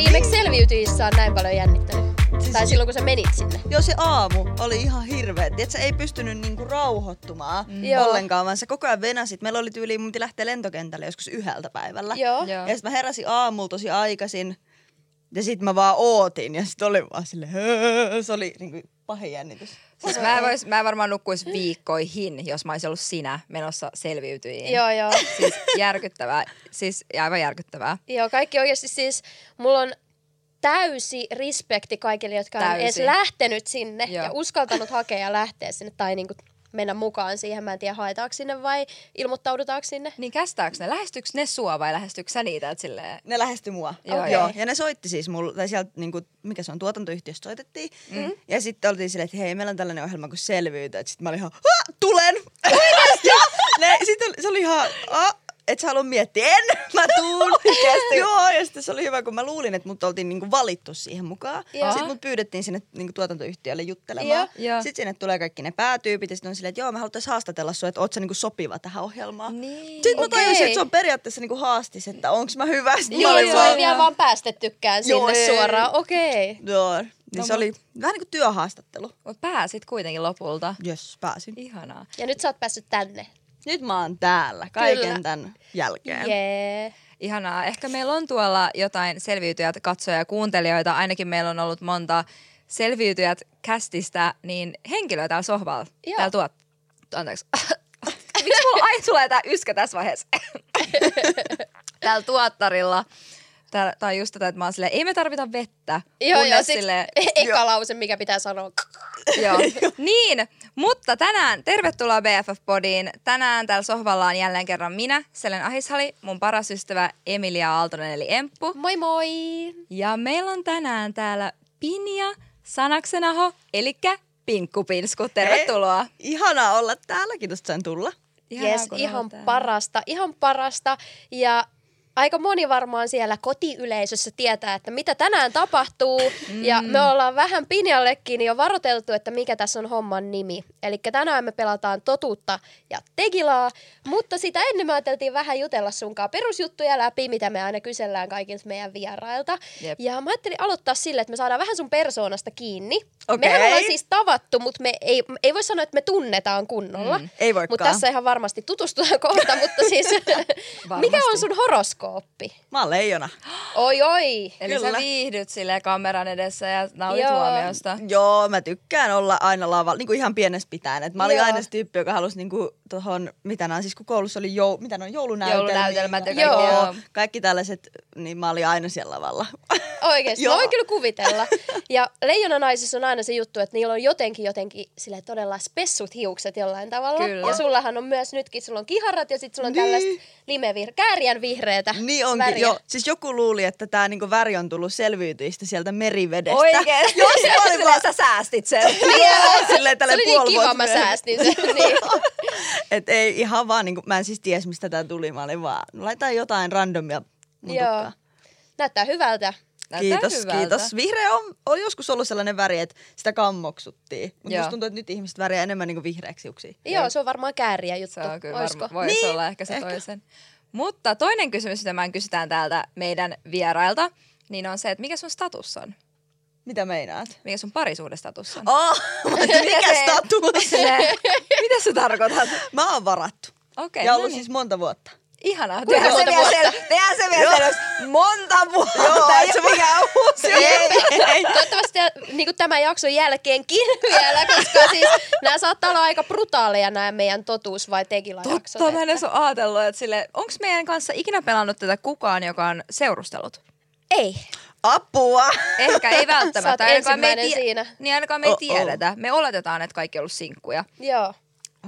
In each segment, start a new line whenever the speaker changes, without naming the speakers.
niin.
sytyissä on näin paljon jännittänyt? Siis... Tai silloin kun sä menit sinne?
Joo, se aamu oli ihan hirveä. Tiedätkö, ei pystynyt niinku rauhoittumaan mm.
Joo.
ollenkaan, vaan sä koko ajan venasit. Meillä oli tyyliin, mun piti lähteä lentokentälle joskus yhdeltä päivällä.
Joo.
Ja sitten mä heräsin aamulla tosi aikaisin. Ja sitten mä vaan ootin ja sitten oli vaan sille, "Höö." se oli niinku pahin jännitys.
Siis mä, vois, mä varmaan nukkuis viikkoihin, jos mä olisin ollut sinä menossa selviytyjiin.
Joo, joo.
Siis järkyttävää. Siis aivan järkyttävää.
Joo, kaikki oikeasti siis, mulla on täysi respekti kaikille, jotka on
Täysi.
edes lähtenyt sinne Joo.
Joo.
ja uskaltanut hakea ja lähteä sinne tai niinku mennä mukaan siihen. Mä en tiedä, haetaanko sinne vai ilmoittaudutaanko sinne.
Niin kästääks ne? Lähestyks ne sua vai lähestyks sä niitä? Et silleen,
Ne lähesty mua.
Joo,
Joo,
Okei.
joo. Ja ne soitti siis mulle, tai sieltä, niinku, mikä se on, tuotantoyhtiöstä soitettiin.
Mm-hmm.
Mm. Ja sitten oltiin silleen, että hei, meillä on tällainen ohjelma kuin selviytyä. Sitten mä olin ihan, "Ah, tulen! ja ne, sit oli, se oli ihan, "Ah, et sä halua miettiä, en, mä tuun. Joo, ja sitten se oli hyvä, kun mä luulin, että mut oltiin niinku valittu siihen mukaan.
Joo.
Sitten mut pyydettiin sinne niinku tuotantoyhtiölle juttelemaan.
Joo, joo.
Sitten sinne tulee kaikki ne päätyypit, ja sitten on silleen, että joo, me haluttaisiin haastatella sua, että oot sä niinku sopiva tähän ohjelmaan.
Niin.
Sitten mä tajusin,
Okei.
että se on periaatteessa niinku haastis, että onks mä hyvä. Sitten mä
Joo,
olin
niin, sua
vaan-
ei vielä vaan päästettykään sinne
Joo, ei.
suoraan. Okei. Okay.
Joo, niin se oli vähän niin kuin työhaastattelu.
mut pääsit kuitenkin lopulta.
Jos pääsin.
Ihanaa.
Ja nyt sä oot päässyt tänne.
Nyt mä oon täällä kaiken
Kyllä.
tämän jälkeen.
Jee.
Ihanaa. Ehkä meillä on tuolla jotain selviytyjät, katsoja ja kuuntelijoita. Ainakin meillä on ollut monta selviytyjät kästistä, niin henkilöä täällä sohvalla.
Joo.
Täällä tuot. Anteeksi. Miksi mulla aina tulee tää yskä tässä vaiheessa? täällä tuottarilla. Tää, tää on just tätä, että mä oon silleen, ei me tarvita vettä.
Joo,
Kunnes
joo, sit
silleen-
eka lause, mikä pitää sanoa.
Joo. niin, mutta tänään tervetuloa BFF-podiin. Tänään täällä sohvalla on jälleen kerran minä, Selen Ahishali, mun paras ystävä Emilia Aaltonen eli Emppu.
Moi moi!
Ja meillä on tänään täällä Pinja Sanaksenaho, eli Pinkkupinsku.
Eh,
Tervetuloa.
Ihanaa olla täällä, kiitos että sain tulla.
Ihanaa,
Yes,
kun
ihan
olet täällä.
parasta, ihan parasta. Ja aika moni varmaan siellä kotiyleisössä tietää, että mitä tänään tapahtuu. Mm. Ja me ollaan vähän Pinjallekin jo varoteltu, että mikä tässä on homman nimi. Eli tänään me pelataan totuutta ja tegilaa, mutta sitä ennen me ajateltiin vähän jutella sunkaan perusjuttuja läpi, mitä me aina kysellään kaikilta meidän vierailta.
Jep.
Ja mä ajattelin aloittaa sille, että me saadaan vähän sun persoonasta kiinni.
Okei.
Mehän ollaan siis tavattu, mutta me ei, ei voi sanoa, että me tunnetaan kunnolla. Mm.
Ei voikaan.
Mutta tässä ihan varmasti tutustutaan kohta, mutta siis mikä on sun horoskooppi?
Mä oon leijona.
Oi oi.
Eli
Kyllä.
sä viihdyt sille kameran edessä ja nautit
Joo.
huomiosta.
Joo, mä tykkään olla aina lavalla, niin kuin ihan pienestä pitäen. Et mä olin
Joo.
aina se tyyppi, joka halusi niin kuin tohon, mitä nää on, siis kun koulussa oli jou, mitä ne on, joulunäytelmiä.
Joulunäytelmät ja
kaikki,
Joo,
joo.
kaikki tällaiset, niin mä olin aina siellä lavalla.
Oikeesti, mä
Joo.
voin kyllä kuvitella. Ja leijonanaisissa on aina se juttu, että niillä on jotenkin jotenkin sille todella spessut hiukset jollain tavalla.
Kyllä.
Ja sullahan on myös nytkin, sulla on kiharat ja sitten sulla on niin. tällaista limevir- kääriän vihreätä
Niin onkin,
väriä.
joo. Siis joku luuli, että tää niinku väri on tullut selviytyistä sieltä merivedestä.
Oikeesti.
Joo, se oli
Silleen
vaan-
sä säästit sen.
Joo, silleen
Se
tälle
oli niin kiva, mä säästin sen. Niin.
Et ei ihan vaan, niinku, mä en siis ties mistä tää tuli, mä olin vaan, no laitan jotain randomia mun
Joo.
tukkaan.
Näyttää hyvältä.
Näyttää
Kiitos,
hyvältä.
kiitos. Vihreä on, on joskus ollut sellainen väri, että sitä kammoksuttiin. Mutta
Joo.
musta tuntuu, että nyt ihmiset väriä enemmän niinku vihreäksi juksiin.
Joo, se on varmaan kääriä juttu.
Se on kyllä
Oisko?
varma, voisi
Niin,
olla ehkä se
ehkä.
ehkä. toisen. Mutta toinen kysymys, mitä mä kysytään täältä meidän vierailta, niin on se, että mikä sun status on?
Mitä meinaat?
Mikä sun parisuudestatus on?
Oh, mikä
Se-
status?
Silleen, mitä sä tarkoitat?
Mä oon varattu.
Okei,
ja
no
ollut
niin.
siis monta vuotta.
Ihanaa.
Kuinka
Tehdään se,
monta
vielä
vuotta?
sel- tehdään se vielä selväksi. Monta vuotta.
Joo,
Tää
et
ei
sä
ole mikään uusi.
Toivottavasti niin kuin tämän jakson jälkeenkin vielä, koska siis nämä saattaa olla aika brutaaleja nämä meidän totuus- vai tekilajaksot.
Totta, mä en edes ole ajatellut, että sille, onko meidän kanssa ikinä pelannut tätä kukaan, joka on seurustellut?
Ei.
Apua!
Ehkä ei
Sä oot
välttämättä. ainakaan me ei
ensimmäinen siinä.
Niin ainakaan me ei
Oh, oh.
tiedetä. Me oletetaan, että kaikki on ollut sinkkuja.
Joo.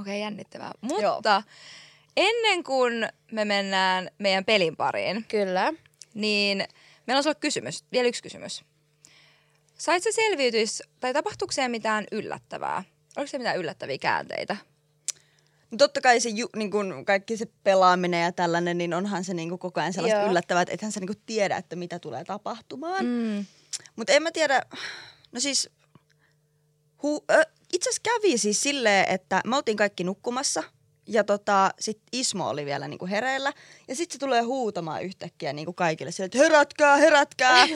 Okei, jännittävää. Mutta Joo. ennen kuin me mennään meidän pelin pariin,
Kyllä.
niin meillä on sulle kysymys, vielä yksi kysymys. Sait sä selviytys, tai tapahtuiko siellä mitään yllättävää? Oliko se mitään yllättäviä käänteitä?
No Totta kai se ju, niin kun kaikki se pelaaminen ja tällainen, niin onhan se niin kun koko ajan sellaista
Joo.
Joo. yllättävää, että ethän sä niin kun tiedä, että mitä tulee tapahtumaan. Mm. Mutta en mä tiedä, no siis hu, ö, itse asiassa kävi siis silleen, että me oltiin kaikki nukkumassa ja tota, sit Ismo oli vielä niinku hereillä. Ja sit se tulee huutamaan yhtäkkiä niinku kaikille sille, että herätkää, herätkää,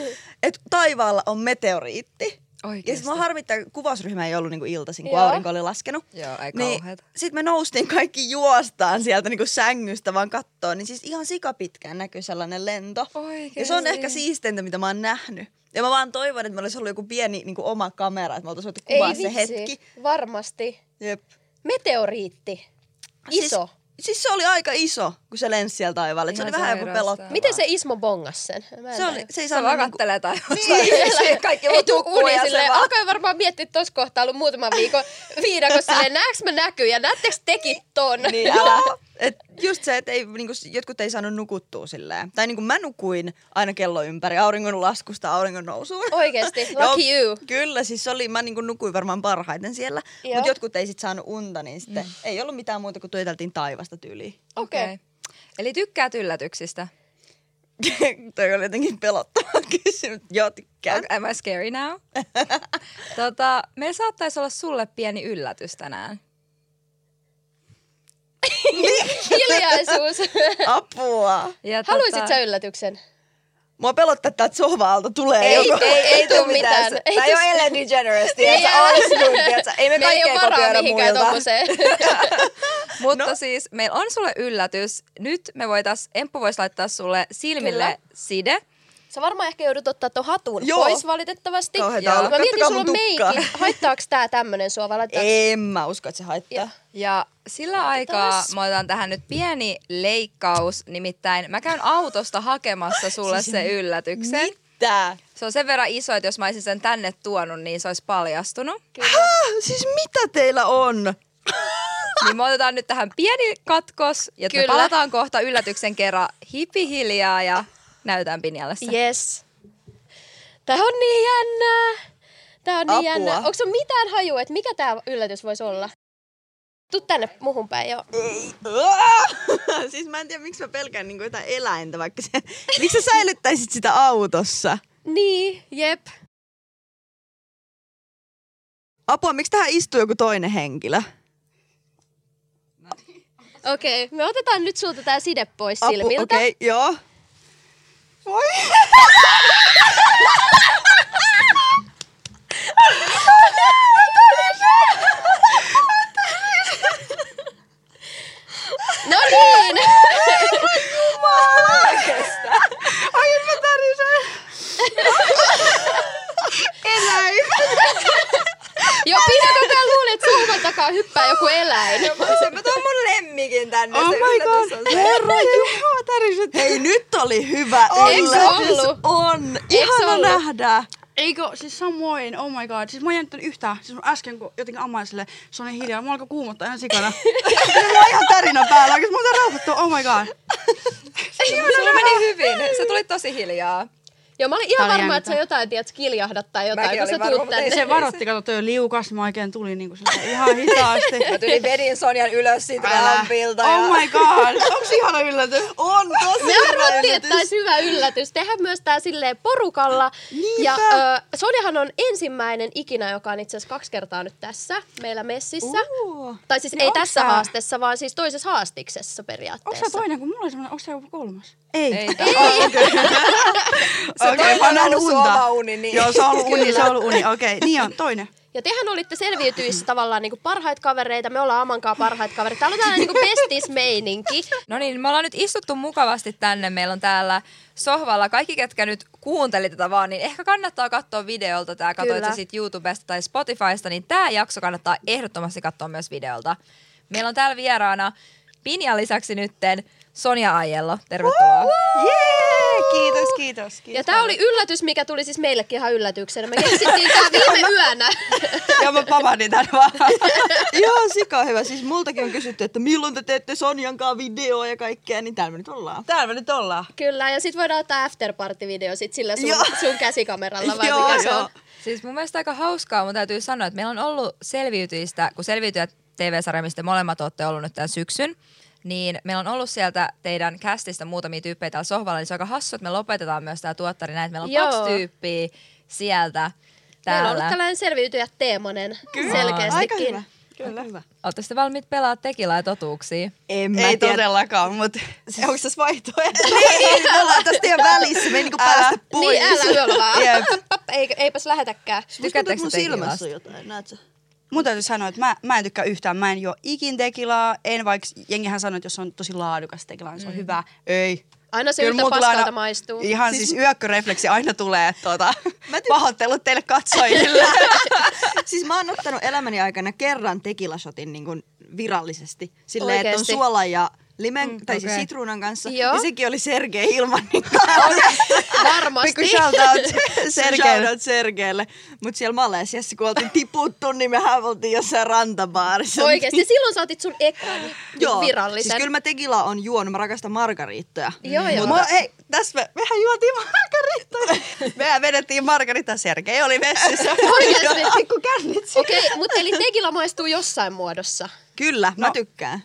että taivaalla on meteoriitti. Ja sit
Oikeesti.
mä harmittaa, kun kuvausryhmä ei ollut niinku iltaisin, kun
Joo.
aurinko oli laskenut.
Joo, ei
Niin,
kauheeta.
sit me noustiin kaikki juostaan sieltä niinku sängystä vaan kattoon, niin siis ihan sikapitkään näkyy sellainen lento.
Oh,
Oikeesti.
Ja se on ehkä siisteintä, mitä mä oon nähnyt. Ja mä vaan toivon, että meillä olisi ollut joku pieni niin kuin oma kamera, että me oltaisiin voitu kuvaa
Ei
se
vitsi,
hetki.
varmasti.
Jep.
Meteoriitti. Iso. Siis,
Siis, siis se oli aika iso, kun se lensi siellä taivaalle. Se
Ihan
oli vähän joku
sairasta.
pelottava.
Miten se Ismo bongas sen? Mä en
Se, oli,
tajua.
se ei
Se
saanut...
vaan
niinku-
kattelee taivasta.
Siellä-
Kaikki
ei
muut
tuu
nukkuu
uni
ja se
silleen.
vaan...
Alkoi varmaan miettiä, että tossa kohtaa ollut muutaman viikon viidakossa silleen, näeks mä näkyy ja näettekö tekin ton?
Niin, älä. Et just se, että ei, niinku, jotkut ei saanut nukuttua silleen. Tai niinku mä nukuin aina kello ympäri auringon laskusta auringon nousuun.
Oikeesti, lucky you.
Kyllä, siis se oli, mä niinku nukuin varmaan parhaiten siellä.
Joo.
Mutta jotkut ei sit saanut unta, niin sitten mm. ei ollut mitään muuta kuin tueteltiin taivasta tyyliin.
Okei.
Okei. Eli tykkäät yllätyksistä.
Toi oli jotenkin pelottava kysymys. Joo, tykkään.
Am I scary now? tota, meillä saattaisi olla sulle pieni yllätys tänään.
Hiljaisuus.
Apua.
Ja tota-
Haluisit sä yllätyksen?
Mua pelottaa, että täältä sohvaalta tulee
Ei
joku.
tuu, ei tuu mitään. Ei
Tämä ei ole Ellen DeGeneres, tiedätkö?
Ei, älä.
All is good, tiedätkö? Ei me
Meillä ei
kaikkea
ole varaa
kopioida
mihinkään
muilta.
tommoseen.
Mutta no. siis meillä on sulle yllätys. Nyt me voitais, Emppu voisi laittaa sulle silmille
Kyllä.
side.
Sä varmaan ehkä joudut ottaa ton hatun
Joo.
pois valitettavasti.
Kauheeta
Joo.
olla.
Mä mietin,
Kattokaa
sulla on
mun tukkaa.
meikki. Haittaako tää tämmönen sua vai laitetaanko-
En mä usko, että se haittaa.
Joo.
Ja sillä aikaa mä otan tähän nyt pieni leikkaus, nimittäin mä käyn autosta hakemassa sulle
Siis
se yllätyksen.
Mitä?
Se on sen verran iso, että jos mä olisin sen tänne tuonut, niin se olisi paljastunut.
Häh? Siis mitä teillä on?
Niin me otetaan nyt tähän pieni katkos ja me
Kyllä.
palataan kohta yllätyksen kerran hipihiljaa ja näytän Pinjalle se.
Yes. Tää on niin jännää. Tää on niin
Apua.
jännää. Onko sun mitään hajua, että mikä tää yllätys voisi olla? Tuu tänne muhun päin, joo.
Ei. Ah! siis mä en tiedä, miksi mä pelkään niin jotain eläintä, vaikka se... miksi sä säilyttäisit sitä autossa?
Niin, jep.
Apua, miksi tähän istuu joku toinen henkilö?
Okei, okay. me otetaan nyt sulta tää side pois
Apu,
silmiltä.
okei, okay, joo. Voi.
No niin!
Ai, mä tärisen. Eläin.
Joo, Pina koko ajan luulin, että sulman takaa hyppää joku eläin.
Mä tuon mun lemmikin tänne.
Oh my god, herra Jumala, täriset. Hei, nyt oli hyvä
Eikö se
yllätys.
ollut?
On,
Eikö se
ihana
ollut?
nähdä.
Eikö, siis samoin, oh my god. Siis mä en jännittänyt yhtään. Siis mä äsken, kun jotenkin ammain sille, se oli hiljaa. Mä alkoi kuumottaa ihan sikana. Siis Mulla on ihan tärinä päällä. Oikeesti mä oon rauhoittua, oh my god.
Se meni hyvin. Se tuli tosi hiljaa.
Joo, mä olin ihan
Tää oli
varma,
jännä.
että sä jotain, tiedät, kiljahdat tai jotain,
Mäkin
kun sä
olin varma,
tuut
mutta ei
tänne.
Se varotti, kato, toi oli liukas, niin mä oikein tulin niinku se ihan hitaasti.
Mä tuli vedin Sonjan ylös siitä lampilta. ja-
Oh my god, onks ihana yllätys?
On tosi
Me
hyvä
arvattiin, että
yllätys.
tämä olisi hyvä yllätys. Tehdään myös tämä silleen porukalla. Niinpä. Ja ö, Sonjahan on ensimmäinen ikinä, joka on itse asiassa kaksi kertaa nyt tässä meillä messissä.
Uu.
Tai siis
Niin
ei
onks
tässä
tää-
haasteessa, vaan siis toisessa haastiksessa
Onks
periaatteessa.
tää toinen, kun mulla oli semmonen, onks tää joku kolmas?
Ei.
Ei.
Se
Okei, mä oon nähnyt unta.
uni, niin...
Joo, se on ollut uni, se on ollut uni, okei. Niin on, toinen.
Ja tehän olitte selviytyissä tavallaan niinku parhaita kavereita, me ollaan Amankaan parhaita kavereita. Täällä on tällainen niinku bestis-meininki.
No niin, me ollaan nyt istuttu mukavasti tänne. Meillä on täällä sohvalla kaikki, ketkä nyt kuunteli tätä vaan, niin ehkä kannattaa katsoa videolta tämä. Katoit
Kyllä.
sä sit YouTubesta tai Spotifysta, niin tämä jakso kannattaa ehdottomasti katsoa myös videolta. Meillä on täällä vieraana Pinjan lisäksi nytten Sonja Aiello. Tervetuloa.
Jee, kiitos, kiitos,
Ja
kiitos.
tämä oli yllätys, mikä tuli siis meillekin ihan yllätyksenä. Me keksittiin tämä viime yönä.
Ja mä pavahdin tän vaan.
Ihan sika hyvä. Siis multakin on kysytty, että milloin te teette Sonjankaan videoa ja kaikkea, niin täällä me nyt ollaan.
Täällä me nyt ollaan.
Kyllä, ja sitten voidaan ottaa afterparty-video sit sillä sun,
Joo.
sun käsikameralla, vai mikä se on.
Siis mun mielestä aika hauskaa, mutta täytyy sanoa, että meillä on ollut selviytyjistä, kun selviytyjät TV-sarja, mistä molemmat olette ollut nyt tämän syksyn, niin meillä on ollut sieltä teidän kästistä muutamia tyyppejä täällä sohvalla, niin se on aika hassu, että me lopetetaan myös tämä tuottari näin, että meillä on
Joo.
kaksi tyyppiä sieltä
Meillä on
täällä.
ollut tällainen selviytyjä teemanen
Kyllä.
selkeästikin.
Aika hyvä.
Kyllä. Hyvä.
Ootte sitten valmiit pelaa tekilaa ja totuuksia?
En Siis-
Ei todellakaan, mutta onko tässä vaihtoehto?
Niin, me ollaan tässä ihan välissä, me ei niinku
Älä.
päästä pois.
Niin älä yöllä vaan.
Jep.
Pap, ei- eipäs lähetäkään.
Tykättekö te tekilasta?
jotain, näet sä?
Mun täytyy sanoa, että mä, mä en tykkää yhtään. Mä en juo ikin tekilaa. En vaikka, jengihän sanoo, että jos on tosi laadukas tekila, niin se on hyvä. Ei.
Mm. Aina se
Kyllä
yhtä
mulla tulee
paskalta
aina-
maistuu.
Ihan siis, siis yökkörefleksi aina tulee tuota, pahoittelut teille katsojille.
Siis mä oon ottanut elämäni aikana kerran tekilashotin niin kuin virallisesti. Silleen, että on
Oikeesti?
suola ja limen, mm, tai siis
okei.
sitruunan kanssa.
Joo.
Ja sekin oli Sergei Ilmanin kanssa.
Varmasti.
Pikku shoutout Sergeille.
Sergeille.
Shoutout Sergeille. Mut siellä Malesiassa, kun oltiin tiputtu, niin me haveltiin jossain rantabaarissa.
Oikeesti, silloin saatit sun ekan
Joo.
virallisen.
Siis kyllä mä tekila on juonut, mä rakastan margariittoja.
Joo, joo.
Mutta
Mä, hei, tässä me, mehän juotiin margarita. Mehän vedettiin margarita, Sergei oli vessissä.
Oikeesti?
Pikku kännitsi.
Okei, mutta eli tekila maistuu jossain muodossa.
Kyllä, mä
No.
tykkään.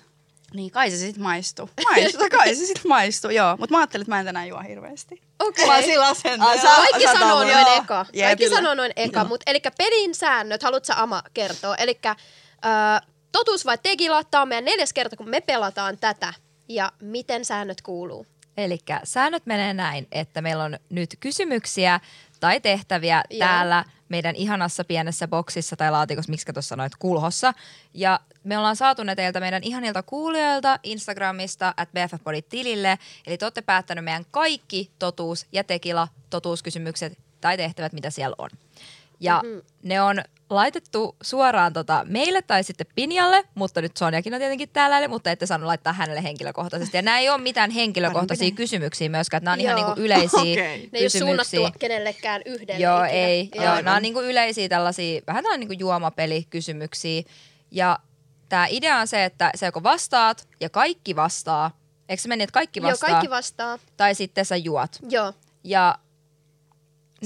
Niin, kai se sit maistuu. Maistuu, kai se sit maistuu, joo. Mut mä ajattelin, että mä en tänään juo hirveästi.
Okei.
Ai, sä-
Kaikki
sä
sanoo
tavoin.
noin
Joo.
eka.
Jee,
Kaikki
kyllä.
sanoo noin eka, mutta eli pelin säännöt, haluatko sä Ama kertoa? Eli totuus vai tekila, tämä on meidän neljäs kerta, kun me pelataan tätä. Ja miten säännöt kuuluu?
Eli säännöt menee näin, että meillä on nyt kysymyksiä tai tehtäviä
Joo.
täällä meidän ihanassa pienessä boksissa tai laatikossa, miksi tuossa sanoit, kulhossa. Ja me ollaan saatu ne teiltä meidän ihanilta kuulijoilta Instagramista at BFFpodit tilille. Eli te olette päättänyt meidän kaikki totuus- ja tekila totuuskysymykset tai tehtävät, mitä siellä on. Ja mm-hmm. ne on laitettu suoraan tota meille tai sitten Pinjalle, mutta nyt Sonjakin on tietenkin täällä, mutta ette saanut laittaa hänelle henkilökohtaisesti. Ja nämä ei ole mitään henkilökohtaisia kysymyksiä myöskään, nämä on ihan
Joo.
niinku yleisiä
Okei.
Ne ei ole
kysymyksiä.
suunnattu kenellekään yhdelle.
Joo,
ikinä.
ei. Joo,
Joo.
nämä on niinku yleisiä tällaisia, vähän tällainen niinku juomapelikysymyksiä. Ja tämä idea on se, että sä joko vastaat ja kaikki vastaa. Eikö se meni, että kaikki
Joo,
vastaa?
kaikki vastaa.
tai sitten sä juot.
Joo.
Ja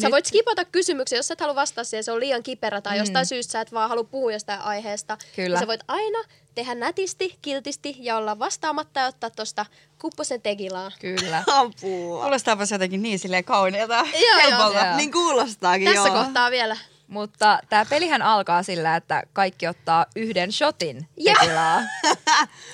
Sä
Nyt-
voit skipata kysymyksen, jos sä et halua vastata siihen, se on liian kiperä tai mm. jostain syystä sä et vaan halua puhua jostain aiheesta.
Kyllä.
Niin sä voit aina tehdä nätisti, kiltisti ja olla vastaamatta ja ottaa tuosta kupposen tekilaa.
kyllä.
Apua.
Kuulostaapas jotenkin niin silleen kauneelta.
Joo, joo.
Joo.
Niin kuulostaakin,
Tässä
joo.
kohtaa vielä.
Mutta tämä pelihän alkaa sillä, että kaikki ottaa yhden shotin
Ja.
tekilaa.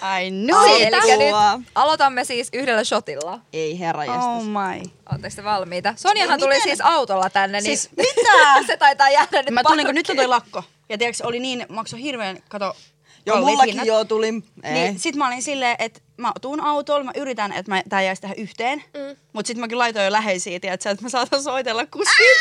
Ai
No,
no.
Eli
apua.
nyt aloitamme siis yhdellä shotilla.
Ei herra
Oh
oh.
my.
Oletteko te valmiita? Sonjahan tuli
miten-
siis autolla tänne, niin
Siis mitä?
se taitaa jäädä nyt
Mä tulin,
parkkiin.
kun nyt on toi lakko. Ja tiedätkö, oli niin, maksoi hirveän, kato,
Joo,
kalliit
mullakin
hinnat.
joo tuli. Ei.
Niin sit mä olin silleen, että mä tuun autolla, mä yritän, että mä, tää jäisi tähän yhteen. Mm. Mut sit mä kyllä laitoin jo läheisiä, tiedätkö, että mä saatan soitella kuskiin.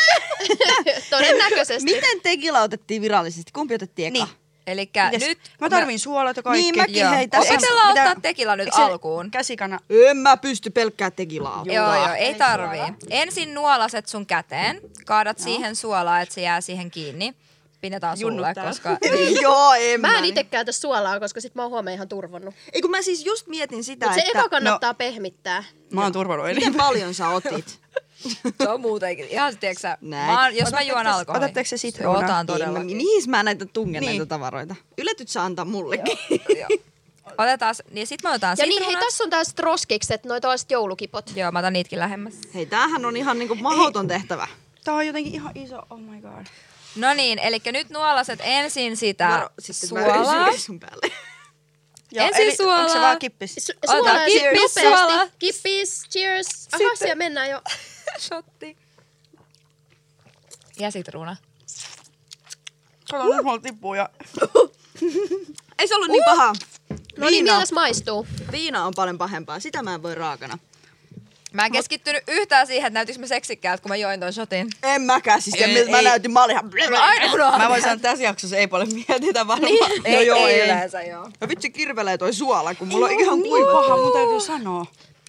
Todennäköisesti.
Miten tekila otettiin virallisesti? Kumpi otettiin eka?
Niin.
Elikkä
Mites?
nyt...
Mä tarviin suolat ja kaikki.
Niin, mäkin,
Joo.
hei, tässä-
Opetellaan
Mitä-
ottaa tekila nyt
Eikö se
alkuun.
Käsikana.
En mä pysty pelkkää tekilaa.
Joo,
ottaa.
joo, ei tarvii. Ensin nuolaset sun käteen,
No.
kaadat siihen suolaa, että se jää siihen kiinni. Pinnetaan
Junnu
sulle,
täällä.
koska...
Niin. joo, en
Mä niin- en itse käytä suolaa, koska sit mä oon huomenna ihan turvonnut.
Ei kun mä siis just mietin sitä,
Mut se
että
eka kannattaa no. pehmittää.
Mä oon turvannut
miten paljon sä otit.
Se on muutenkin. Ihan, tiedätkö sä,
Näin.
mä oon, jos mä juon alkoholia.
otatteko se sitruunaa?
Otan
Ei,
todella.
mä- Mihin mä näitä tungen
Niin.
näitä tavaroita? Yletyt sä antaa mullekin.
Otetaan, niin sit mä otan
Ja niin, hei,
sitruunat.
tässä on taas roskikset, noi toiset joulukipot.
Joo, mä otan niitäkin lähemmäs.
Hei, tämähän on ihan niinku mahdoton tehtävä.
Tää on jotenkin ihan iso, oh my god.
No niin, eli nyt nuolaset ensin sitä
Varo- sitten No, mä
suolaa.
rysyn sun päälle.
Ensin
eli Onko se
suolaa.
vaan kippis?
Su-
Ota,
suolaa
kippis,
nopeasti.
suola.
Kippis, cheers. Aha,
Sitten-
siellä mennään jo.
Shotti. Ja sitruuna.
Kato, nyt mulla tippuu ja...
Ei se ollut niin paha.
No niin, miltäs maistuu?
Viina on paljon pahempaa, sitä mä en voi raakana.
Mä en keskittynyt yhtään siihen, että näytinkö mä seksikkäältä, kun mä join ton shotin.
En mäkään, siis
Ei,
ei, No, mä
ei.
näytin, mä olin ihan...
Aina kun on.
Mä voin sanoa, että tässä jaksossa ei paljon mietitä varmaan.
Niin.
No
Ei,
joo,
ei
ei.
yleensä, joo.
No vitsi kirvelee toi suola, kun mulla on niin
Ei
ihan
oo
kuiva.
paha, mun täytyy sanoa.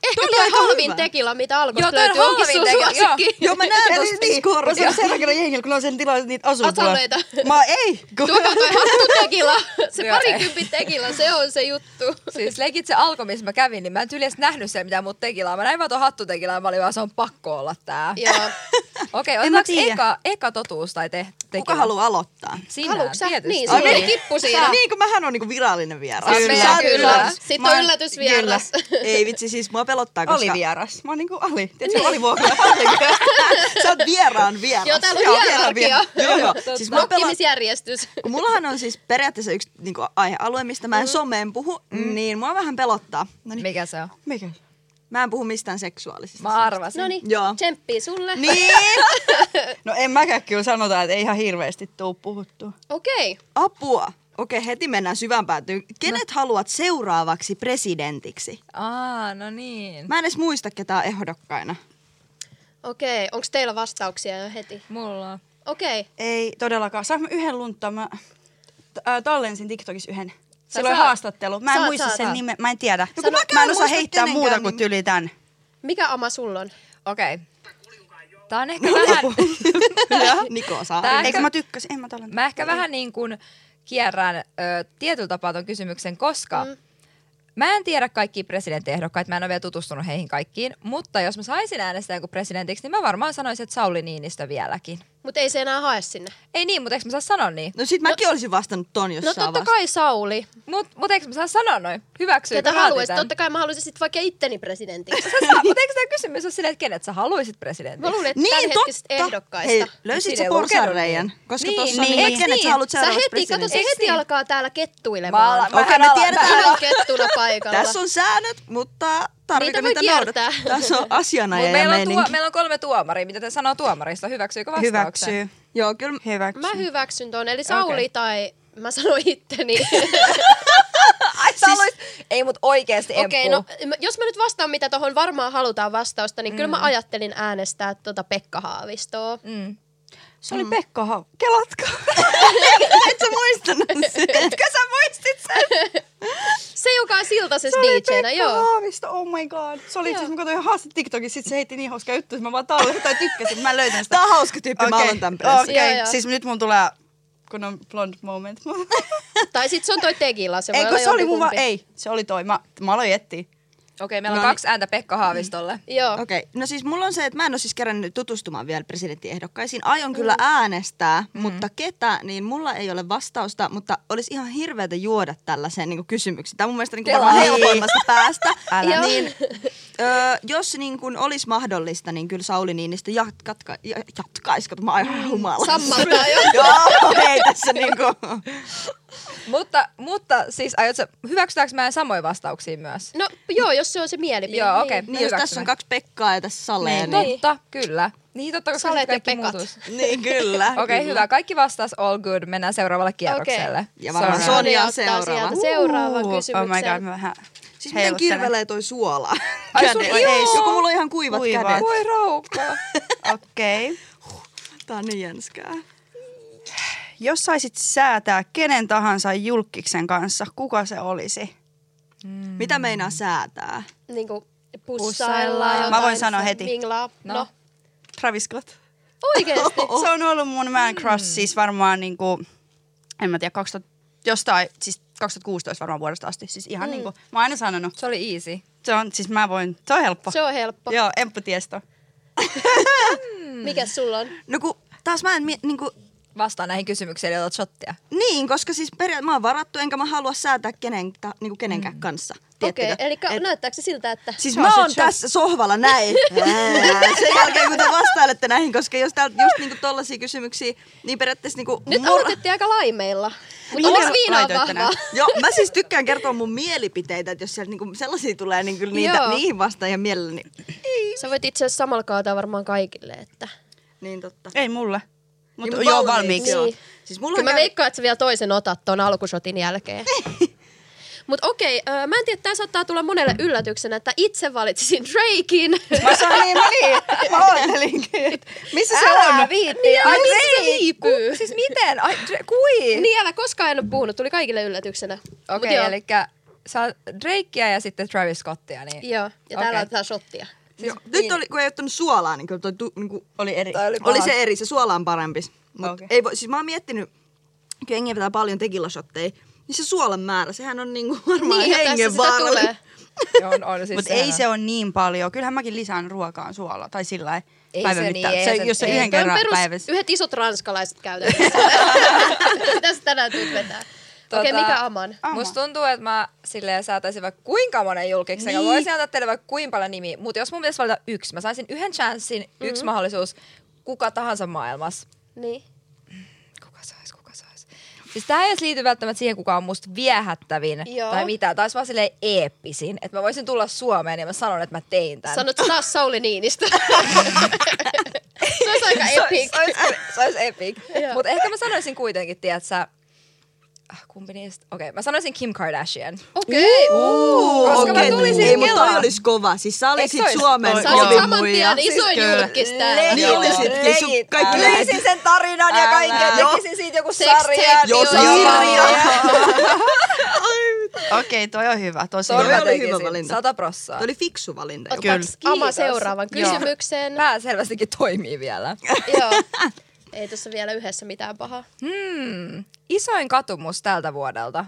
Ehkä
Toi oli
Eh, toi
aika
halvin
hyvä.
tekila, mitä
Joo,
alkosta
toi on
löytyy, onkin sun
halvin tekila, joo.
suosikki.
Joo, mä näen
Eli
tosta niin korvasta.
Mä sen takia jengillä, kun ne on sen tilalla niitä asutuloja.
Asuneita.
Mä ei. Kun...
Tuokaa toi hattu tekila, se
Joo, ei.
parikymppi tekila, se on se juttu.
Siis leikit se alko, missä mä kävin, niin mä en tyyli edes nähnyt siellä mitään mut tekilaa. Mä näin vaan ton hattutekilaa ja mä olin vaan, se on pakko olla tää.
Joo.
Okei,
En mä
otetaanko
tiedä.
eka, eka totuus tai te, tekevä?
Kuka haluaa aloittaa?
Sinä,
Haluatko sä?
tietysti.
Niin, sulla
Ai
oli
niin.
kippu
Sä.
siinä.
Niin, kun mähän on niinku virallinen vieras.
Kyllä,
Sä oot
kyllä.
yllätys.
Sitten
Mä
on
oon-
yllätysvieras.
Kyllä. Ei vitsi, siis mua pelottaa, koska...
Oli vieras. Mä oon niinku Ali.
Tiedätkö, mä olin vuokra. Sä oot vieraan vieras.
Joo, täällä on
Joo,
hierarkia.
vieraan vieras. Joo, joo.
Totta.
Siis mä pelaan,
Oppimisjärjestys.
kun mullahan on siis periaatteessa yksi niin kuin, aihealue, mistä
Mm.
mä en someen puhu, niin mua vähän pelottaa. No niin,
Mikä se on?
Mikä?
mä en puhu mistään seksuaalisesta.
Mä arvasin.
No niin,
Joo.
tsemppii sulle.
Niin!
No en mäkään kyllä sanota, että ei ihan hirveästi tuu puhuttu.
Okei.
Apua! Okei, heti mennään syvään päätyyn.
No.
Kenet haluat seuraavaksi presidentiksi?
Aa, no niin.
Mä en edes muista, ketä on ehdokkaina.
Okei, onko teillä vastauksia jo heti?
Mulla on.
Okei.
Ei todellakaan. Saanko mä yhden lunttaan? Mä t- ää, tallensin TikTokissa yhden.
Sä
Sillä oli
saat.
haastattelu. Mä en
Saat,
muista
saat,
sen
saat.
nimen. Mä en tiedä.
kun mäkään
mä en
en
osaa
muista
heittää
kenenkään
muuta kuin
nimeä.
tyli tän.
Mikä ama sulla on?
Okei. Tää on ehkä vähän...
Niko saa.
Tää-
Eikö mä tykkäsin? En mä tallentanut.
Mä ehkä vähän niin kuin kierrän ö, tietyllä tapaa ton kysymyksen, koska mm. mä en tiedä kaikkia presidenttiehdokkaita, mä en ole vielä tutustunut heihin kaikkiin, mutta jos mä saisin äänestää joku presidentiksi, niin mä varmaan sanoisin, että Sauli Niinistö vieläkin.
Mutta ei se enää hae sinne.
Ei niin, mutta eikö mä saa sanoa niin?
No sit mäkin olisin vastannut ton, jos
No
saa
totta
vastata.
kai Sauli.
Mut, mut eikö mä saa sanoa noin? Hyväksyykö
Ketä
Raati
haluaisit?
tän?
Totta kai mä haluaisin sitten vaikka itteni presidentiksi.
Sä saa, mutta eikö tämä kysymys ole silleen, että kenet sä haluaisit
Mä
presidentiksi?
luulen, että
Niin,
tämänhetkisistä
totta. Hei,
ehdokkaista. Niin
löysit
Siinä
sä
ei lukenut
porsanreiän? Koska
Niin,
tossa on
niin.
niin,
Eiks
kenet
niin?
sä haluat
Sä
seuraavaksi
heti, kato, se
presidentiksi?
heti
niin?
alkaa täällä
Mä alan-
kettuilemaan.
mä-
Okei, me
Vähän
tiedetään.
Ihan kettuna paikalla.
Tässä on säännöt, mutta tarvitko
Niitä voi
niitä, noudattaa?
kiertää.
Tässä on
Mut meillä, on tuo,
asianajajameininki.
meillä on kolme tuomaria. Mitä te sanoo tuomarista? Hyväksyykö vastauksen?
Hyväksyy.
Joo, kyllä.
Hyväksy.
Mä hyväksyn ton, eli Sauli
Okei.
tai mä sanoin itteni.
Ai, sä siis... Ei, mut oikeesti
Okei,
Okei,
no m- jos mä nyt vastaan, mitä tohon varmaan halutaan vastausta, niin mm. kyllä mä ajattelin äänestää tota Pekka Haavistoa.
Mm.
Se oli Pekka Hau. Kelatko?
Et sä muistanut sitä.
Etkö sä muistit sen?
Se, joka on siltaisessa
Se oli
DJnä,
Pekka
joo.
Haavisto, oh my god. Se oli itse asiassa, mä katsoin ihan haaste TikTokissa, sit se heitti niin hauska juttu, että mä vaan tallensin tai tykkäsin, mä en löytänyt sitä.
Tää on hauska tyyppi, mä
Okei,
aloitan tämän pressi.
Joo,
Okei,
joo.
siis nyt mun tulee kun on blond moment.
Tai sit se on toi Tegila, se voi
ei,
olla
kun se oli mun vaan,
jompikumpi.
ei, se oli toi. Mä, mä aloin etsiä.
Okei, meillä on
No niin.
kaksi ääntä Pekka Haavistolle.
Joo. Okay.
Okei, no siis mulla on se, että mä en ole siis kerännyt tutustumaan vielä presidenttiehdokkaisiin. Aion kyllä äänestää, mutta ketä, niin mulla ei ole vastausta, mutta olisi ihan hirveätä juoda tällaiseen niin kysymyksiin. Tämä on mun mielestä niin kuin
Kela.
varmaan
Niin.
helpoimmasta päästä.
Älä. Joo.
Niin, öö, jos niin kuin olisi mahdollista, niin kyllä Sauli Niinistö jatkatka, ja- jatkaisi, kun mä oon ihan humalassa.
Sammaltaa jo.
Joo, ei tässä niin kuin.
Mutta, mutta siis aiotko, hyväksytäänkö mä samoja vastauksia myös?
No joo, jos se on se mielipide.
Joo, okei.
Niin.
Niin, jos tässä on kaksi Pekkaa ja tässä Saleja,
Niin.
niin... niin.
Totta, kyllä. Niin totta, koska
Salet
sitten
ja
kaikki
pekat.
muutuisi.
Niin, kyllä.
Okei, okay, hyvä. Kaikki vastas all good. Mennään seuraavalle kierrokselle.
Okei.
Ja varmaan
Sorry.
Sonja
Sonja
on
ottaa
seuraava.
sieltä seuraava
Uu,
kysymyksen.
Oh my god, mä vähän
Siis miten
heiluttelen.
kirvelee toi suola?
Ai sun-
Kädet.
joo.
Joku mulla on ihan kuivat,
Kuivat.
kädet.
Voi raukka.
Okei. Okay.
Tää on niin jänskää.
Jos saisit säätää kenen tahansa julkkiksen kanssa, kuka se olisi?
Mitä meinaa säätää?
Niin kuin
Pussaillaan.
pussaillaan.
Mä
jotain,
voin sanoa heti.
Minglaa.
No.
No. no.
Travis Scott.
Oikeesti.
Oh. Se on ollut mun man crush siis varmaan niinku, en mä tiedä, 2000, jostain, siis 2016 varmaan vuodesta asti. Siis ihan mm. niinku, mä oon aina sanonut.
Se oli easy.
Se on, siis mä voin, se on helppo.
Se on helppo.
Joo, empatiesto.
Mikäs sulla on?
No kun taas mä en mie- niinku,
Vastaan näihin kysymyksiin, eli otat shottia.
niin, koska siis peria- mä oon varattu, enkä mä halua säätää kenen, ta, niinku kenenkään mm. kanssa.
Okei,
Tiedättekö?
eli näyttääkö se siltä, että...
Siis
Se on
mä
se
oon
show.
tässä sohvalla näin. Ää, Sen jälkeen kun te vastailette näihin, koska jos täältä just niinku tollasia kysymyksiä, niin periaatteessa niinku
Nyt
mur-
aloitettiin aika laimeilla. Mutta
Mihin
onko viinaa
laitoit tänään?
vahvaa?
Joo, mä siis tykkään kertoa mun mielipiteitä, että jos sieltä niinku sellaisia tulee, niin kyllä niitä,
Joo.
niihin vastaan ja mielelläni.
Sä voit itse asiassa samalla kaataa varmaan kaikille, että...
Niin totta.
Ei mulle. Mutta
Niin,
joo,
valmiiksi.
valmiiksi.
Niin.
Joo.
Siis mulla
Kyllä
on
mä
käy-
veikkaan, että sä vielä toisen otat ton alkushotin jälkeen. Mutta okei, öö, mä en tiedä, tää saattaa tulla monelle yllätyksenä, että itse valitsisin Drakein.
Mä sanoin niin, mä niin. Mä oottelinkin, että missä se on?
viitti.
Ai,
Ai,
missä se
ei,
viipyy?
ku, siis miten? Ai, dre, kui?
niin älä koskaan en ole puhunut, tuli kaikille yllätyksenä. Mut
Okei,
joo.
okay, eli sä Drakea ja sitten Travis Scottia. Niin.
Joo, ja täällä
Okei.
otetaan shottia.
Siis, Nyt oli, kun ei ottanut suolaa, niin kyllä toi tu, niin kuin oli eri.
niin. Toi oli
Oli,
paha.
se eri, se suola on parempi. Mut
Okei.
ei voi, siis mä oon miettinyt, kun jengi vetää paljon tekilashotteja, niin se suolan määrä, sehän on niin kuin varmaan
Niin, ja
niin,
tässä
hengen
sitä tulee.
on, on, siis
Mutta
sehän
ei se ole niin paljon. Kyllähän mäkin lisään ruokaan suolaa tai sillä lailla
Ei
päivän
se niin,
mittaan.
ei
se,
se-
jos se
ei.
yhden
Toi
kerran päivässä.
yhdet isot ranskalaiset käytännössä. Tässä tänään tulet vetää. Tota, Okei,
Tota-
mikä aman?
Ama.
Musta tuntuu, että mä silleen säätäisin vaikka kuinka monen julkiksen. Niin.
Niin.
Voisin antaa teille vaikka kuinka paljon nimiä, mutta jos mun pitäisi valita yksi, mä saisin yhden chanssin, mm-hmm. yksi mahdollisuus, kuka tahansa maailmassa.
Niin.
Kuka sais, kuka sais. Siis tää ei edes liity välttämättä siihen, kuka on musta viehättävin
Joo.
tai mitä. Tää olisi vaan silleen eeppisin, että mä voisin tulla Suomeen ja mä sanon, että mä tein tän.
Sanot taas Sauli Niinistö. se olisi aika
Se ois-
epic.
Se olisi, se olisi epic.
Joo.
Mutta ehkä mä sanoisin kuitenkin, tiedätkö, Ah, kumpi niistä? Okei, mä sanoisin Kim Kardashian.
Okei.
Uu,
Koska mä
okei. niin.
tulin siis
Ei, mutta toi
Kelaan.
olisi kova. Siis sä olisit
Eikö se
Suomen
Sä
Joo.
olet
kovin
saman
Muija.
tien isoin
Siis kyllä.
julkis täällä.
Niin olisitkin. Sun
Legit.
kaikki
Älä.
lähet-
Tekisin sen tarinan ja
Älä.
kaiken.
Joo.
Tekisin siitä joku
Sex
sarjan.
tape, Jos
joo.
kirjan.
Okei, toi on hyvä. Toi
Toi
Toi
mä
oli
tekisin.
hyvä valinta.
Sata prossaa.
Toi oli fiksu valinta. jopa.
Otetaanko
Kyllä.
Ama
Kiitos.
seuraavan
Joo.
kysymyksen?
Pää selvästikin toimii vielä.
Joo. Ei tuossa vielä yhdessä mitään pahaa.
Hmm. Isoin katumus tältä vuodelta.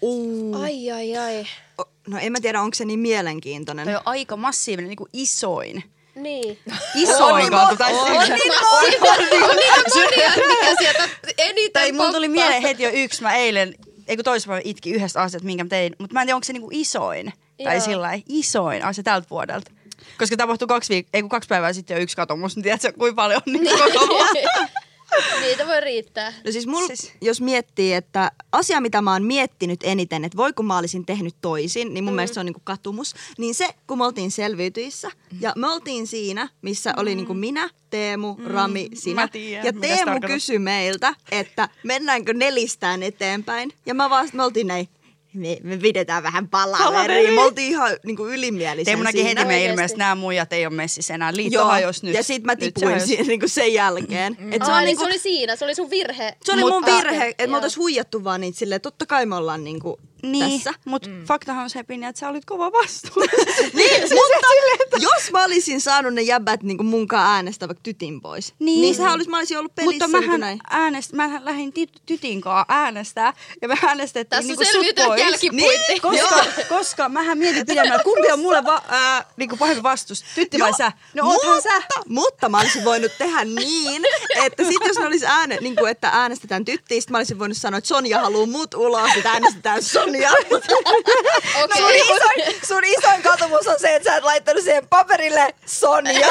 Uu.
Ai, ai, ai.
O- No en mä tiedä, onko se niin mielenkiintoinen.
Toi on aika massiivinen, niinku isoin.
Niin.
Isoin kautta. Tai
on,
siis-
niin
Mä siinä on niitä monia, mikä sieltä eniten
tai mulla tuli
poppaa.
mieleen heti jo yksi. Mä eilen, ei kun toisessa itki yhdestä asiasta, minkä mä tein. Mutta mä en tiedä, onko se niinku isoin. Tai
Joo.
sillä lailla, isoin asia tältä vuodelta. Koska tapahtui kaksi, viik- ei kun kaksi päivää sitten jo yksi katomus, niin tiedätkö kuinka paljon on niin koko vuosi.
Niin, Niitä voi riittää.
No siis, mul,
Siis-
siis jos miettii, että asia mitä mä oon miettinyt eniten, että voi kun mä olisin tehnyt toisin, niin mun mm. mielestä se on niinku katumus. Niin se, kun me oltiin selviytyissä
Mm.
ja me oltiin siinä, missä oli niinku minä, Teemu, mm. Rami, sinä.
Mä tiedän,
ja
mitä sä
Teemu
tarkoitat.
kysyi meiltä, että mennäänkö nelistään eteenpäin. Ja mä vasta, me oltiin näin, me, me pidetään vähän palaveria.
Palaveri.
Me oltiin ihan niinku ylimielisiä
Teemu näki
siinä.
heti meidän
Oikeesti.
ilmeisesti, nämä muijat ei ole messissä enää. Liitto hajos nyt.
Ja sit mä
Nyt se
tipuin
hajos.
siinä, niinku sen jälkeen. Mm. Et
Se,
se
Aa,
on
niin
niinku
se oli siinä, se oli sun virhe.
se oli mun
Mutta-
virhe, että me
Joo.
oltais huijattu vaan niitä silleen, totta kai me ollaan niinku
Niin,
tässä.
mutta mm. faktahan on se, Pinja, että sä olit kova vastuu.
Niin, mutta jos mä olisin saanut ne jäbät niinku munkaan äänestää vaikka tytin pois,
Niin.
niin, niin sehän olis, mä olisin ollut pelissä
Mutta
niinku
mähän,
näin.
äänest, mähän lähdin ty- tytinkaan äänestää ja me äänestettiin
Tässä
niinku sut
selviytyy
pois.
jälkipuitti.
Niin, koska, koska mähän mietin pidemmällä, kumpi on mulle va- ää, niinku pahempi vastus, tytti vai
Joo,
sä? No oothan
mutta,
sä.
mutta mä olisin voinut tehdä niin, että sit jos ne olis ääne, niin kuin, että äänestetään tyttiä, sit mä olisin voinut sanoa, että Sonja haluaa mut ulos, että äänestetään Sonja.
Okei.
Sun isoin, sun isoin katumus on se, että sä et laittanut siihen paperille Sonja.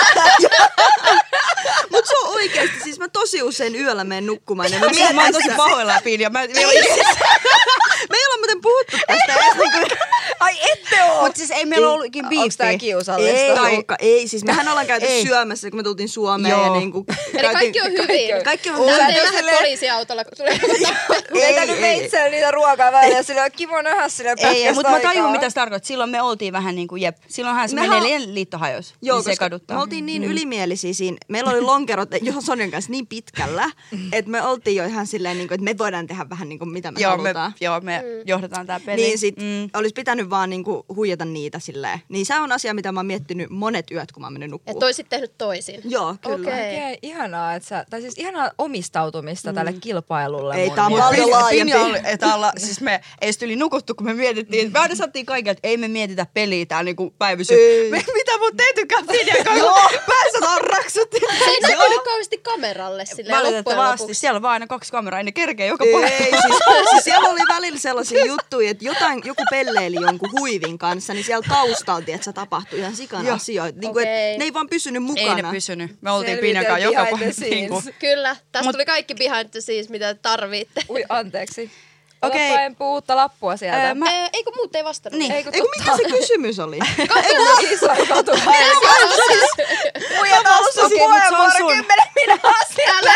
Mut se on oikeesti, siis mä tosi usein yöllä menen nukkumaan ja mä
Mä,
mietin
mä oon tosi
sitä.
pahoilla, Pinja. Mä, me ei,
Me ei olla muuten puhuttu tästä edes niinku
Ai ette oo!
mutta siis ei meillä ollut ikin
Onks tää
biitti.
kiusallista?
Ei,
Tai-
Tuukka, ei. Siis mehän ollaan käyty
Ei.
ei. syömässä, kun me tultiin Suomeen
Joo.
ja niinku...
Eli kaikki on hyvin.
Kaikki on
Täällä ei
hyvin.
Tää
lähde
silleen-
poliisiautolla, kun tulee
Ei, ei, ei, veitsellä niitä ruokaa välillä ja sillä on kiva nähdä sillä
Ei,
pätkästä
mutta mä
aikaa.
tajun, mitä se tarkoittaa. Silloin me oltiin vähän niin kuin, jep. Silloinhan se
Mehän-
meidän liitto hajosi.
Joo,
niin se
koska
kaduttaa.
me oltiin niin ylimielisiä siinä. Meillä oli lonkerot Johan Sonjan kanssa niin pitkällä, että me oltiin jo ihan silleen, niin kuin, että me voidaan tehdä vähän niin kuin, mitä me
Joo, me,
halutaan.
joo, me johdetaan tää peli.
Niin sit mm. olisi pitänyt vaan niinku huijata niitä silleen. Niin se on asia, mitä mä oon miettinyt monet yöt, kun mä oon mennyt
Että
nukkumaan.
toisit tehnyt toisin.
Joo, kyllä.
Okei.
Okei, ihanaa, että sä, tai siis ihanaa omistautumista mm. tälle kilpailulle.
Ei,
mun
tää on
mielestä.
paljon
Pinja-
laajempi.
Pinja oli, että alla, siis me ei sit yli nukuttu, kun me mietittiin. Me aina sanottiin kaikille, että ei me mietitä peliä tää niinku päivysy.
Ei.
Me, mitä mun teitykään Pinjan kanssa? Päässä tarraksuttiin.
Se ei näkynyt kauheasti kameralle silleen loppujen
Valitettavasti.
lopuksi.
Siellä on vaan aina kaksi kameraa, ei ne kerkeä joka
Ei,
paikka.
siis, siis siellä oli välillä sellaisia juttuja, että jotain, joku pelleili jonkun huivin kanssa, niin siellä taustalla, että se tapahtui ihan sikana
Joo.
asioita. Niin kuin,
Okei.
et, ne ei vaan pysynyt
Ei
mukana.
ne pysynyt. Me oltiin
Selviytyi
Pinjan kanssa joka
behind the
paikka. niinku.
scenes.
Kyllä, tästä
Mut-
tuli kaikki behind the scenes, mitä tarvitte.
Ui, anteeksi. Okei.
Okei.
Okay. puutta lappua sieltä.
Öö,
Öö,
mä-
mä...
Ää, Ei kun muut ei vastannut.
Niin.
Ei,
Ei, kun mikä se kysymys oli?
Ei, iso katu. Muija, mä oon sun
Okei, mut se on
puheenvuoro
sun.
kymmenen minuutin asia.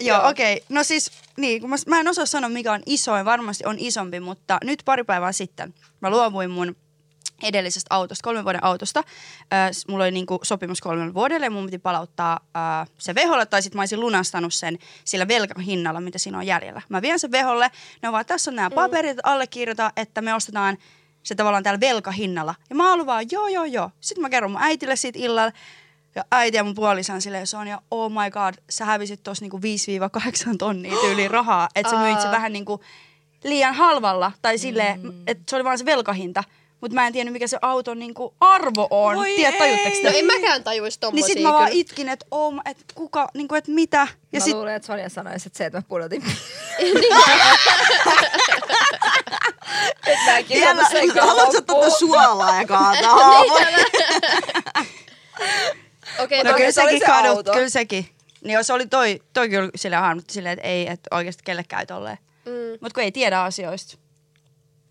Joo, okei. Okay. No siis, niin, kun mä, mä en osaa sanoa, mikä on isoin. Varmasti on isompi, mutta nyt pari päivää sitten mä luovuin mun edellisestä autosta, kolmen vuoden autosta. Äh, s- mulla oli niinku sopimus kolmen vuodelle ja mun piti palauttaa äh, se veholle, tai sitten mä olisin lunastanut sen sillä velkahinnalla, mitä siinä on jäljellä. Mä vien sen veholle, ne vaan tässä on nämä paperit, allekirjoita, että me ostetaan se tavallaan täällä velkahinnalla. Ja mä oon vaan, joo, joo, joo. Sitten mä kerron mun äitille siitä illalla. Ja äiti ja mun puolisa on silleen, Sonja, oh my god, sä hävisit tossa niinku 5-8 tonnia tyyliin rahaa, että sä myit sen vähän niinku liian halvalla tai silleen, mm. että se oli vaan se velkahinta. Mutta mä en tiennyt, mikä se auton niinku arvo on.
Voi
Tiedät, tajutteko
ei.
te?
No en mäkään tajuisi tommosia.
Niin sit mä vaan
kyllä.
itkin, että oh, et kuka, niinku, että mitä. Ja
mä
sit,
luulen, että Sonja sanoisi, että se, että mä pudotin.
Niin,
että mäkin
Vielä, haluatko ottaa suolaa ja kaataa?
Niin, Okei,
no
okay,
kyllä
se oli
sekin
se
kadut,
auto.
kyllä sekin. Niin jos oli toi, toi kyllä silleen harmitti silleen, että ei, että oikeasti kelle käy tolleen.
mm,
Mut kun ei tiedä asioista.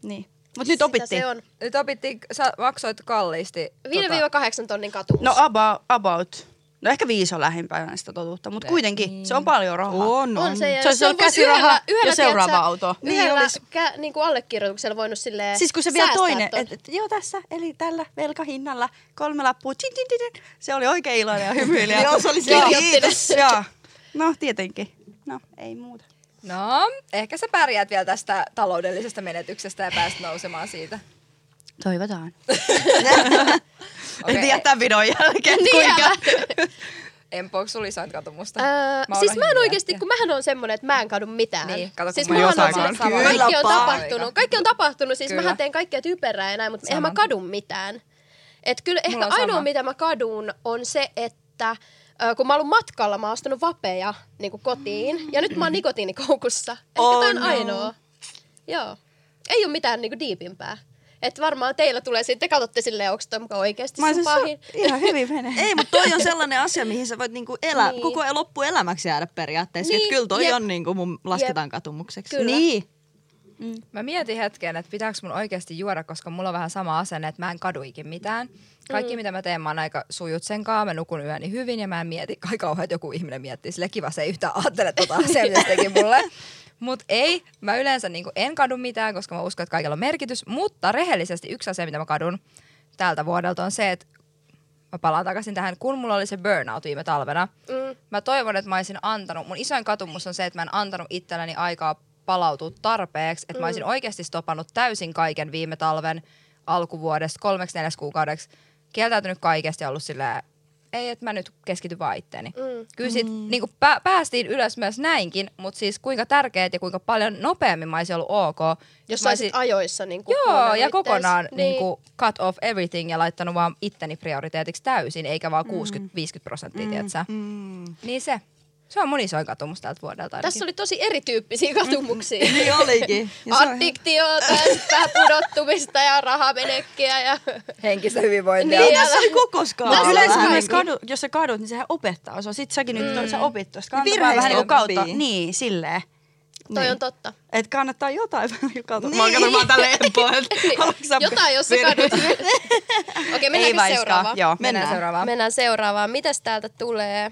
Niin. Mut nyt
sitä
opittiin.
se on.
Nyt opittiin, sä maksoit kalliisti. tota-
5-8 tonnin katuus.
No about, about. No ehkä viisi on lähimpänä sitä totuutta, mutta kuitenkin se on paljon rahaa.
on,
on se, ja
Se
jos
olisi ollut
voisi
käsiraha
yhdellä-
ja
yhdellä,
seuraava
tiedätkö,
auto. Niin
Yhdellä
olisi.
kä- niin kuin allekirjoituksella voinut silleen
Siis kun se vielä
säästää
toinen,
ton.
että et, joo tässä, eli tällä velkahinnalla, kolme lappua, tin, tin, tin, tin. se oli oikein iloinen ja hymyilijä.
Joo, se oli se,
kiitos.
Joo. No tietenkin. No ei muuta.
No, ehkä sä pärjäät vielä tästä taloudellisesta menetyksestä ja pääst nousemaan siitä.
Toivotaan.
Okei,
En tiedä tämän videon jälkeen, kuinka.
Empo, onko sulla isoin katumusta?
Öö,
oon
siis mä en
hiljainen.
oikeesti, kun mähän on semmonen, että mä en kadu mitään.
Niin, kato, kun
siis
mä
mähän
jossain
on siis-
kanssa kyllä
kaikki on
paikka.
tapahtunut. Kaikki on tapahtunut, siis
Kyllä.
kyllä. mähän teen kaikkea typerää ja näin, mutta eihän
Sama.
mä kadu mitään. Et kyllä
Mulla
ehkä
on
ainoa,
sama.
mitä mä kadun, on se, että ö, kun mä oon ollut matkalla, mä oon ostanut vapeja niin kuin kotiin ja nyt mä oon nikotiinikoukussa. Ehkä
Oh
oh, on
no.
ainoa. Joo. Ei ole mitään niinku diipimpää. Et varmaan teillä tulee sitten, te katsotte silleen, onko toi muka oikeasti
Mä
sun pahin.
ihan hyvin menee.
Ei, mutta toi on sellainen asia, mihin sä voit niinku elää,
Niin.
koko loppuelämäksi jäädä periaatteessa. Niin.
Niin,
kyllä toi
jep.
on niinku mun lasketaan katumukseksi.
Kyllä.
Niin.
Mm. Mä mietin hetken, että pitääkö mun oikeasti juoda, koska mulla on vähän sama asenne, että mä en kadu ikin mitään. Kaikki mm. mitä mä teen, mä oon aika sujut sen kanssa, mä nukun yöni hyvin ja mä en mieti, kai kauhean että joku ihminen miettii sille kiva, se ei yhtään ajattele tota asiaa, mitä se teki mulle. Mutta ei, mä yleensä niin en kadu mitään, koska mä uskon, että kaikilla on merkitys. Mutta rehellisesti yksi asia, mitä mä kadun tältä vuodelta on se, että mä palaan takaisin tähän, kun mulla oli se burnout viime talvena. Mm. Mä toivon, että mä olisin antanut, mun isoin katumus on se, että mä en antanut itselleni aikaa palautua tarpeeksi, että mm. mä olisin oikeasti stopannut täysin kaiken viime talven alkuvuodesta kolmeksi neljäs kuukaudeksi, kieltäytynyt kaikesta ja ollut silleen, ei, että mä nyt keskityn vaan itteeni. Mm. Kyllä sit mm. niin pä- päästiin ylös myös näinkin, mutta siis kuinka tärkeet ja kuinka paljon nopeammin mä olisin ollut ok.
Jos
mä
sä olisit ajoissa niin kuin
Joo, ja kokonaan niin. Niin kuin cut off everything ja laittanut vaan itteni prioriteetiksi täysin, eikä vaan 60-50 prosenttia, mm. tiedätkö mm. Niin se. Se on mun isoin katumus tältä vuodelta ainakin.
Tässä oli tosi erityyppisiä katumuksia.
Niin olikin. Ja se on Niin, ihan-
Addiktiota, ja sit vähän pudottumista ja rahamenekkiä. Ja...
henkistä hyvinvointia.
Niin,
Ei, tässä oli koko skaala.
No,
Tässä
yleensä
vähän
kun
niin
niinku-
jos, kadu, jos sä kadut, niin sehän opettaa sua. Sitten säkin nyt mm. sä opit tuosta. Kannattaa
Virheistä
vaan vähän niin kuin kautta.
oppii.
Niin, silleen.
Toi on totta.
Että kannattaa jotain vähän niin kautta.
Niin. Mä oon katsonut vaan tälle empoa, että haluatko sä-
Jotain, jos sä kadut. Okei,
Ei
mennäänkö
vaiskaa.
seuraavaan?
Joo,
Mennään seuraavaan.
Mennään seuraavaan. Mitäs täältä tulee?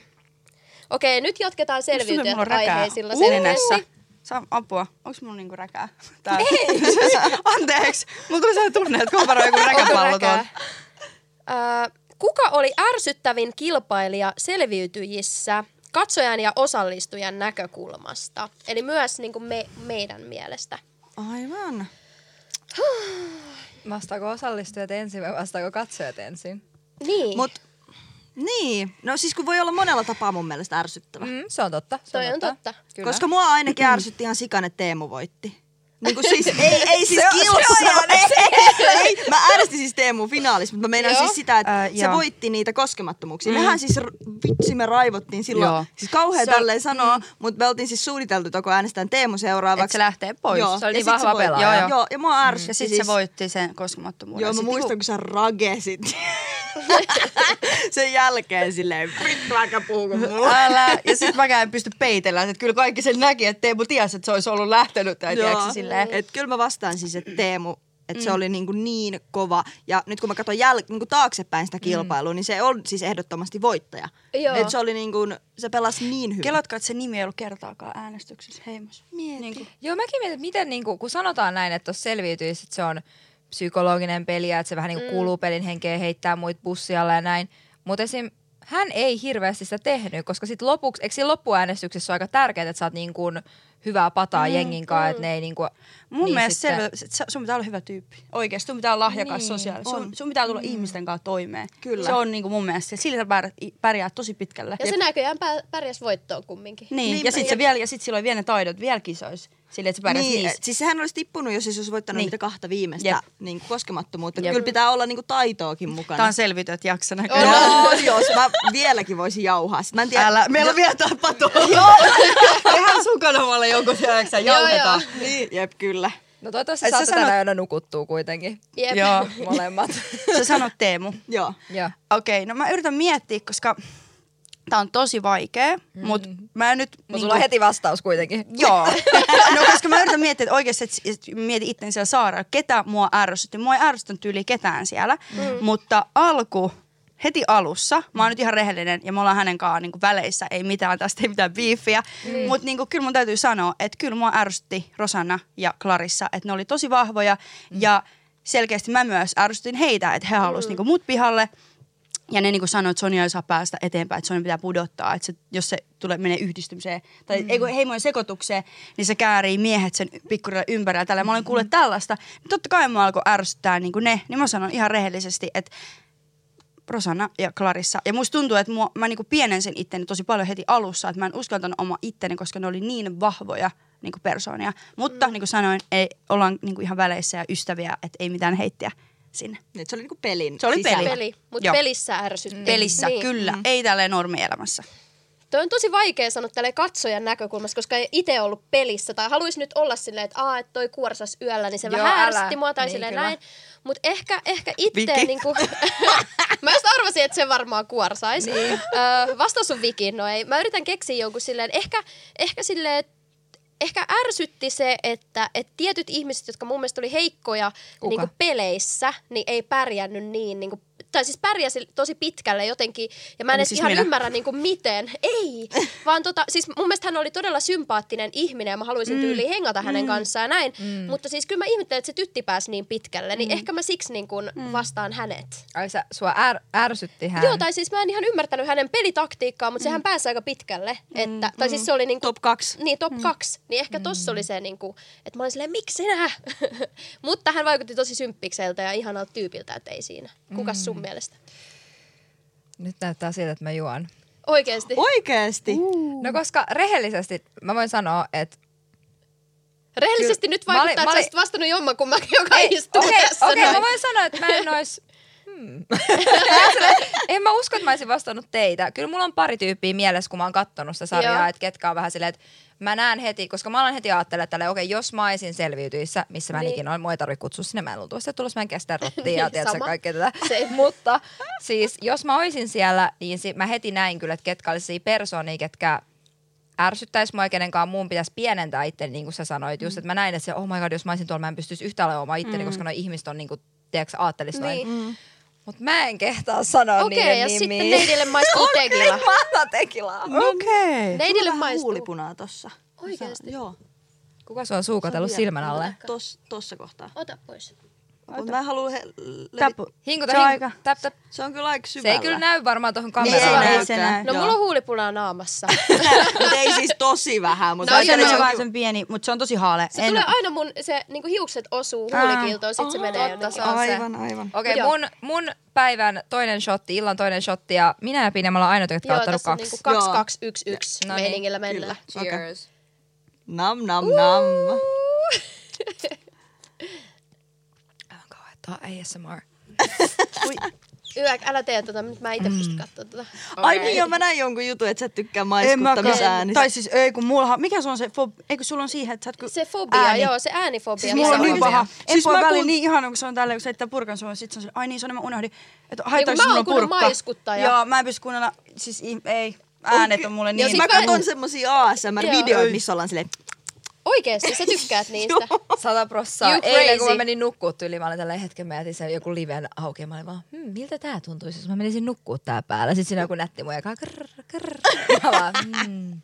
Okei, nyt jatketaan
Musta
selviytyjät
tuntuu, mulla on räkää
aiheisilla
Uu!
selkeästi.
Saa apua. Onks mulla niinku räkää? Tää. Ei. Anteeksi. Mulla tuli sellainen tunne, että kova joku räkäpallo tuolla.
Ö, Kuka oli ärsyttävin kilpailija selviytyjissä katsojan ja osallistujan näkökulmasta? Eli myös niin kuin me, meidän mielestä.
Aivan.
Vastaako osallistujat ensin vai vastaako katsojat ensin?
Niin.
Mut, niin. No siis kun voi olla monella tapaa mun mielestä ärsyttävä.
Mm, se on totta. Se
Toi on totta.
Kyllä.
Koska mua ainakin ärsytti ihan sikan, että Teemu voitti. Niinku siis, ei, ei siis kilsaa. ei, mä äänestin siis Teemu finaalissa, mutta mä meinaan
Joo.
siis sitä, että
Äh,
se
joo.
voitti niitä koskemattomuuksia. Mm. Mehän siis, r- vitsi me raivottiin silloin.
Joo.
Siis kauhea
Se-
tälleen sanoa, mutta me oltiin siis suunniteltu, että kun äänestetään Teemu seuraavaksi.
Et se lähtee pois.
Joo.
Se oli
ja
niin
sit
vahva
voitti.
pelaaja.
Joo, joo. ja mua ärsytti
Ja sit
siis.
se voitti sen koskemattomuuden.
Joo, mä
Sit niinku
muistan, kun sä ragesit. Sen jälkeen silleen, vittu aika puhuko
niinku,
mulla.
Älä. Ja sit mä en pysty peitellään. Että kyllä kaikki sen näki, että Teemu tiesi, että se olisi ollut lähtenyt. Tai tiedätkö, silleen.
Et kyllä mä vastaan siis, että Teemu, että se oli niin, kuin niin kova. Ja nyt kun mä katson jäl- niin kuin taaksepäin sitä kilpailua, niin se on siis ehdottomasti voittaja.
Joo.
Et se oli niin kuin, se pelasi niin hyvin.
Kelatkaa, että se nimi ei ollut kertaakaan äänestyksessä heimossa.
Mieti.
Niinku.
Joo, mäkin mietin, että miten niin kuin, kun sanotaan näin, että tuossa selviytyisi, että se on psykologinen peli ja että se vähän
Mm.
niin kuin kuuluu pelin henkeä, heittää muit bussialle ja näin. Mutta esim. hän ei hirveästi sitä tehnyt, koska sitten lopuksi, eikö siinä loppuäänestyksessä ole aika tärkeää, että sä oot niin kuin hyvää pataa mm, jengin kanssa, mm. että ne ei niinku...
Mun niin mielestä
sitten-
selvä, sit sä- sun pitää olla hyvä tyyppi. Oikeasti, sun pitää olla lahjakas
Niin,
niin, sosiaalinen. Sun,
on.
sun pitää tulla mm. ihmisten kanssa toimeen.
Kyllä.
Se on niinku mun mielestä, se. sillä sä pärjät, pärjäät tosi pitkälle.
Ja se näköjään pä- pärjäs voittoon kumminkin.
Niin,
Niinpä,
ja sitten se vielä, ja sit silloin vielä ne taidot vielä kisois. Silleen, että sä pärjät
Niin,
niin,
et siis sehän olisi tippunut, jos ei se olisi voittanut
Niin.
niitä kahta viimeistä
Jep.
niin kuin koskemattomuutta.
Jep.
Kyllä pitää olla niin kuin taitoakin mukana.
Tää on selvityöt jakso
Joo,
näköjään.
no, jos mä vieläkin voisin jauhaa. Sit Mä en tiedä.
Älä.
Meillä on vielä tää pato. Joo. Tehän sun kanavalle jonkun sijaksi
Joo,
jauhetaan. Niin, jep, kyllä.
No toivottavasti
Ai sä
saatte
sanot-
tänä yönä nukuttua kuitenkin.
Jep.
Joo.
Molemmat.
Sä sanot Teemu.
Joo.
Joo.
Okei, no mä yritän miettiä, koska tää on tosi vaikea, mut mä nyt... niin
Mutta sulla on heti vastaus kuitenkin.
Niinku- Joo. No koska mä yritän miettiä, että oikeasti et, et mieti itten siellä saarella, ketä mua ärsytti. Mua ei ärsyttänyt tyyli ketään siellä, mm. mutta alku, heti alussa, mä oon nyt ihan rehellinen ja me ollaan hänen kanssaan niinku väleissä, ei mitään tästä, ei mitään biifiä. Mm. Mutta niinku, kyllä mun täytyy sanoa, että kyllä mua ärsytti Rosanna ja Clarissa, että ne oli tosi vahvoja mm. ja selkeästi mä myös ärsytin heitä, että he halusivat mm. niinku mut pihalle. Ja ne niinku sanoi, että Sonja ei saa päästä eteenpäin, että Sonja pitää pudottaa, että se, jos se tulee, menee yhdistymiseen tai mm. ei kun heimojen sekoitukseen, niin se käärii miehet sen pikkurilla ympärillä. Tällä mä olen kuullut tällaista. Niin Totta kai mä alkoi ärsyttää niinku ne, niin mä sanon ihan rehellisesti, että Rosanna ja Clarissa. Ja musta tuntuu, että mua, mä niinku pienensin itteni tosi paljon heti alussa, että mä en uskaltanut oma itteni, koska ne oli niin vahvoja niinku persoonia. Mutta mm. niin kuin sanoin, ei, ollaan niinku ihan väleissä ja ystäviä, että ei mitään heittiä sinne.
Nyt se oli niinku pelin
Se oli
sisällä.
peli.
Peli, mutta
Joo.
pelissä ärsytti.
Pelissä,
Niin.
niin. kyllä. Mm. Ei tälleen normielämässä.
Toi on tosi vaikea sanoa tälle katsojan näkökulmasta, koska ei itse ollut pelissä. Tai haluaisi nyt olla silleen, että aah, että toi kuorsas yöllä, niin se
Joo,
Joo, vähän
älä.
ärsytti mua tai
Niin,
niin, silleen
kyllä.
näin. Mutta ehkä, ehkä itse,
Viki.
niin kuin, mä just arvasin, että se varmaan kuorsaisi. Niin. Öö, vastaus on Viki, no ei. Mä yritän keksiä jonkun silleen, ehkä, ehkä silleen, että Ehkä ärsytti se, että, että tietyt ihmiset, jotka mun mielestä oli heikkoja
Kuka?
niin kuin peleissä, niin ei pärjännyt niin, niin kuin, tai siis pärjäsi tosi pitkälle jotenkin. Ja mä en
Eli
edes
siis
ihan
minä.
ymmärrä, ymmärrä niin kuin miten. Ei, vaan tota, siis mun mielestä hän oli todella sympaattinen ihminen ja mä haluaisin mm. tyyliin hengata hänen kanssaan ja näin. Mm. Mutta siis kyllä mä ihmettelen, että se tytti pääsi niin pitkälle, niin ehkä mä siksi niin kuin vastaan hänet.
Ai sä, sua är, ärsytti hän.
Joo, tai siis mä en ihan ymmärtänyt hänen pelitaktiikkaa, mutta mm. sehän pääsi aika pitkälle. Että, tai siis se oli niin kuin,
Top 2.
niin,
Hmm.
top 2. Niin ehkä tossa oli se, niin kuin, että mä olin silleen, miksi sinä? mutta hän vaikutti tosi symppikseltä ja ihanalta tyypiltä, että ei siinä. Kukas
Hmm.
sun mielestä?
Nyt näyttää siltä, että mä juon.
Oikeesti.
Oikeesti.
No koska rehellisesti mä voin sanoa, että
Rehellisesti
Kyllä.
nyt
Mä olin-
vaikuttaa, että
mä
sä
olin-
olisit vastannut jommankumman, joka
Ei,
istuu
okei,
tässä.
Okei,
näin.
mä voin sanoa, että mä en ois... Hmm. en mä usko, että mä olisin vastannut teitä. Kyllä mulla on pari tyyppiä mielessä, kun mä oon kattonut sitä sarjaa,
Joo.
että ketkä on vähän silleen, että mä näen heti, koska mä alan heti ajattelemaan, että tälleen, okei, jos mä olisin selviytyissä, missä mä niin.
Niin.
ikinä olen, mua ei tarvitse kutsua sinne, mä en luultavasti tulossa, mä en kestä rottia ja
Niin,
tiedätkö,
sama.
kaikkea tätä.
Se-
Mutta siis, jos mä olisin siellä, niin si- mä heti näin kyllä, että ketkä olisi persoonia, ketkä ärsyttäisi mua, kenenkaan muun pitäisi pienentää itteni, niin kuin sä sanoit just, että mä näin, että se, oh my god, jos mä olisin tuolla, mä en pystyisi yhtään olemaan oma itteni, koska noi ihmiset on niin kuin, tiedätkö, aattelis noin.
Niin.
Mm. Mut mä en kehtaa sanoa
Okei,
niiden
ja sitten
nimiä.
neidille maistuu tekila.
Mä annan tekilaa.
Okei.
Neidille
Sulla vähän
maistuu.
huulipunaa tossa.
Oikeesti?
Sä- Joo.
Kuka sua on suukotellut
Sofia.
silmän alle?
Tos, tossa kohtaa.
Ota pois.
Mut mä haluun... He, le-
Tapu.
No,
Hinkuta,
Se on
hinku,
aika-
tap, tap.
Se on kyllä aika
Se
syvällä.
ei kyllä näy varmaan tuohon
Niin,
kameraan.
ei,
Ei
näy,
se
se
näy.
No mulla on huulipunaa naamassa.
Mut ei siis tosi vähän, mutta
No
Se
joo,
on
joo.
vaan sen pieni, mutta se on tosi haale.
Se tulee aina mun, se niinku hiukset osuu
Aa,
huulikiltoon, sit se menee
Ah. totta,
jonnekin.
se on se.
Aivan, aivan.
Okei, okay,
Joo.
mun, mun päivän toinen shotti, illan toinen shotti ja minä ja Pine, me ollaan ainoita, jotka on
Joo,
ottanut
tässä on
kaksi.
niinku
Joo.
2211
No niin,
meiningillä mennä.
Okei. Cheers. Nam, nam, nam.
Aivan kauhean, tää on ASMR.
Yök, älä tee tota, nyt mä itse
Mm.
pystyn katsomaan tota.
Ai niin, joo, mä näin jonkun jutun, että sä et tykkää maiskuttamisäänistä.
Tai siis ei kun mullahan, mikä se on se fob, ei kun sulla on siihen, että sä et kun...
Se fobia,
niin.
Ääni.
joo, se äänifobia.
Siis
mikä
mulla on
on.
niin paha.
Siis
Siis
mä
voi väliin
kuul-
niin ihana, kun se on tälleen, kun se heittää purkan suun, sit se on se, ai niin, se on, mä unohdin, että
Niin,
haittaako
kun mä
mulla
oon kuunnellut
purkka.
maiskuttaja.
Joo, mä en pysty kuunnella, siis ih- ei, äänet on mulle
Ja
niin.
sit
Siis Mä
vähän-
katon semmosia ASMR-videoita,
Siis Joo.
missä ollaan silleen,
Oikeesti, sä tykkäät niistä.
Sata prossaa.
You
Eilen
crazy.
kun mä menin nukkua tyyliin, mä olin tällä hetken, mä jätin sen joku liven auki ja mä olin vaan, hmm, miltä tää tuntuisi, jos mä menisin nukkua tää päällä. Sitten siinä joku nätti mun jakaa, krrr, krrr. Mä vaan, hmm.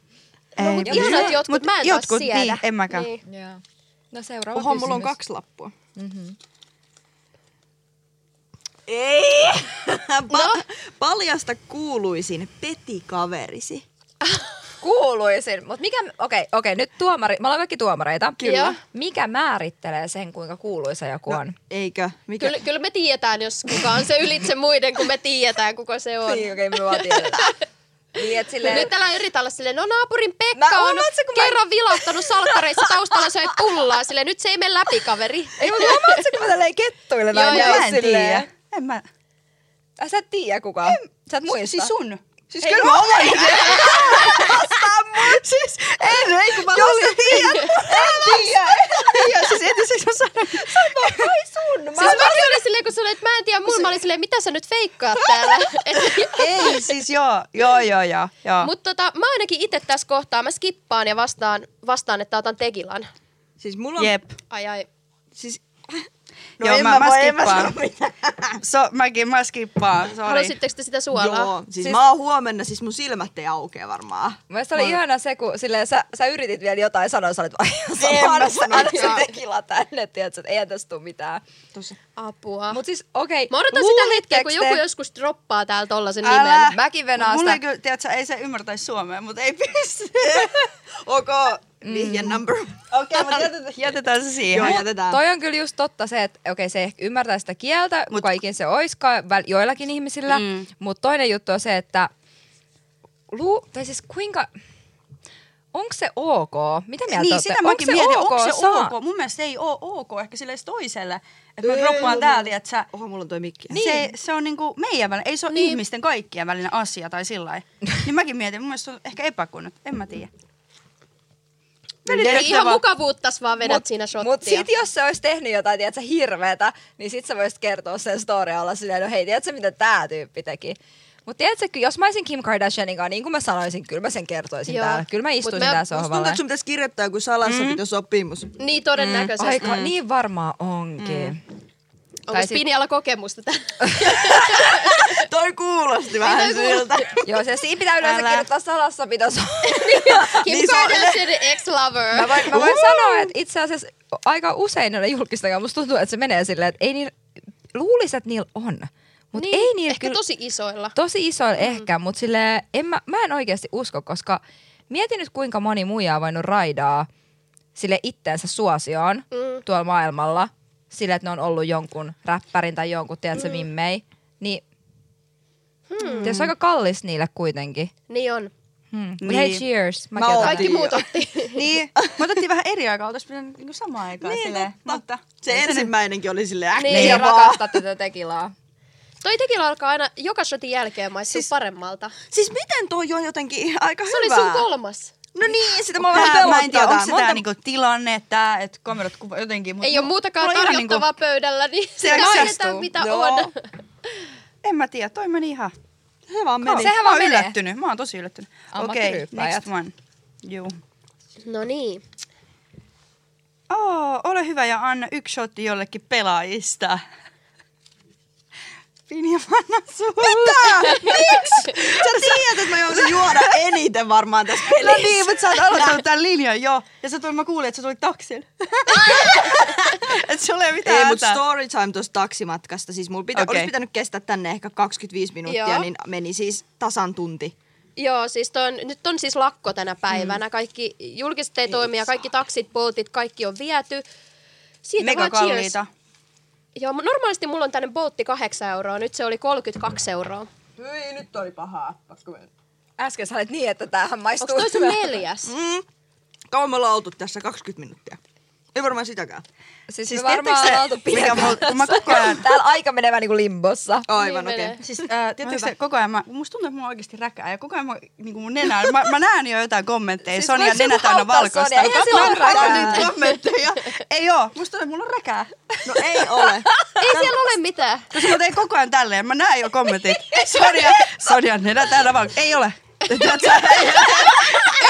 No, mut ihanaa, että jotkut,
Mut
mä en taas
jotkut,
siedä.
niin, en mäkään.
Niin.
Yeah. No seuraava
oho,
kysymys.
mulla on kaksi lappua.
Mhm.
Mm-hmm.
Ei! Pa- no? Paljasta kuuluisin petikaverisi.
kuuluisin. Mutta mikä, okei, okay, okei, okay, nyt tuomari, me ollaan kaikki tuomareita.
Kyllä. Joo.
Mikä määrittelee sen, kuinka kuuluisa joku on?
Eikä. Mikä?
Kyllä, kyllä me tiedetään, jos kuka on se ylitse muiden, kun me tiedetään, kuka se on.
Niin, okei, okay, me vaan tiedetään. Niin, et
Silleen...
silleen,
Nyt älä yritä olla silleen, no naapurin Pekka
Mä-
on
oot sä, kun mä-
kerran vilahtanut salkkareissa taustalla söi pullaa, silleen nyt se ei mene läpi kaveri.
Ei, mutta huomaatko, kun mä tälleen kettuilen
Joo,
aina,
joo.
niin
Mä en
silleen-
tiedä. En mä.
Ai, Sä et tiedä kuka. on. Sä et muista.
Siis sun. Siis
Ei,
kyllä
mä
mä olen. Siis en, ei kun mä Jolli, tiedät. En tiedä, en tiedä. Siis entiseksi mä sanoin.
Ai sun. Mä
Siis mäkin olin silleen, kun sanoin, että mä en tiedä, mulla mä olin silleen, mitä sä nyt feikkaat täällä.
Ei, siis joo, joo, joo, joo. joo.
Mutta tota, mä ainakin itse tässä kohtaa, mä skippaan ja vastaan, vastaan että otan tekilan.
Siis mulla on...
Jep.
Ai ai.
Siis...
No Joo, en mä- mä mä voi, en mä skippaan. sano
mitään.
So, mäkin mä skippaan, sori.
Halusitteko te sitä suolaa?
Joo, siis,
Siis-
siis, mä oon huomenna, siis mun silmät ei aukea varmaan.
Mielestäni oli ihana se, kun silleen, sä, sä yritit vielä jotain sanoa, sä olit vaan
En mä
anna se-
sano
anna se
mitään.
tekila tänne, tiedätkö, että eihän tästä tule mitään.
Tuossa.
Apua.
Mut siis, okei,
Mä odotan sitä hetkeä, kun joku joskus droppaa täällä tollasen
Älä.
nimen.
Mäkin venaan
Mulla
sitä.
ei kyllä, tiedätkö, ei se ymmärtäisi suomea, mutta ei pysty.
ok, Mm. vihje number.
Okei, mutta jätetään, jätetään se siihen.
Joo,
Joo,
jätetään.
Toi on kyllä just totta se, että okei, se ehkä ymmärtää sitä kieltä, Mut, kuka ikin se oiskaan, väl- joillakin ihmisillä. Mm. Mutta toinen juttu on se, että luu, tai siis kuinka, onko se ok? Mitä mieltä
niin,
olette?
sitä
Onks
mäkin mietin, onko se
saa-
ok? Mun mielestä se ei oo ok, ehkä sille edes toiselle. Että mä
Ei,
droppaan
mun-
täältä, että sä...
Oho, mulla on toi mikki.
Niin. Se, se on niinku meidän välinen, ei se ole niin. ihmisten kaikkien välinen asia tai sillä lailla. niin mäkin mietin, mun mielestä se on ehkä epäkunnut, en mä tiedä.
Eli ihan
Vaan-
mukavuuttas vaan vedät siinä shottia.
Mut sit jos se olisi tehnyt jotain, tiedätkö, hirveetä, niin sit sä voisit kertoa sen storia olla silleen, no hei, tiedätkö, mitä tää tyyppi teki. Mut tiedätkö, ky- jos mä olisin Kim Kardashianin kanssa, niin kuin mä sanoisin, kyllä mä sen kertoisin
Joo.
täällä. Kyllä mä
Mut
istuisin
mä-
täällä
musta
Musta tuntuu,
sohvalla.
että sun pitäisi kirjoittaa joku salassapitosopimus. Mm.
Niin todennäköisesti.
Aika, niin varmaan onkin. Mm.
Onko
Tai sit-
Spinialla kokemusta tästä?
Toi kuulosti vähän siltä.
Joo, se siinä pitää yleensä
Älä.
kirjoittaa salassa pitos.
Kim
Niin se on-
Kardashianin ex-lover.
mä voin, mä voin sanoa, että itse asiassa aika usein ne julkistakaan. Musta tuntuu, että se menee silleen, että ei niillä, luulisi, että niillä on. Mutta niin, ei niillä
Ehkä tosi isoilla.
Tosi isoilla mm. ehkä, mutta sille en mä, mä en oikeasti usko, koska mietin nyt kuinka moni muija on voinut raidaa sille itteensä suosioon mm. tuolla maailmalla. Sille, että ne on ollut jonkun räppärin tai jonkun, tiedätkö, mm. mimmei. Niin hmm. se on aika kallis niille kuitenkin.
Niin on.
Hmm. Niin.
Niin.
Hei, cheers. Mä
Mä
oon.
oon.
Kaikki
Otin
muut
jo.
otti.
Niin, me otettiin vähän eri aikaa, oltais pitänyt niinku samaan aikaan
Niin,
silleen.
totta.
Mutta
Se ensimmäinenkin oli silleen äkkiä
Niin,
Ei
Ei
vaan.
rakasta tätä tekilaa.
Toi tekila alkaa aina joka shotin jälkeen maistua siis... paremmalta.
Siis miten toi on jotenkin aika
Se oli
hyvä?
sun kolmas.
No niin, sitä mä oon vähän
Tää, mä en tiedä,
pelottaa.
onko se tää niinku tilanne, tää, että kamerat kuva jotenkin. Mut no,
Ei ole muutakaan
mulla on ihan
tarjottavaa niinku... pöydällä, niin se
eksastuu.
näytetään mitä
No.
Joo.
on.
En mä tiedä, toi meni ihan.
Se vaan meni.
Sehän
mä
vaan
oon
menee.
yllättynyt, mä oon tosi yllättynyt. Okei,
Ammattiryyppäjät.
next one. Juu.
No niin.
Oh, ole hyvä ja anna yksi shotti jollekin pelaajista. Finja, mä annan sulle.
Mitä? Miksi? Sä tiedät, että mä joudun juoda eniten varmaan tässä
No
pelissä.
niin, mutta sä oot aloittanut tämän linjan, joo. Ja sä tuli, mä kuulin, että sä tulit taksilla. Et sulla ei mitään
Ei, mutta
hätää.
story time tuosta taksimatkasta. Siis mulla pitä, okay.
Okei.
olisi pitänyt kestää tänne ehkä 25 minuuttia,
Joo.
Joo. niin meni siis tasan tunti.
Joo, siis toi on, nyt on siis lakko tänä
Mm.
päivänä. Kaikki julkiset ei toimi ja kaikki taksit, poltit, kaikki on viety. Siitä
Mega
vaan cheers.
kalliita.
Joo, mu- normaalisti mulla on tänne boltti 8 euroa, nyt se oli 32 euroa.
Hyi, nyt oli pahaa. Pakko mennä.
Äsken sä olit niin, että tämähän
Onko
maistuu.
toi sun neljäs?
Mm. Kauan me ollaan oltu tässä 20 minuuttia. Ei varmaan sitäkään.
Siis, siis
Siis
me varmaan
tiedättekö
ollaan
se,
oltu
mikä
pidempään.
mul- kun mä koko ajan-
Täällä aika menee vähän niin kuin limbossa.
Aivan,
Niin
okei.
menee.
Okay.
Siis, äh,
hyvä.
tiedättekö te, koko ajan mä, musta tuntuu, että mulla oikeasti räkää ja koko ajan mä, niin kuin mun nenään, mä, mä näen jo jotain
Siis
kommentteja, siis Sonia
voisi joku
nenä täynnä
auttaa
valkoista.
Sonia, eihän sillä ole
Katsotaan
räkää.
nyt kommentteja. ei oo, musta tuntuu, että mulla on räkää.
No ei ole.
Ei siellä ole mitään.
Koska mä teen koko ajan tälleen, mä näen jo kommentit. Sonia, Sonia, nenä täynnä valkoista. Ei ole. Tiedätkö, ei,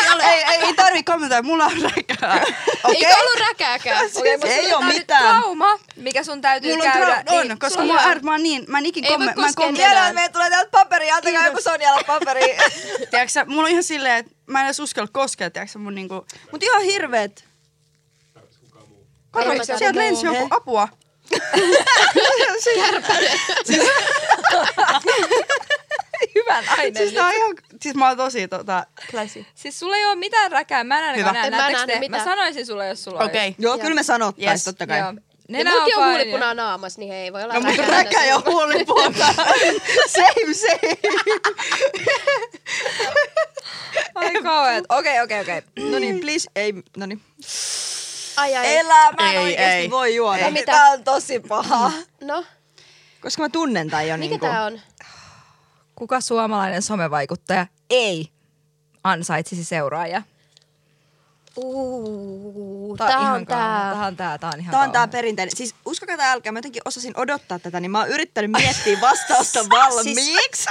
ei, ole, ei, ei, ei tarvi kommentoida, mulla on räkää. Okei?
Eikä ollut räkääkään.
Okei, mut ei oo mitään.
trauma, mikä sun täytyy
Mulla on,
käydä.
tra- on,
niin,
koska
sun-
mua ärtyy, niin, mä en ikin
Ei voi
komme- mä en
koskea
kommentoida.
Hienoa, että meillä tulee täältä paperia, antakaa joku Sonjalla paperi.
Tiedätkö, sä, mulla on ihan silleen, että mä en edes uskalla koskea, tiedätkö, sä, mun niinku...
Mut ihan hirveet.
Ei,
Kato,
mä
sieltä
tarvitsen
lensi
muuta.
joku apua.
Hyvän aineen.
Siis tää on ihan siis mä oon tosi tota... Classy.
Siis sulla ei ole mitään räkää. Mä en ainakaan
Hyvä.
näe.
En mä
Näettekö
nähnyt
te? Mä
mitään.
sanoisin sulle, jos sulla
Okei.
olisi.
Joo,
Joo.
kyllä me sanottais
Yes.
totta kai.
Joo.
Ja
Nenä on
mullakin on
fine.
huulipuna naamassa, niin hei voi olla
No mutta
räkä
räkä ja huulipuna. same, same.
Ai kauheat. Okei, okei, okei.
No niin, please, ei, no niin.
Ai ai.
Elä, mä en
Ei,
oikeesti
ei.
voi juoda.
No mitä?
Tää on tosi paha.
No,
Koska mä tunnen tän jo
mikä
niinku.
tää on?
Kuka suomalainen somevaikuttaja ei ansaitsisi seuraajia?
Uuu, tää on tää.
Tää on tää, tää on ihan
Tämä on tämä
kauhean.
perinteinen. Siis uskokaa tai älkää, mä jotenkin osasin odottaa tätä, niin mä oon yrittänyt miettiä vastausta valmiiksi.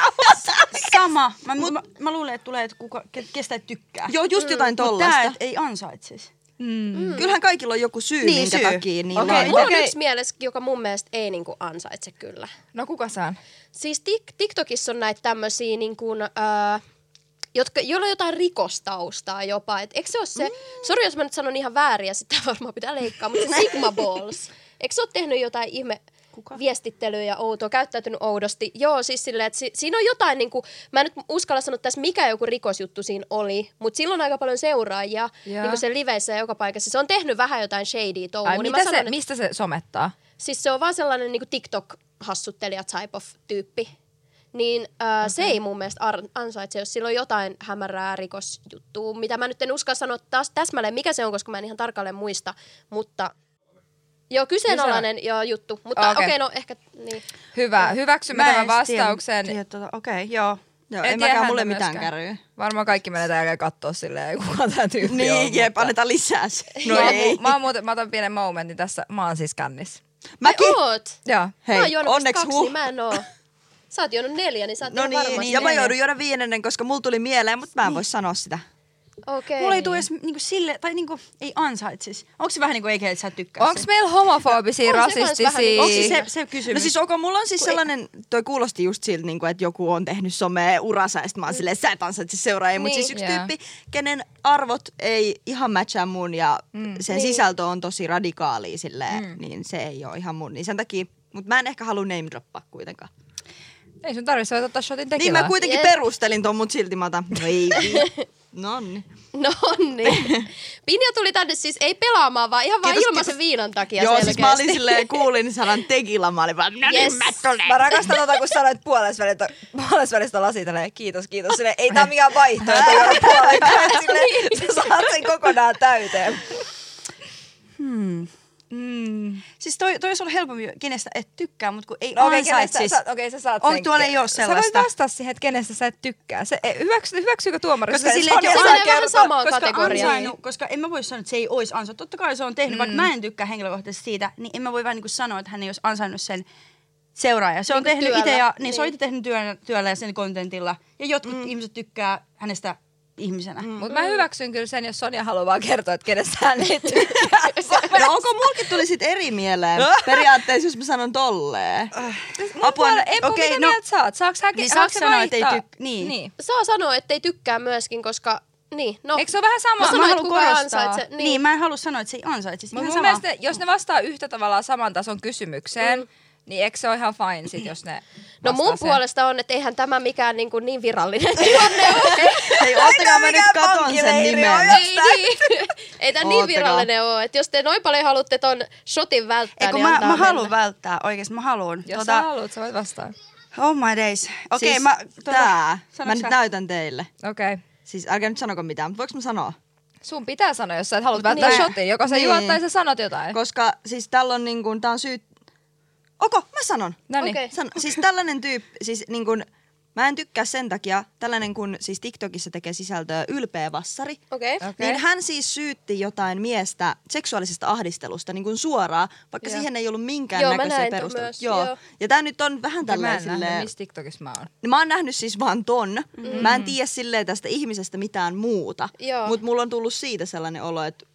Sama. Mä, Mut, mä, mä luulen, että tulee, että kuka, ke- kestä et tykkää.
Joo, just jotain
Mut tää,
tollasta.
et ei ansaitsis.
Mm.
Kyllähän kaikilla on joku syy,
Niin,
minkä
syy.
takia. Niin
Okei,
okay.
mulla on
Okei.
yksi mielessä, joka mun mielestä ei niinku ansaitse kyllä.
No kuka se on?
Siis Tik- TikTokissa on näitä tämmöisiä, niin kuin, ää, jotka, joilla on jotain rikostaustaa jopa. Et eikö se ole se, mm. sori jos mä nyt sanon ihan vääriä, sitä varmaan pitää leikkaa, mutta se Sigma Balls. Eikö se ole tehnyt jotain ihme
Kuka?
viestittelyä ja outoa, käyttäytynyt oudosti? Joo, siis silleen, että si- siinä on jotain, niin kuin, mä en nyt uskalla sanoa tässä, mikä joku rikosjuttu siinä oli, mutta sillä on aika paljon seuraajia
Joo.
niin kuin sen liveissä ja joka paikassa. Se on tehnyt vähän jotain shadya touhua.
Ai,
niin
mitä
mä
se,
sanon, että-
mistä se somettaa?
Siis se on vaan sellainen niin TikTok-hassuttelija type of tyyppi. Niin äh, okay. se ei mun mielestä ar- ansaitse, jos sillä on jotain hämärää rikosjuttua, mitä mä nyt en uskalla sanoa taas täsmälleen, mikä se on, koska mä en ihan tarkalleen muista, mutta joo, kyseenalainen joo, juttu, mutta
Okei.
okei, okay. no ehkä niin.
Hyvä, hyväksymme tämän
en edes tiedä-
vastauksen.
tiedä tota, Okei, joo.
Joo, ei
En tiedä
mäkään
häntä
mulle mitään
myöskään.
kärryä.
Varmaan kaikki menee tämän jälkeen katsoa silleen, kuka tämä tyyppi on.
Niin, jep,
mutta-
annetaan lisää se.
No mä, ei. Mä, oon muuten, mä otan pienen momentin tässä. Mä oon siis kännissä.
Mäkin.
Ai Oot.
Joo.
mä
Hei,
oon juonut onneksi
onneksi
kaksi,
huh.
niin mä en oo. Sä oot juonut neljä, niin sä oot
No
ihan
niin,
varmasti.
niin, ja mä joudun juoda viidennen, koska mulla tuli mieleen, mutta mä en voi sanoa sitä. No
Okei.
Mulla ei tule edes niinku sille, tai niinku, ei ansaitsis. Onko se vähän niinku eikä, että sä et tykkää
Onks meillä homofobisia,
On se kans vähän
rasistisia?
niin-
Onko se, se kysymys?
No siis onko, mulla on siis sellainen, toi kuulosti just siltä, niinku, että joku on tehnyt somea uransa ja sit mä oon silleen, sä et ansaitse seuraajia. Mutta
Niin.
siis yksi
Joo.
tyyppi, kenen arvot ei ihan matchaa mun ja mm. sen niin. sisältö on tosi radikaali silleen, mm. niin se ei ole ihan mun. Niin sen takia, mutta mä en ehkä halua name droppaa kuitenkaan.
Ei sun tarvitse sä voit ottaa shotin
Niin
tekilää.
mä kuitenkin
Jep.
perustelin ton, mut silti mä otan. no Ei, vi- Nonni.
No niin. Pinja tuli tänne siis ei pelaamaan, vaan ihan vaan
Kiitos,
ilmaisen viinan takia
Joo, siis mä olin
selkeästi.
silleen, kuulin sanan tekila, mä olin vaan, no niin
Yes.
mä tulen.
Mä rakastan tota, kun sanoit puolesvälistä, puolesvälistä lasia tälleen, kiitos, kiitos. Silleen, ei tää mikään vaihtoehto, jolla puolen silleen, sä saat sen kokonaan täyteen. Hmm.
Siis toi, toi olisi ollut helpompi, kenestä et tykkää, mutta kun ei
No,
no,
okei, kenestä
ansaitsis.
sä, okei, sä saat
On,
sen.
tuolla ei oo
Sä
sellaista.
voit vastaa siihen, että kenestä sä et tykkää. Se, ei- hyväksy, hyväksyykö tuomari?
Koska
sen?
silleen,
Se on
Se
että jos
menee
ihan-
Ansain
vähän
kertoa,
samaan
koska
kategoriaan.
ansainnut, koska en mä voi sanoa, että se ei olisi ansainnut. Totta kai se on tehnyt, mm. vaikka mä en tykkää henkilökohtaisesti siitä, niin en mä voi vähän niin kuin sanoa, että hän ei olisi ansainnut sen seuraaja. Se on
Niin kuin
tehnyt itse
työllä.
ja niin,
Niin.
se on itse tehnyt työn, työllä ja sen kontentilla. Ja jotkut mm. ihmiset tykkää hänestä ihmisenä. Mm.
Mut mä hyväksyn kyllä sen, jos Sonja haluaa vaan kertoa, että kenestä hän ei tykkää.
No onko mulkin tuli sit eri mieleen periaatteessa, jos mä sanon tolleen?
Apua, Eppu,
Äh. okei,
mitä
no-
mieltä sä oot? Saaks hän,
Niin
haluatko
saaks
sä
sanoa, että ei
vaihtaa?
tyk- niin.
niin.
Saa sanoa, että ei tykkää myöskin, koska... Niin, no.
Eikö se ole vähän sama?
Mä sanoin, että kuka ansaitsee.
Niin. niin, mä en halua sanoa, että se ei ansaitsisi.
Mut mun
Ihan sama. Mm.
mielestä, jos ne vastaa yhtä tavallaan saman tason kysymykseen, niin eikö se ole ihan fine sit, jos ne
No
vastaa
mun
sen?
puolesta on, että eihän tämä mikään niin, kuin niin virallinen tilanne ole.
Hei, oottakaa mä nyt katon sen
pankkileiri
nimen. Siis
on
ei, niin. ei tämä niin
Oottakaa.
virallinen ole. Että jos te noin paljon haluatte ton shotin välttää,
Eikö
niin
mä,
antaa
mä
mennä.
haluan välttää, oikeasti mä haluan.
Jos sä haluat,
Tota-
sä voit vastaa.
oh my days. Okei,
Siis
mä... tota,
Tää. Mä
Sanotko
nyt
sä?
näytän teille.
Okei. Okay.
Siis älkää nyt sanoko mitään, mutta voiko mä sanoa?
Sun pitää sanoa, jos sä et halua välttää
Niin.
shotin. Joko sä
Niin.
juot tai sä sanot jotain.
Koska siis tällä on niin kuin, tää on syy... Oko, mä sanon.
No niin.
Okei.
San, siis tällainen tyyppi, siis niin kuin, mä en tykkää sen takia, tällainen kun siis TikTokissa tekee sisältöä ylpeä vassari,
Okei.
Okei.
Okay.
Niin hän siis syytti jotain miestä seksuaalisesta ahdistelusta niin kuin suoraan, vaikka
Joo.
joo. siihen ei ollut minkään
Joo, mä
näköisiä
näin ton
perusteluja.
myös,
joo.
joo.
Ja tämä nyt on vähän
Mä
tällainen
en nähnyt,
silleen...
missä TikTokissa mä oon.
Mä oon nähnyt siis vaan ton. Mm-hmm. Mä en tiedä silleen tästä ihmisestä mitään muuta.
Joo.
Mutta mulla on tullut siitä sellainen olo, että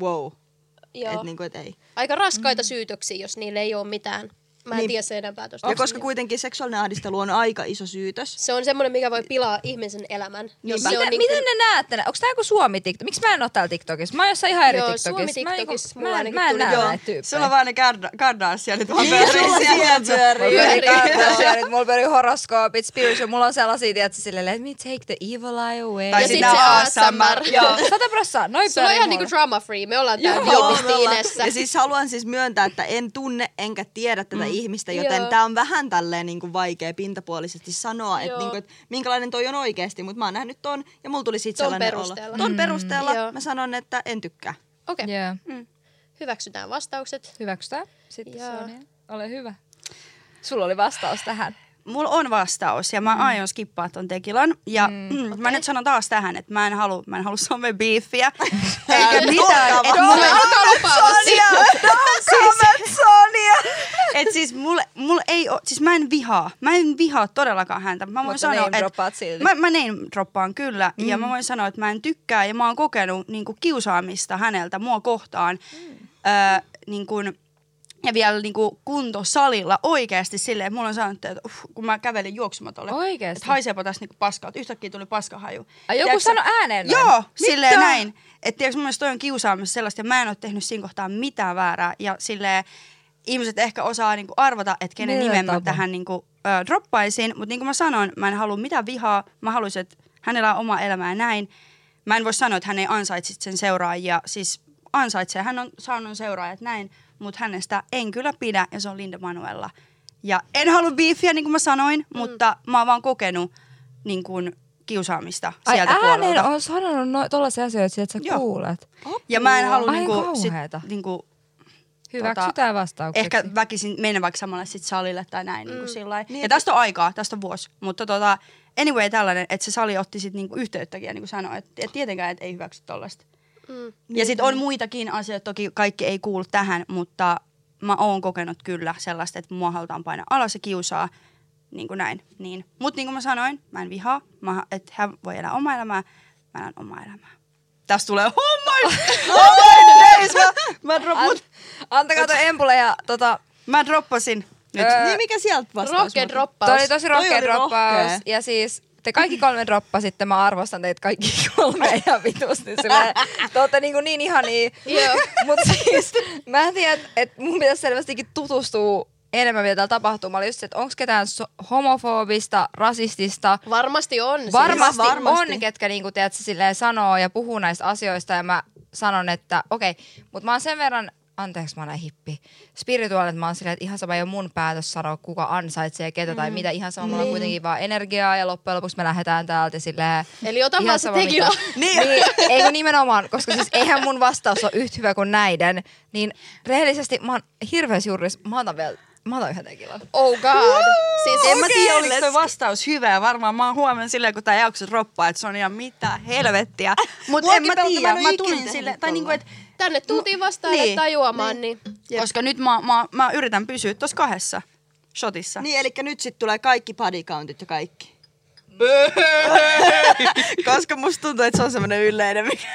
wow.
Joo.
Että niinku, et ei.
Aika raskaita syytöksiä, jos niille ei ole mitään Mä en
Niin.
niin. tiedä sen enempää tosta.
Ja koska kuitenkin seksuaalinen ahdistelu on aika iso syytös.
Se on semmoinen, mikä voi pilaa ihmisen elämän. Jos
Miten,
se on
miten
niinku-
ne näette? Onko tämä joku suomi TikTok? Miksi mä en ole täällä TikTokissa? Mä oon jossain ihan eri
Joo,
TikTokissa.
Suomi
Mä en niinku-
TikTokissa mulla
Mä, en,
ainakin
mä en
tuli.
näe
Joo,
näitä tyyppejä.
Sulla on vaan ne Gard- Gardansia nyt vaan
Niin,
pyörii
sulla
siellä.
siellä pyörii.
Mulla pyörii
Pyörii.
kartanosarit, mulla pyörii horoskoopit, spiritual, mulla on sellaisia, tiedätkö, silleen, let me take the evil eye away.
Tai
Ja
sit
sit
nää
se
on
ASMR.
ASMR.
Joo, sata prossaa, noin
Sulla on
pyörii
ihan
mulla.
niinku drama free. Me ollaan täällä
Joo, me ollaan.
viimeisteinessä.
Ja siis haluan siis myöntää, että en tunne enkä tiedä tätä mm. ihmistä, joten
Joo.
tämä on vähän tälleen niin kuin vaikea pintapuolisesti sanoa, että,
Joo.
niin kuin, että minkälainen toi on oikeasti, mutta mä oon nähnyt ton ja mulla tuli siitä
Ton
sellainen
perusteella.
olo. Ton perusteella.
Joo.
mä sanon, että en tykkää.
Okei, okay.
Joo,
Mm.
hyväksytään vastaukset.
hyväksytään. Sitten
Joo.
Sonja, ole hyvä. Sulla oli vastaus tähän.
Mulla on vastaus ja mä mm. aion skippaa ton tekilan. Ja mm, okay. mä
Okei.
nyt sanon taas tähän, että mä en halua, mä en halua somebiifiä. eikä mitään.
Tuokaa
Et
vaan.
mulle,
Mä alkaa lupaamaan
Sonia!
siitä.
Siis, Sonia! Et siis mulle, mulle ei oo, siis mä en vihaa. Mä en vihaa todellakaan häntä. Mä voin
Mutta
sanoa,
name droppaat silti.
Mä, mä name droppaan kyllä. Mm. Ja mä voin sanoa, että mä en tykkää ja mä oon kokenut niin kuin, kiusaamista häneltä mua kohtaan. Mm. Öö, niin kuin, ja vielä niin kuin, kuntosalilla oikeasti silleen, että mulla on sanottu, että uff, kun mä kävelin juoksumatolle.
Oikeesti?
Että haiseepa tässä niin kuin paskaa. Yhtäkkiä tuli paskahaju.
Ai, joku
Tiedätkö-
sanoi ääneen noin?
Joo, silleen
Mitä?
näin. Että tiiäks, mun mielestä toi on kiusaamista sellaista, ja mä en ole tehnyt siinä kohtaa mitään väärää. Ja silleen, ihmiset ehkä osaa niinku arvata, että kenen
Millä
nimen mä
tavoin?
tähän niinku, ö, droppaisin. Mutta niin kuin mä sanoin, mä en halua mitään vihaa. Mä haluaisin, että hänellä on oma elämä ja näin. Mä en voi sanoa, että hän ei ansaitsi sen seuraajia. Siis ansaitsee, hän on saanut seuraajat näin. Mutta hänestä en kyllä pidä, ja se on Linda Manuella. Ja en halua biifiä, niin kuin mä sanoin, mm. mutta mä oon vaan kokenut niin kuin, kiusaamista
Ai
sieltä
ääneen
puolelta.
on sanonut no, tollasia asioita, että sä
Joo.
kuulet.
Ja mä en halua
Ai
niinku, sit,
kauheeta.
niinku,
Hyväksytään vastaukseksi.
ehkä väkisin mennä vaikka samalle sit salille tai näin. Mm. Niinku sillai.
Niin,
ja
että-
tästä on aikaa, tästä on vuosi. Mutta tota, anyway tällainen, että se sali otti sit niinku yhteyttäkin ja niinku sanoi, että et tietenkään et ei hyväksy tollaista.
Mm.
Ja sit on muitakin asioita, toki kaikki ei kuulu tähän, mutta mä oon kokenut kyllä sellaista, että mua halutaan painaa alas ja kiusaa. Niin kuin näin. Niin. Mutta niin kuin mä sanoin, mä en vihaa, mä, että hän voi elää omaa elämää, mä elän omaa elämää. Tästä tulee, oh my, oh my days, mä, mä, dro- mut,
Antakaa toi Empulle ja tota,
mä droppasin nyt.
Ö,
Niin mikä sieltä vastaus?
Rohkea
mulla tuli?
droppaus.
Toi oli tosi
Toi
rohkea
oli
droppaus.
rohkea.
Ja siis te kaikki kolme droppasitte, mä arvostan teitä kaikki kolme ihan vitusti. Silleen, te ootte niin, niin ihania.
Joo.
Mut siis mä en tiedä, että mun pitäisi selvästikin tutustua enemmän, mitä täällä tapahtuu. Mä olin just, se, että onko ketään so- homofobista, rasistista,
Varmasti on. siis.
Varmasti,
Siis varmasti.
varmasti on, ketkä niinku, tiedätkö, silleen sanoo ja puhuu näistä asioista ja mä sanon, että okei, okay, mutta mä oon sen verran, anteeksi mä oon näin hippi, spirituaali, että mä oon silleen, että ihan sama ei ole mun päätös sanoa, kuka ansaitsee ketä mm. tai mitä, ihan sama,
Niin.
mulla on kuitenkin vaan energiaa ja loppujen lopuksi me lähdetään täältä ja silleen.
Eli ota
ihan
vaan se
sama
tekila.
mitä. niin, ei kun nimenomaan, koska siis eihän mun vastaus ole yhtä hyvä kuin näiden, niin rehellisesti mä oon hirveässä juurissa, mä otan vielä, mä otan yhden tekilan.
Oh god. Siis
En mä tiedä,
okei,
oliko
let's
toi vastaus hyvä ja varmaan mä oon huomenna silleen, kun tää jakso droppaa, että se on ihan mitä helvettiä. Mut en
Muakin
mä
pelottaa,
tiedä,
mä en oo
mä
ikinä
tulin
tehnyt
sille, tai
tollaista.
niinku, että
Tänne tultiin vastaan
Niin,
niin, tajuamaan, niin.
Koska nyt mä, mä, mä yritän pysyä tuossa kahdessa shotissa.
Niin, eli nyt sitten tulee kaikki body countit ja kaikki.
Koska musta tuntuu, että se on semmoinen yleinen, mikä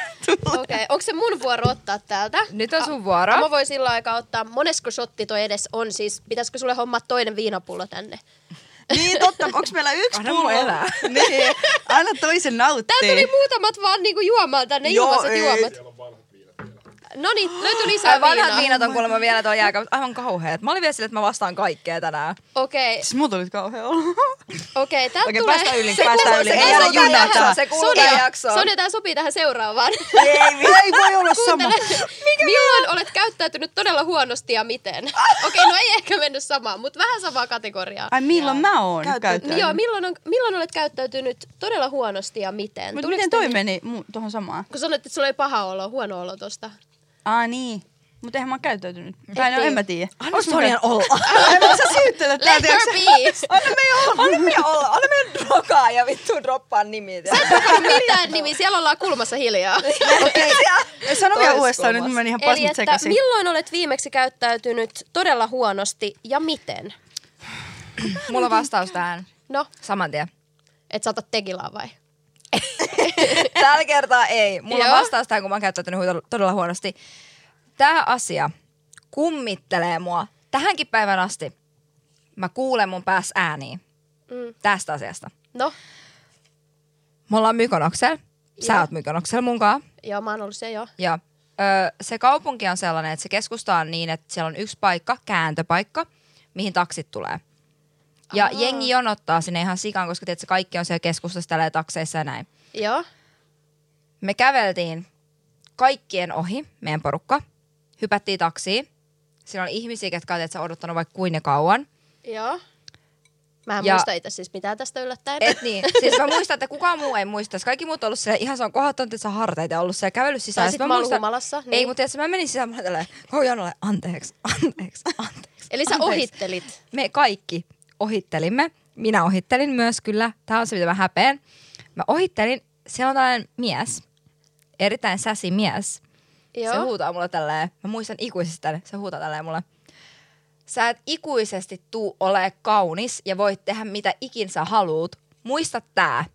Okei, okay. onko se mun vuoro ottaa täältä?
Nyt on sun
Ja
vuoro.
Mä voin sillä aikaa ottaa, monesko shotti toi edes on, siis pitäisikö sulle hommaa toinen viinapullo tänne?
Niin totta, onks meillä yksi
Anna mulla elää.
Niin, anna toisen nauttia.
Tää tuli muutamat vaan niinku juomaan tänne,
Joo,
ilmaiset
ei.
juomat. No niin, löytyi lisää
Ai vanhat
viinaa.
viinat on kuulemma vielä tuolla jääkaapissa. Aivan kauheet. Mä olin vielä silleen, että mä vastaan kaikkea tänään.
Okei,
Siis mulla tuli nyt kauhean olo.
okei, täältä
Okei,
tulee...
päästä yli,
Se
päästä
kuuluu-
yli.
se
Ei
kuuluu
jäädä
tähän
junaan.
jaksoon.
Se kuuluu tähän jaksoon.
Sonia, tää sopii tähän seuraavaan.
Ei, ei voi olla sama.
Kuuntele, milloin olet käyttäytynyt todella huonosti ja miten? Okei, no ei ehkä mennyt samaan, mutta vähän samaa kategoriaa. No
Ai milloin mä oon
Käyttäytynyt.
käyttänyt?
Joo, milloin, on, milloin olet käyttäytynyt todella huonosti ja miten?
Mut
Tuliko
miten
teille-
toi meni mu- tohon samaan?
Kun sanoit, että sulla ei paha olo, huono olo tosta.
Aa niin. Mut eihän mä oon käyttäytynyt. Tai no
tiedä.
en mä tiedä.
Anna Sonian olla.
Anna sä syyttelet tää,
Let her
tiiäks?
be!
Anna meidän olla. Anna meidän olla. Anna meidän drogaa ja vittu droppaa nimit.
Mitään nimi, siellä ollaan kulmassa hiljaa.
Okei. Sano vielä
Toiskulmassa.
uudestaan, nyt mä menin ihan
Eli
pasmat
että
sekaisin.
milloin olet viimeksi käyttäytynyt todella huonosti ja miten?
Mulla on vastaus tähän.
No,
Saman tien.
et sata tekilaa vai?
Tällä kertaa ei. Mulla on
Joo.
vastaus tähän, kun mä oon käyttäytynyt huito- todella huonosti. Tämä asia kummittelee mua tähänkin päivän asti. mä kuulen mun päässä ääniä
Mm.
tästä asiasta.
No,
Me ollaan Mykonoksella. Sä
Joo.
oot Mykonoksella munkaan.
joo, mä oon ollut se joo.
Ja öö, se kaupunki on sellainen, että se keskusta on niin, että siellä on yksi paikka, kääntöpaikka, mihin taksit tulee. Ja
Aa.
jengi jonottaa sinne ihan sikaan, koska tiedätkö, kaikki on siellä keskustassa tällä takseissa ja näin.
Joo,
Me käveltiin kaikkien ohi, meidän porukka. Hypättiin taksiin. Siinä oli ihmisiä, ketkä olet odottanut vaikka kuinka kauan.
joo. Mä en
Ja-
ja... muista itse siis mitään tästä yllättäen.
Et niin. Siis mä muistan, että kukaan muu ei muista. Kaikki muut on ollut siellä ihan se on kohottanut että se on harteita ja ollut siellä kävellyt sisään.
Tai
Ja
sit
mä
mä oon
muistan-
humalassa. niin.
Ei, mutta tiedätkö, mä menin sisään, mä olin tälleen, koko jonolle, anteeksi, anteeksi, anteeksi.
Eli sä
anteeksi.
ohittelit.
Me kaikki ohittelimme. Minä ohittelin myös kyllä. Tämä on se, mitä mä häpeen. Mä ohittelin. Siellä on tällainen mies, erittäin säsi mies.
Joo.
Se huutaa mulle tälleen, mä muistan ikuisesti tän, se huutaa tälleen mulle. Sä et ikuisesti tuu ole kaunis ja voit tehdä mitä ikin sä haluut. Muista tää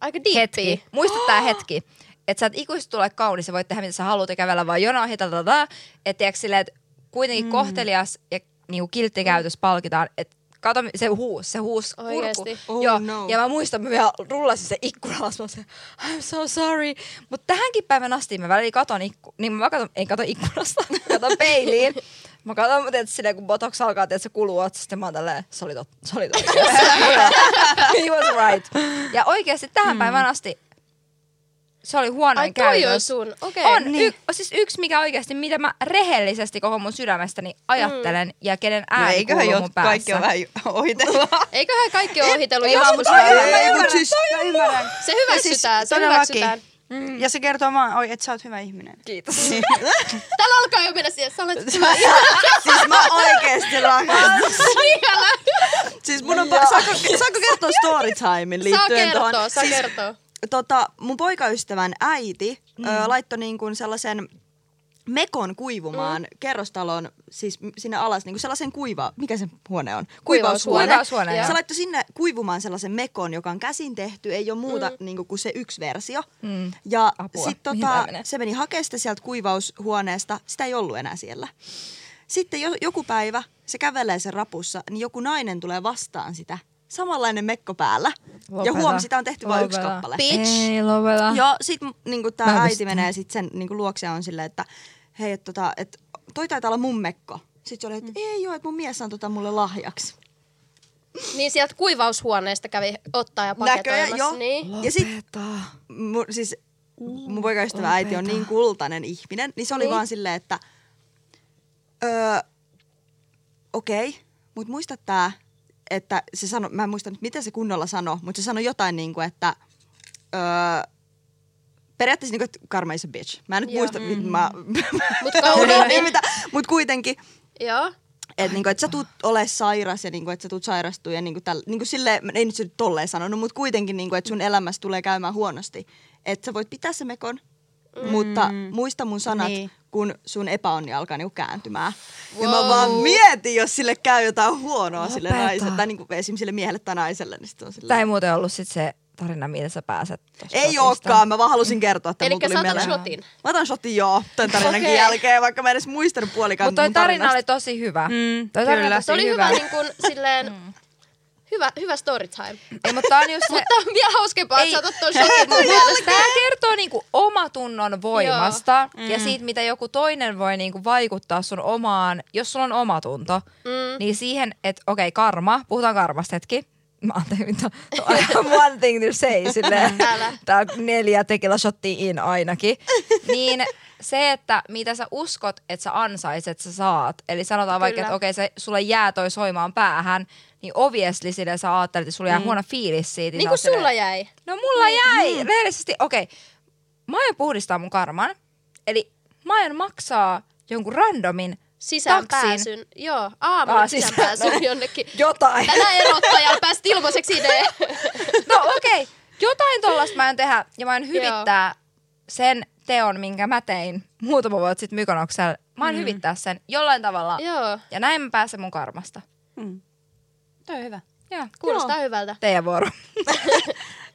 Aika diippiä.
hetki. Muista tää hetki. Että sä et ikuisesti tule kaunis ja voit tehdä mitä sä haluat ja kävellä vaan jonoa hitalta. Että tiedätkö silleen, että kuitenkin mm. kohtelias ja niinku kiltti käytös palkitaan. Että kato, se huus, se huus kurku.
Oikeesti?
Oh
Joo.
no.
Ja mä muistan, mä vielä rullasin se ikkuna alas, mä olin se, I'm so sorry. Mutta tähänkin päivän asti mä välillä katon, ikku, niin mä katon, en kato ikkunasta, mä katon peiliin. Mä katon, mä tietysti silleen, kun botox alkaa, että se kuluu otsasta, sitten mä oon tälleen, se oli totta, se oli totta. He was right. Ja oikeasti tähän mm. päivään asti se oli huonoin
Ai toi
käytös.
on sun, okei.
On,
Okay.
niin. y- siis yksi mikä oikeasti, mitä mä rehellisesti koko mun sydämestäni ajattelen mm. ja kenen
No
ääni no,
eiköhän
kuuluu
jo
mun päässä.
kaikki on vähän ohitellaan.
Eiköhän kaikki ole ohitellut
ei vaan,
joskus.
mut toi
elämässä.
on- Mä ymmärrän,
siis,
Mä ymmärrän.
Se hyväksytään, se hyväksytään.
Mm. Ja se kertoo vaan, oi, että sä oot hyvä ihminen.
Kiitos.
Täällä alkaa jo mennä siihen, sä olet
siis mä oikeesti rakastan.
siellä.
Siis mun on, pa- saako, saako kertoa storytimein
Saa
liittyen
kertoa,
tuohon?
saa
siis,
kertoa.
Tota, mun poikaystävän äiti mm. ö, laittoi niin kuin sellaisen mekon kuivumaan mm. kerrostalon, siis m- sinne alas, niin kuin sellaisen kuiva, mikä se huone on?
Kuivaushuone.
Kuivaushuone, joo.
Se laittoi sinne kuivumaan sellaisen mekon, joka on käsin tehty, ei ole muuta mm. niin kuin, kuin se yksi versio.
Mm.
Ja
Apua,
sitten
mihin
tota,
tää menee?
se meni hakemaan sitä sieltä kuivaushuoneesta, sitä ei ollut enää siellä. Sitten jo, joku päivä se kävelee sen rapussa, niin joku nainen tulee vastaan sitä. Samanlainen mekko päällä. Ja
Lopeta.
huom, sitä on tehty vain yksi
Lopeta.
kappale.
Bitch.
Ei lopeta.
Joo, sit niin
Mä
tämä äiti
pistän.
menee sit sen niin luokse ja on silleen, että hei, et, tota, et, toi taitaa olla mun mekko. Sitten se oli, että ei joo, että mun mies antoi tota mulle lahjaksi.
Niin sieltä kuivaushuoneesta kävi ottaa ja
Näköjään, joo.
paketoimassa. Niin.
Ja sit mun, siis mun poikaystävä äiti on niin kultainen ihminen, niin se oli
Niin.
vaan silleen, että öö, okei, okay, mutta muista tää, että se sano, mä en muista nyt mitä se kunnolla sanoi, mutta se sanoi jotain niin kuin, että öö, periaatteessa niin kuin, että karma is a bitch. Mä en nyt
Joo. Mm.
muista, mm-hmm. mä,
Mut
Ei
kauniimmin.
mitään, mut kuitenkin,
Joo.
että niinku, et sä tuut ole sairas ja niinku, että sä tuut sairastua ja niinku, tällä, niinku sille, ei nyt se nyt tolleen sanonut, mutta kuitenkin niinku, että sun elämässä tulee käymään huonosti. Että sä voit pitää se mekon, mm. mutta muista mun sanat, niin.
Niin.
kun sun epäonni alkaa niinku kääntymään. Wow. Ja mä vaan mietin, jos sille käy jotain huonoa Lopeta. sille
Lopeta.
naiselle, tai niinku esim. sille miehelle tai naiselle, niin sit on sille,
Tämä ei muuten ollut sit se tarina, millä sä pääset tosta
ei
otista.
ookaan, mä vaan halusin kertoa, että mun
Elikkä
tuli
sä otat
mieleen.
shotin.
Mä otan shotin joo, tän tarinankin
Okei.
jälkeen, vaikka mä en edes muistanut puolikaan
Mut toi
mun
tarina
tarinasta.
oli tosi hyvä.
Mm,
toi tarina
kyllä.
oli
Se oli
tosi hyvä.
hyvä, niin kuin,
Mm.
silleen, hyvä, hyvä story time.
Ei, mutta tää on just se,
Mutta on vielä hauskempaa,
Ei.
että sä otat ton shotin mun mielestä.
Tämä kertoo niinku omatunnon voimasta mm. ja siitä, mitä joku toinen voi niinku vaikuttaa sun omaan, jos sulla on omatunto, mm. niin siihen, että okei, okay, karma, puhutaan karmasta hetki. Mä ajattelin, että to- I have one thing to say silleen.
Älä.
Tää on neljä tekillä shotti in ainakin. Niin se, että mitä sä uskot, että sä ansaiset, sä saat. Eli sanotaan vaikka,
Kyllä.
että okei, okay, sulle jää toi soimaan päähän, niin obviously sille sä ajattelet, että sulla jää mm. huono fiilis siitä.
Niin
sä
kuin
oot silleen-
sulla jäi.
No mulla jäi. Mm. Rehellisesti, okei. Okay. Mä aion puhdistaa mun karman. Eli mä aion maksaa jonkun randomin taksiin.
Sisäänpääsyn. Joo, aamulla
Aa,
ah,
sisään-
sisäänpääsyn
no.
jonnekin.
Jotain.
Tänä erottaja päästi ilmaiseksi idea.
No okei. Okay. Jotain tollasta mä aion tehdä ja mä aion hyvittää sen teon, minkä mä tein muutama vuosi sitten Mykonoksella. Mä aion mm. hyvittää sen jollain tavalla.
Joo,
Ja näin mä pääsen mun karmasta.
Mm. Toi on hyvä.
Joo.
kuulostaa hyvältä.
Teidän vuoro.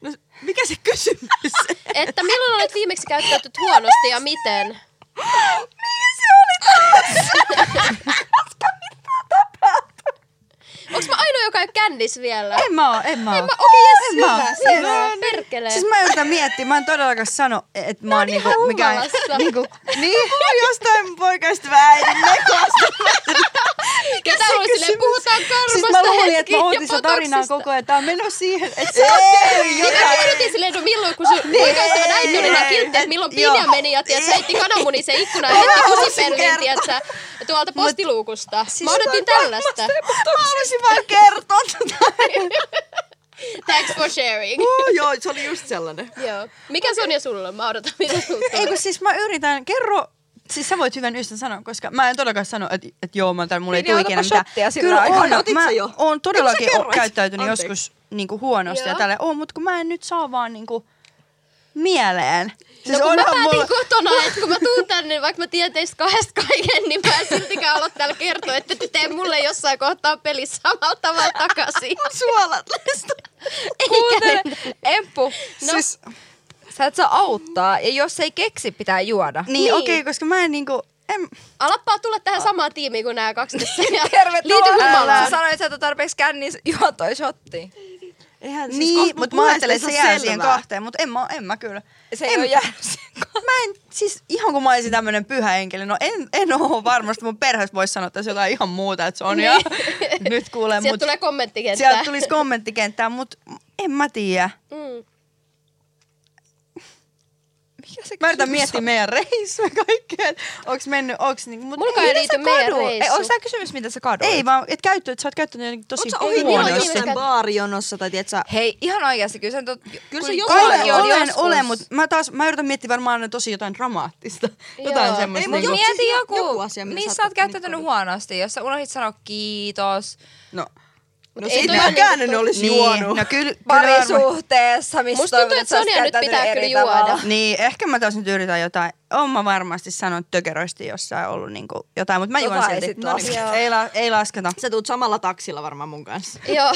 No, mikä se kysymys?
Että milloin olet viimeksi käyttäytynyt huonosti ja miten?
Niin
Mihin se oli taas? Onko mä ainoa, kännis vielä.
En mä oo, en mä oo. En mä,
Okei,
mä oo.
okay, yes, hyvä. Hyvä. Perkele.
Siis mä yritän miettiä, mä en todellakaan sano, että mä oon
niin
niinku,
ihan
mikään,
humalassa.
niinku,
Niin, jostain poikaista väärin nekosta.
Mikä tää oli silleen, puhutaan karmasta
siis mä luulin, että
hetki
mä
ja
ootin sen tarinaa
botoksista.
koko ajan, tää on menossa siihen, että se
Ei,
Niin mä
jotain.
yritin silleen, no milloin kun sun niin, ystävän äiti oli nää kiltti, että milloin
Joo. Niin.
Pinja meni ja tiedät, se heitti kananmunin sen ikkunan ja heitti kusipellin, tiedätkö, tuolta postiluukusta.
siis
Mä odotin tällaista.
Mä olisin
vaan kertoo tota.
Thanks for sharing.
Joo, joo, se oli just sellainen.
Joo. Mikä se on ja sulla? on? Mä odotan, mitä sulla
Ei
on.
kun siis mä yritän, kerro, siis sä voit hyvän ystävän sanoa, koska mä en todellakaan sano, että, että joo, mä oon täällä, mulla ei
Niin,
tule
otapa
ikinä mitään.
shottia sillä
Kyllä
aikaa.
on,
Otit
mä
sä jo?
oon todellakin
Eikö sä
o-
kerroit?
käyttäytynyt
Anteeksi.
joskus niinku huonosti
Joo.
ja tällä, oo, mut kun mä en nyt saa vaan niinku mieleen.
No
Siis
kun mä
onhan
päätin
mulla-
kotona, että kun mä tuun tänne, niin vaikka mä tiedän teistä kahdesta kaiken, niin mä en siltikään olla täällä kertoa, että te tee mulle jossain kohtaa peli samalla tavalla takaisin.
Suolat.
Kuuntele, Emppu,
No.
Siis,
sä et saa auttaa ja jos ei keksi, pitää juoda.
niin,
Niin.
okei, koska mä en niinku, en,
Alappaa tulla tähän samaan tiimiin kuin nämä kaksi tässä. ja Liity
Tervetuloa.
humalaan.
Sä sanoit, että et ole tarpeeksi kännis, juo toi shotti.
Eihän siis
niin,
kohta
mutta mä
puheesta
ajattelen, että
ei
se
saa
jää siihen
selvää.
kahteen, mutta en mä, en mä kyllä.
Se ei
en,
ole jäänyt siihen
Mä en, siis ihan kun mä olisin tämmönen pyhä enkeli, no en, en oo varmasti, mun perheessä voisi sanoa, että se on jotain ihan muuta, että se on ja nyt kuulee
Sieltä
mut.
tulee kommenttikenttää.
Sieltä tulisi kommenttikenttää, mutta en mä tiedä.
Mm.
Mikä se
Mä yritän miettiä meidän reissuja kaikkea, että onks mennyt, onks niinku, mut
Mulkaan ei
mitä
liity
sä
meidän
kaduit?
reissu.
Ei, onko tämä kysymys, mitä sä kadoit?
Ei vaan, et käyttänyt, sä oot käyttänyt jotenkin tosi
Oot sä ohi
milloin
milloin
huonosti.
viimeksi
jossain
käyt-
baarijonossa tai tiedät sä...
Hei, ihan oikeasti, kyllä sen tot...
Kyllä se joku
Olen,
Olen-
olen, olen,
joskus.
olen mutta mä taas, mä yritän miettiä varmaan tosi jotain dramaattista. Jotain
Joo.
semmoista.
Ei,
Mut
mut
niinku-
joku-
mieti
siis ihan-
joku,
joku asia, mitä
missä
sä
sä
oot
oot käyttänyt
nyt
huonosti, jos sä unohdit sanoa kiitos.
No, no
ei
sit
toi
mä
niinku
käännän
tuu-
olisi juonut.
no kyllä, kyllä varmaan-
Parisuhteessa, missä
Musta tuntuu,
toivot,
että
että sä oot
Sonja nyt
käyttänyt
pitää
eri
kyllä juoda.
tavalla.
Niin, ehkä mä taas nyt yritän jotain. Oon mä varmasti sanonut tökerösti jossain ollut niinku jotain, mutta mä juon
Tota ei
silti.
sit lasketa.
niin, ei, la, ei lasketa.
Sä tuut samalla taksilla varmaan mun kanssa.
Joo.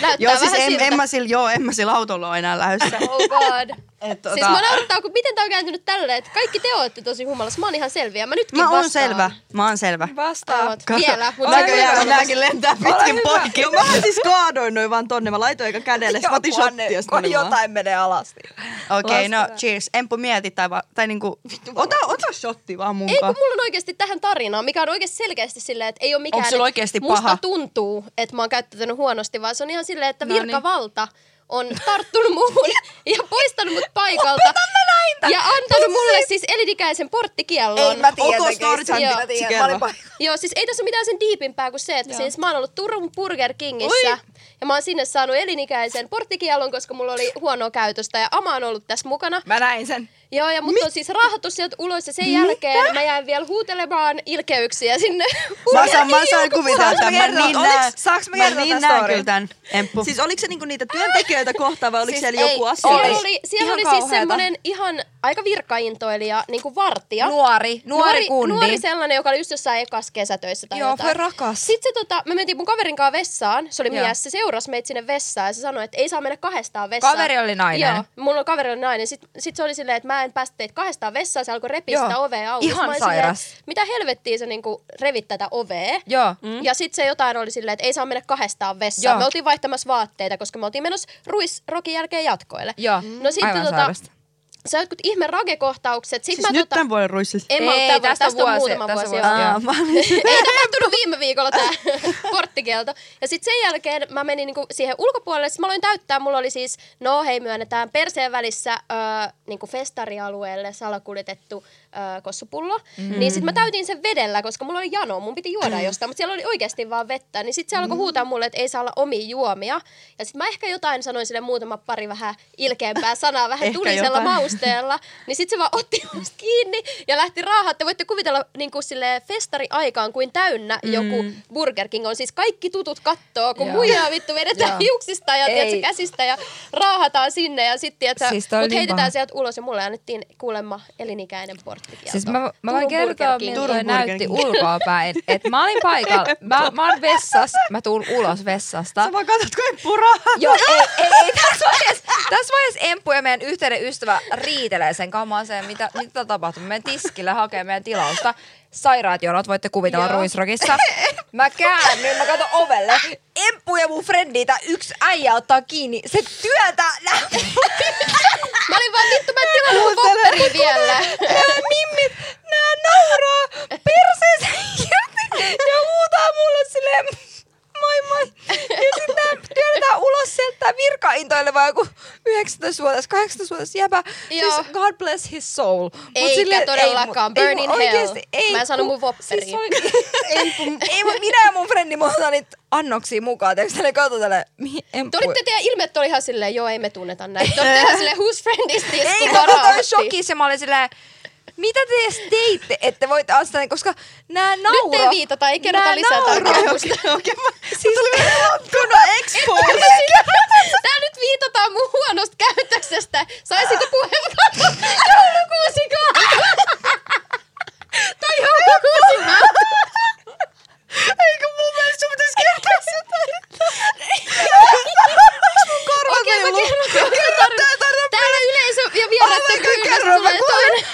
Näyttää
Joo, siis
vähän
en,
siltä.
en mä sillä, joo, en mä sillä autolla ole enää lähdössä.
Oh god.
Et,
Tota... Siis mä naurattaa, kun miten tää on kääntynyt tälleen, että kaikki te ootte tosi humalassa. Mä oon ihan selviä. Mä nytkin
mä oon
vastaan.
selvä, mä oon selvä.
Vastaa.
Oot. Vielä, mutta
Ole hyvä.
Näköjään nääkin lentää pitkin
hyvä.
poikki. Mä siis kaadoin noin vaan tonne. Mä laitoin eikä kädelle. Sitten mä otin
Jokuhan
shottia. ja
ne-
sit
kun
menin vaan.
jotain menee alas.
Okei, okay, no cheers. Empu mieti tai, va, tai niinku, ota, ota shotti vaan
Ei, kun
mukaan.
mulla on oikeasti tähän tarinaan, mikä on oikeasti selkeästi silleen, että ei ole mikään...
sulla
että
oikeasti
musta
paha?
tuntuu, että mä oon käyttänyt huonosti, vaan se on ihan silleen, että
No niin.
virkavalta on tarttunut muuhun ja poistanut mut paikalta. Ja antanut mulle siis elinikäisen porttikiellon.
Ei mä
Onko
tietenkin.
story time?
Joo.
Mä tiedän,
Kerro.
mä olin paikalla.
Joo, siis ei tässä ole mitään sen diipimpää kuin se, että siis mä oon ollut Turun Burger Kingissä ja mä oon sinne saanut elinikäisen porttikielon, koska mulla oli huonoa käytöstä ja Ama on ollut tässä mukana.
Mä näin sen.
Joo, ja mut on siis raahattu sieltä ulos ja sen jälkeen mä jäin vielä huutelemaan ilkeyksiä sinne.
Mä saan, mä saan kuvitella
Saanko mä
tämän. Mä
kertoa?
niin
Oliks-
näen.
saanko mä kertoa
niin
tän
näen
storin?
kyllä tämän, Emppu.
Siis oliko se niinku niitä työntekijöitä kohtaan vai oliko
Siis
siellä
ei,
joku asia?
Siellä
Oli.
oli, siellä
Ihan
oli siis
kauheeta.
semmoinen ihan aika virkaintoilija, niin kuin vartija.
Nuori, nuori kundi.
Nuori sellainen, joka oli just jossain ekas kesätöissä tai
Joo,
jotain.
voi rakas.
Sitten se tota, me mentiin mun kaverin kanssa vessaan, se oli
Joo.
mies, se seurasi meitä sinne vessaan ja se sanoi, että ei saa mennä kahdestaan vessaan.
Kaveri oli nainen.
Joo, mulla on kaveri oli nainen. Sitten sit se oli silleen, että mä en päästä teitä kahdestaan vessaan, se alkoi repiä
Joo.
sitä ovea auki.
Ihan
Mä olin silleen,
sairas.
että Mitä helvettiä se niinku revit tätä ovea?
Joo.
Mm. Ja sitten se jotain oli silleen, että ei saa mennä kahdestaan vessaan.
Joo.
Me oltiin vaihtamassa vaatteita, koska me oltiin menossa ruisrokin jälkeen jatkoille.
Joo.
No sitten
Aivan
tota,
sairasta.
sä jotkut ihme ragekohtaukset. Sit
Siis
mä
nyt
tota,
tämän vuoden ruissis.
en mä
Ei,
ei, tästä,
tästä
tästä on
vuosi-
muutama
tässä
vuosi.
vuosi,
joo.
joo.
Aa, mä olin-
Ei tapahtunut viime viikolla tämä porttikielto. Ja sitten sen jälkeen mä menin niinku siihen ulkopuolelle. Sitten mä aloin täyttää. Mulla oli siis, no hei myönnetään, perseen välissä ö, niinku festarialueelle salakuljetettu ö, kossupullo. Mm. Niin sitten mä täytin sen vedellä, koska mulla oli jano. Mun piti
Mm.
juoda jostain, mutta siellä oli oikeasti vaan vettä. Niin sitten se alkoi huutaa mulle, että ei saa olla omia juomia. Ja sitten mä ehkä jotain sanoin sille muutama pari vähän ilkeämpää sanaa, vähän
Ehkä
tulisella
jotain.
mau perusteella, niin sitten se vaan otti musta kiinni ja lähti raahaan. Te voitte kuvitella niin kuin sille festariaikaan kuin täynnä mm. joku Burger King on. Siis kaikki tutut kattoo, kun
Joo.
muijaa vittu vedetään
Joo.
hiuksista ja
Ei.
tiedätkö, käsistä ja raahataan sinne ja sitten
Siis
siis
toi oli
mut
niin
heitetään
paha.
sieltä ulos ja mulle annettiin kuulemma elinikäinen porttikielto.
Siis mä, mä voin
no. Turun
kertoa,
Burger King.
miltä toi
Turun Burger
näytti
King.
ulkoa päin. Et mä olin paikalla, mä, mä oon vessassa, mä tuun ulos vessasta.
Sä vaan katsot, kun Emppu rahaa.
Joo, ei, ei, ei tässä vaiheessa, tässä vaiheessa Emppu ja meidän yhteinen ystävä riitelee sen kamaaseen, mitä, mitä tapahtuu. Me tiskillä hakee meidän tilausta. Sairaat jonot, voitte kuvitella
Joo.
ruisrokissa. Mä käännyin, mä katon ovelle. Emppu ja mun frendi, tää yksi äijä ottaa kiinni. Se työtä
Mä olin vaan vittu, mä en tilannut mun popperi vielä.
Nää mimmit, nää nauraa perseensä irti ja huutaa mulle silleen moi moi. Ja sit nää työnnetään ulos sieltä tää virkaintoileva joku 19-vuotias, 18-vuotias jäbä.
Joo.
Siis God bless his soul. Mut
Eikä
silleen,
todellakaan,
ei mun-
burn
ei
in
mun
hell.
oikeesti, ei,
Mä en saanut
kun-
mun vopperiin.
Siis oli, ei, kun- ei, mun- minä ja mun frendi me otetaan niitä annoksia mukaan. Tiedätkö tälle kautta tälle? mi-
Te
emppu-
olitte teidän ilmeet oli ihan silleen, joo ei me tunneta näitä. Te olitte ihan silleen, whose friend is this?
Ei,
kun
no, kun mä olin
varautti.
shokissa ja mä olin silleen, mitä te edes teitte, että voitte ansaita, koska nää nauro.
Nyt ei viitata, ei kerrota
Nää
lisää
nauro-
tarkemmin.
Okei, okei. Mä siis tuli vielä kunnon expose.
Tää nyt viitataan mun huonosta käytöksestä. Saisiko puheenvuoron joulukuusikaan? tai joulukuusikaan?
Eikö mun mielestä sun pitäisi kertoa sitä?
Okei, mä kerron tämän tarinan. Täällä yleisö ja vieraiden
Ai, mä
pyynnöstä
kerron, mä
tulee toinen.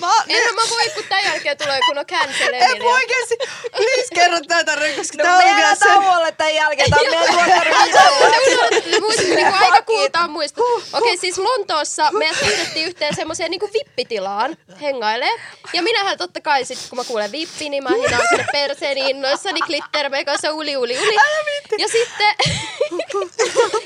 Mä,
En mä voi, kun tämän jälkeen tulee kun on cancel
en
Emilia.
voi oikeesti. Please kerro tää tarina, koska
No,
tää oli
me
vielä
jäädään
sen.
tauolle tämän jälkeen. Tämä on meidän ruokaruokaa.
Ne muistin, niin aika kuultaa muista. Okei, siis Lontoossa me siirrettiin yhteen semmoiseen niin vippitilaan hengailee. Ja minähän totta kai sit, kun mä kuulen vippi, niin mä hinaan sinne perseen innoissani glittermeikassa uli uli uli. Ja sitten,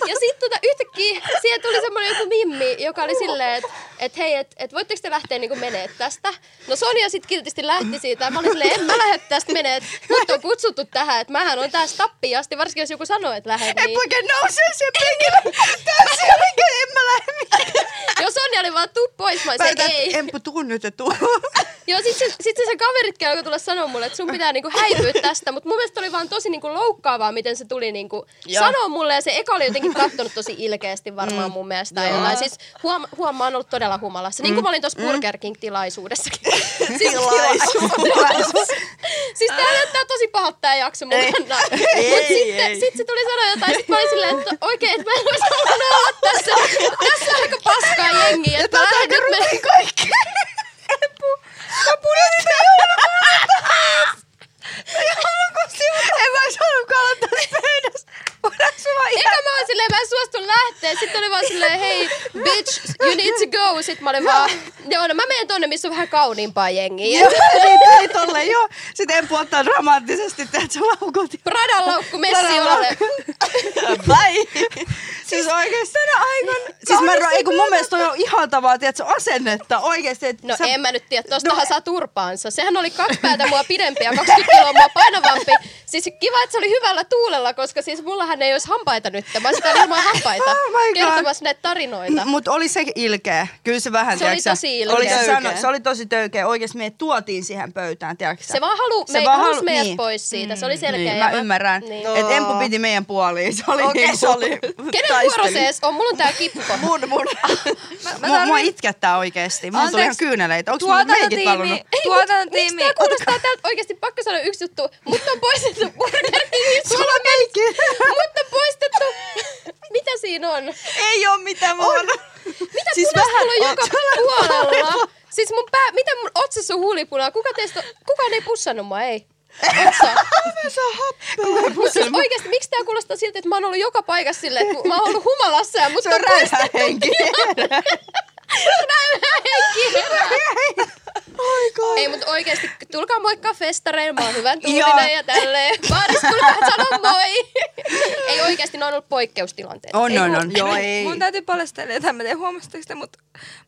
ja sitten tota, yhtäkkiä siihen tuli semmoinen joku mimmi, joka oli silleen, että et hei, että et voitteko te lähteä niinku menee tästä? No Sonja sitten kiltisti lähti siitä ja mä olin silleen, en mä lähde tästä menee. et Mut on kutsuttu tähän, että mähän on tässä tappiin asti, varsinkin jos joku sanoo, että lähde.
En
Niin.
poike nousee sen penkille. Tässä jälkeen en mä lähde mikään.
Jos Sonja oli vaan tuu pois, mä
Mä
olisin,
yritän,
ei.
Emppu, tuu nyt ja tuu.
Joo, sit se, sit se sen kaveritkin alkoi tulla sanoa mulle, että sun pitää niinku häipyä tästä, mutta mun mielestä oli vaan tosi niinku loukkaavaa, miten se tuli niinku sanoa mulle, ja se eka oli jotenkin kattonut tosi ilkeästi
Mm.
varmaan mun mielestä. tai Jotain. Siis huom, huom, mä oon ollut todella humalassa,
Mm.
niin kuin mä olin tuossa Burger King-tilaisuudessakin. siis, siis tää näyttää tosi pahalta tää jakso mun kannalta. Mut
Ei,
sitten
ei.
sit se tuli sanoa jotain, sit mä olin silleen, että no oikein, että mä en olisi halunnut olla tässä. Tässä on aika paskaa jengiä, että mä lähden nyt mennä.
Kaikki.
Mä pudotin tää joulukuusi.
En mä ois halunnutkaan olla tässä pöydässä.
Voidaanko me vaan ihan...
Eka mä oon silleen, mä en suostu lähteä. Sitten oli vaan silleen, hei, bitch, you need to go. Sitten mä olin vaan, joo, no mä menen tonne, missä on vähän kauniimpaa jengiä.
Joo, niin tuli tolle, joo. Sitten Emppu ottaa dramaattisesti, teet sä laukut. ja-
Pradan laukku messi
Pradan
ole.
Bye. Siis oikeesti. Tänä aikana. Siis mä en, ei kun mun mielestä toi on ihaltavaa, tiedätkö, asennetta oikeesti. että
No
sä- No.
en mä nyt tiedä, tostahan saa turpaansa. Sehän oli kaksi päätä mua pidempi ja 20 kiloa mua painavampi. Siis kiva, että se oli hyvällä tuulella, koska siis mullahan ei olisi hampaita nyt. Mä sitä ilman hampaita
Oh my God.
kertomassa näitä tarinoita.
M- Mut oli se ilkeä. Kyllä se vähän,
Se oli
tiedätkö,
tosi ilkeä.
Oli se,
Töykeä.
sano, se oli tosi töykeä. Oikeesti me tuotiin siihen pöytään, tiedätkö
Se vaan halu, me,
vaan
halus
halu-
meidät
niin.
pois siitä, se oli selkeä.
Niin,
ja
mä ymmärrän.
Niin.
Niin. Että Empu piti meidän puoliin. Se oli
Okei,
niinku,
se oli-
Kenen
taistelu.
vuoro se edes on? Mulla on tää kippo.
Mun, mun.
Mä- mä
Mua, mua
tarvin-
itkettää oikeesti. Mulla tuli ihan
Anteeks,
kyyneleitä. Onks mulla
Tuota
meikit valunut?
Tuotantotiimi, tuotantotiimi.
Miksi tää kuulostaa täältä oikeesti pakko sanoa yksi juttu? Mut on poistettu Burger Kingin suomeksi. Mut on poistettu... Mitä siinä on?
Ei oo mitään muuta.
Mitä siis punaista on joka puolella? Siis mun pää... Mitä mun otsassa on huulipunaa? Kuka teistä... Kukaan ei pussannut mua, ei. Otsa. Mut siis oikeesti, miksi tää kuulostaa siltä, että mä oon ollut joka paikassa silleen, että kun mä oon ollut humalassa ja mut
Se on
on
räyhä henki.
Ei, mutta oikeesti, tulkaa moikkaa festareille, mä oon hyvän tuulinen ja tälleen. Baaris tulkaa sanoa moi. ei oikeesti, ne on ollut poikkeustilanteet.
On,
Ei
on,
kun-
on. Joo, ei.
Mun täytyy paljastella jotain, mä tein huomasitteko te, mutta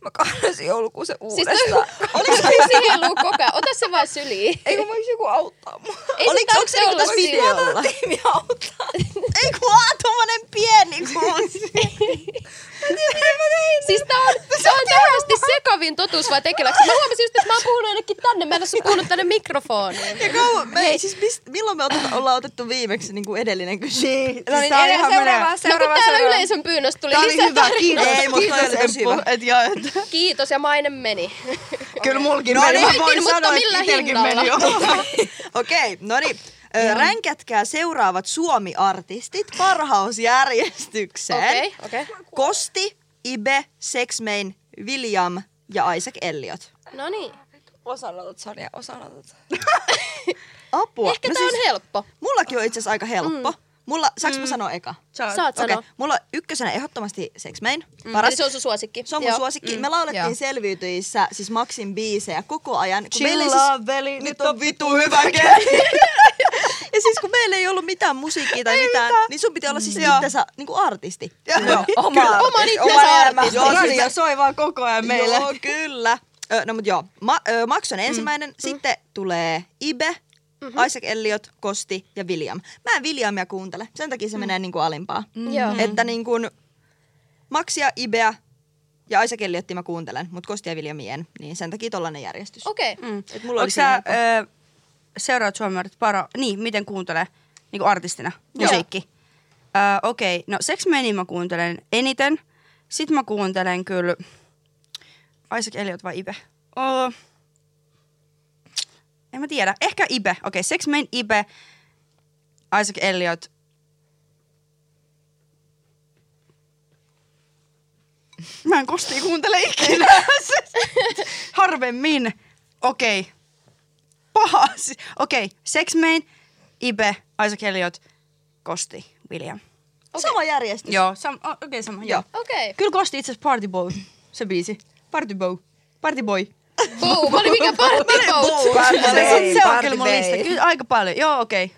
mä kahdasin joulukuusen
Siis toi
uudestaan.
oliko se sielu koko ajan? Ota se vaan syliin.
Eikö voiko joku auttaa mua?
Ei se
Oliko- onks
tarvitse
se niinku
olla
tässä
syli.
videolla?
Tuotantotiimi auttaa.
Ei kun aa, tommonen pieni kuusi.
Siis tää on, tää on tähästi sekavin totuus vai tekeläksi. Mä huomasin just, että mä oon puhunut jonnekin tänne. Mä en oo puhunut tänne mikrofoniin.
Ja kauan, me, Hei. siis mist, milloin me oteta, ollaan otettu viimeksi niin kuin edellinen kysymys? Niin,
No niin, edelleen seuraavaa,
No kun
seuraavaa,
täällä
seuraavaa.
yleisön pyynnöstä tuli
Tämä oli
lisää
hyvä,
tarinoita.
kiitos. Ei, mutta
Kiitos,
kiitos
Emppu.
Emppu. Et, ja, et.
Kiitos ja maine meni.
Kyllä mulkin
No
meni.
niin,
Mä voin
mutta
sanoa,
millä
että itelläkin
hinnalla?
meni jo.
Okei, no niin. Ö, Ränkätkää seuraavat Suomi-artistit parhausjärjestykseen.
Okei, okei.
Kosti, Ibe, Sexmain, William ja Isaac Elliot.
No niin.
Osanotot, Sonja, osanotot.
Apua. siis-
Ehkä
Mm.
no tää on helppo.
Mullakin on itse asiassa aika helppo. Mulla, saanko mä sanoa eka?
Saat, Saat
Okei,
sanoa.
okay. mulla on ykkösenä ehdottomasti Sex Main.
Paras.
Mm. Paras.
Eli se on sun suosikki.
Se on mun
Joo.
suosikki. Me laulettiin
Joo.
selviytyissä siis Maxin biisejä koko ajan. kun meillä ei siis-
Chillaa, veli, nyt on vitu hyvä
ja siis kun meillä ei ollut mitään musiikkia tai mitään, niin sun piti olla siis mm. itsensä niin kuin artisti. Joo.
Oma, oman
Oma Niin,
itsensä artisti.
elämä.
siis
Joo, siis-
Radio soi vaan koko ajan meille.
Joo, kyllä. Ö, No mut joo, Ma, ö, Max on ensimmäinen, sitten tulee Ibe, Mm. mm-hmm. Isaac Elliot, Kosti ja William. Mä en Williamia kuuntele, sen takia se mm. menee niinku alimpaa. Mm.
Joo.
Että niinku Maxia, Ibeä ja Isaac Elliotia mä kuuntelen, mut Kostia ja Williamia en. Niin sen takia tollanen järjestys.
Okei.
Mm.
Et mulla oli
Onks sä,
siinä
ö, seuraat suomalaiset para... Niin, miten kuuntelee niin artistina musiikki? Ö, Okei, okay. no Sex Meni mä kuuntelen eniten. Sitten mä kuuntelen kyllä Isaac Elliot vai Ibe? Oh. En mä tiedä. Ehkä Ibe. Okei, okay, Sex Meni, Ibe, Isaac Elliot. Mä en kostia kuuntele ikinä. Harvemmin. Okei. Okay. Paha. asia. Okei, okay. Sex Main, Ibe, Isaac Elliot, Kosti, William.
Sama järjestys.
Joo, sam- o- okei okay, sama. Joo.
Okei.
Kyllä Kosti itse asiassa Party Boy, se biisi. Party Boy. Party Boy.
Boom, oli mikä party boat.
Se,
Party
se, se on
Bay,
kyllä mun
Party
lista.
Bay.
Kyllä aika paljon. Joo, okei. Okay.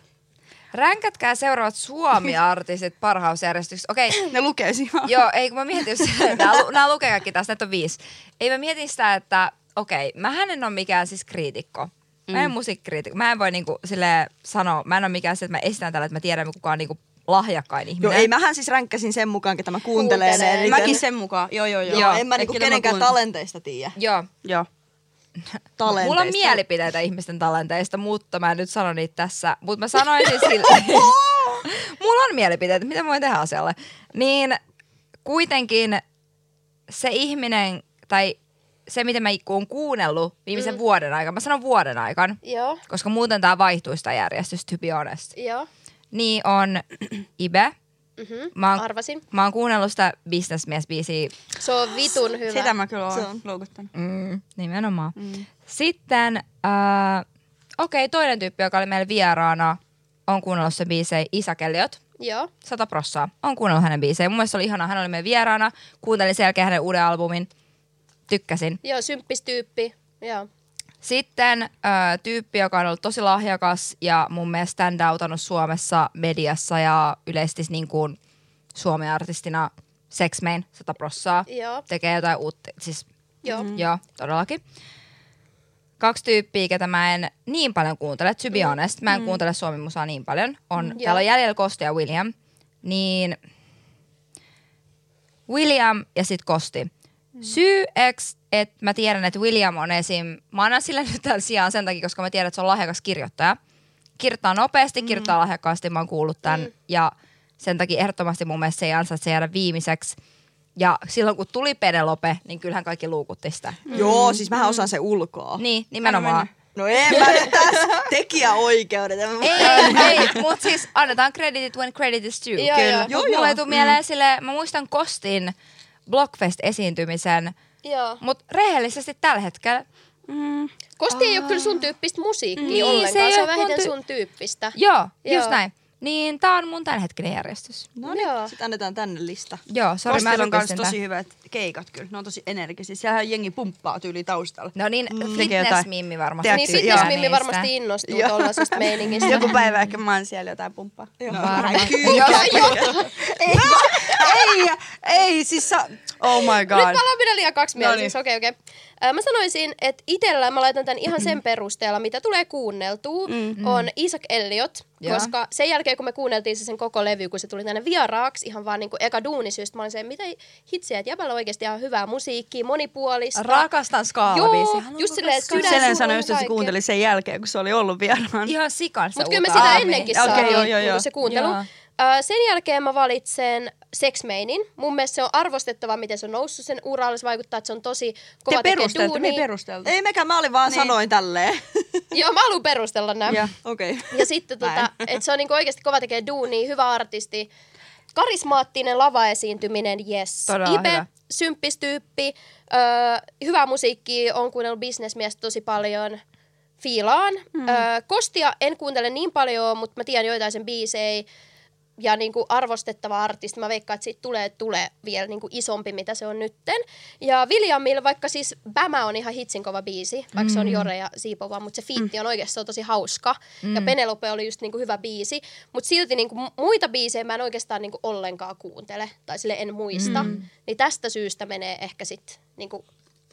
Ränkätkää seuraavat Suomi-artistit parhausjärjestyksessä. Okei,
Ne lukee siinä.
Joo, ei kun mä mietin, just- nää, lu, nää lukee kaikki tässä, näitä on viisi. Ei mä mietin sitä, että okei, mähän en ole mikään siis kriitikko. Mä en mm. musiikkikriitikko. Mä en voi niinku sille sanoa, mä en ole mikään se, että mä esitän tällä, että mä tiedän kuka on niinku lahjakkain ihminen.
Joo, ei mähän siis ränkkäsin sen mukaan, ketä mä kuuntelen.
Kuuntelee.
eniten.
Mäkin sen mukaan. Joo, joo, joo.
Joo, en mä
Et
niinku
kyllä
kenenkään
kuuntelen.
talenteista tiedä.
Joo.
Joo.
Talenteista.
Mulla on mielipiteitä ihmisten talenteista, mutta mä en nyt sano niitä tässä. Mutta mä sanoisin sille... Mulla on mielipiteitä, mitä mä voin tehdä asialle. Niin kuitenkin se ihminen, tai se mitä mä oon kuunnellut viimeisen mm. vuoden aikana, mä sanon vuoden aikana,
Joo,
koska muuten tämä vaihtuu sitä järjestystä, to be honest.
joo.
Niin on Ibe.
Mhm.
Mä oon,
Arvasin.
mä oon kuunnellut sitä bisnesmiesbiisiä
Se on vitun hyvä.
Sitä mä kyllä
Se
oon
on.
luukuttanut.
Mm, nimenomaan. Mm. Sitten, äh, okei, okay, toinen tyyppi, joka oli meillä vieraana, on kuunnellut se biisei Isäkeliot.
Joo.
Sata prossaa. On kuunnellut hänen biisejä. Mun mielestä oli ihanaa, hän oli meidän vieraana. Kuuntelin sen jälkeen hänen uuden albumin. Tykkäsin.
Joo, symppistyyppi. Joo.
Sitten äh, tyyppi, joka on ollut tosi lahjakas ja mun mielestä standoutannut Suomessa mediassa ja yleisesti niin kuin Suomen artistina Sex Main 100 prossaa.
Joo.
Tekee jotain uutta, siis
Joo.
Mm. Joo, todellakin. Kaksi tyyppiä, ketä mä en niin paljon kuuntele, to be honest. Mä en mm. kuuntele suomi musaa niin paljon. On, mm. Täällä on jäljellä Kosti ja William. Niin William ja sitten Kosti. Mm. Syy X, että mä tiedän, että William on esim... Mä annan sille nyt tämän sijaan sen takia, koska mä tiedän, että se on lahjakas kirjoittaja. Kirjoittaa nopeasti, kirjoittaa lahjakkaasti, mä oon kuullut tämän. Mm. Ja sen takia ehdottomasti mun mielestä se ei ansaitse jäädä viimeiseksi. Ja silloin kun tuli Penelope, niin kyllähän kaikki luukutti sitä.
Mm. Joo, siis mähän osaan sen ulkoa.
Niin, nimenomaan.
No en mä nyt tässä tekijäoikeudet. En mä-
Ei, ei,
niin.
ei, mut siis annetaan creditit when credit is due.
Joo, Kyllä. joo.
Mut
Joo,
mulla
joo.
ei tule mieleen
Mm.
sille, mä muistan Kostin Blockfest-esiintymisen,
Joo.
mut rehellisesti tällä hetkellä,
Kosti ei ole kyllä sun tyyppistä musiikkia
Niin,
niin,
se
ollenkaan.
ei
Se, on
ole mun
vähiten
ty-
sun tyyppistä.
joo, joo, just
Joo.
näin. Niin tää on mun tämänhetkinen järjestys.
No niin,
Joo.
sit annetaan tänne lista.
Joo, sori mä
Kostilla on
rupesin
myös
tän.
tosi hyvät keikat kyllä. Ne on tosi energisiä. Siellähän jengi pumppaa tyyli taustalla.
No niin,
Mm. Tekee jotain.
fitness-mimmi varmasti.
Tiedätkö,
Niin
Joo.
fitnessmimmi
niistä.
varmasti innostuu
Joo.
tuollaisesta meiningistä.
Joku päivä ehkä mä oon siellä jotain pumppaa.
Varmasti.
ei, ei, ei, siis sa- Oh my
Nyt mä
god.
ollaan vielä liian kaksi
No niin.
mieltä. Okei, okei. Ää, Mä sanoisin, että itellä mä laitan tämän ihan sen perusteella, mitä tulee kuunneltua,
Mm-hmm.
mm. on Isaac Elliot,
Joo.
koska sen jälkeen, kun me kuunneltiin se sen koko levy, kun se tuli tänne vieraaksi, ihan vaan niinku eka duunisyystä, mä olin se, että mitä hitsiä, että jäbällä on oikeasti ihan hyvää musiikkia, monipuolista.
Rakastan skaalabiisi.
Joo, just silleen, että sydän
Selen
surun
sanoi just, että se
kaikkea.
kuunteli sen jälkeen, kun se oli ollut vieraan.
Ihan sikan se
Mutta kyllä me
uutta
sitä
albumia.
ennenkin
Okei,
okay, saatiin
joo, joo,
niinku
joo.
se kuuntelu.
Joo.
Ö, sen jälkeen mä valitsen Sex Mainin. Mun mielestä se on arvostettava, miten se on noussut sen uralle. Se vaikuttaa, että se on tosi
Te
kova tekee
perusteltu, me ei
duunia.
perusteltu.
Ei mekään, mä olin vaan niin. sanoin tälleen.
Joo, mä haluan perustella nämä. Ja,
Joo.
Okei. Okay.
ja sitten,
Näin.
tota, että se on niinku oikeasti kova tekee duunia, hyvä artisti. Karismaattinen lavaesiintyminen, yes.
Todella
Ibe,
hyvä.
symppistyyppi, öö, hyvää musiikkia, on kuunnellut bisnesmiestä tosi paljon, fiilaan.
Hmm.
Mm. Öö, Kostia en kuuntele niin paljon, mutta mä tiedän joitain sen biisejä ja niinku arvostettava artisti. Mä veikkaan, että siitä tulee, tulee vielä niinku isompi, mitä se on nytten. Ja Williamilla, vaikka siis Bämä on ihan hitsin kova biisi, vaikka se on
Mm.
Jore ja Siipova, mutta se fiitti on oikeasti se on tosi hauska. Ja
Mm.
Penelope oli just niinku hyvä biisi, mutta silti niinku mu- muita biisejä mä en oikeastaan niinku ollenkaan kuuntele, tai sille en muista.
Mm.
Niin tästä syystä menee ehkä sitten niinku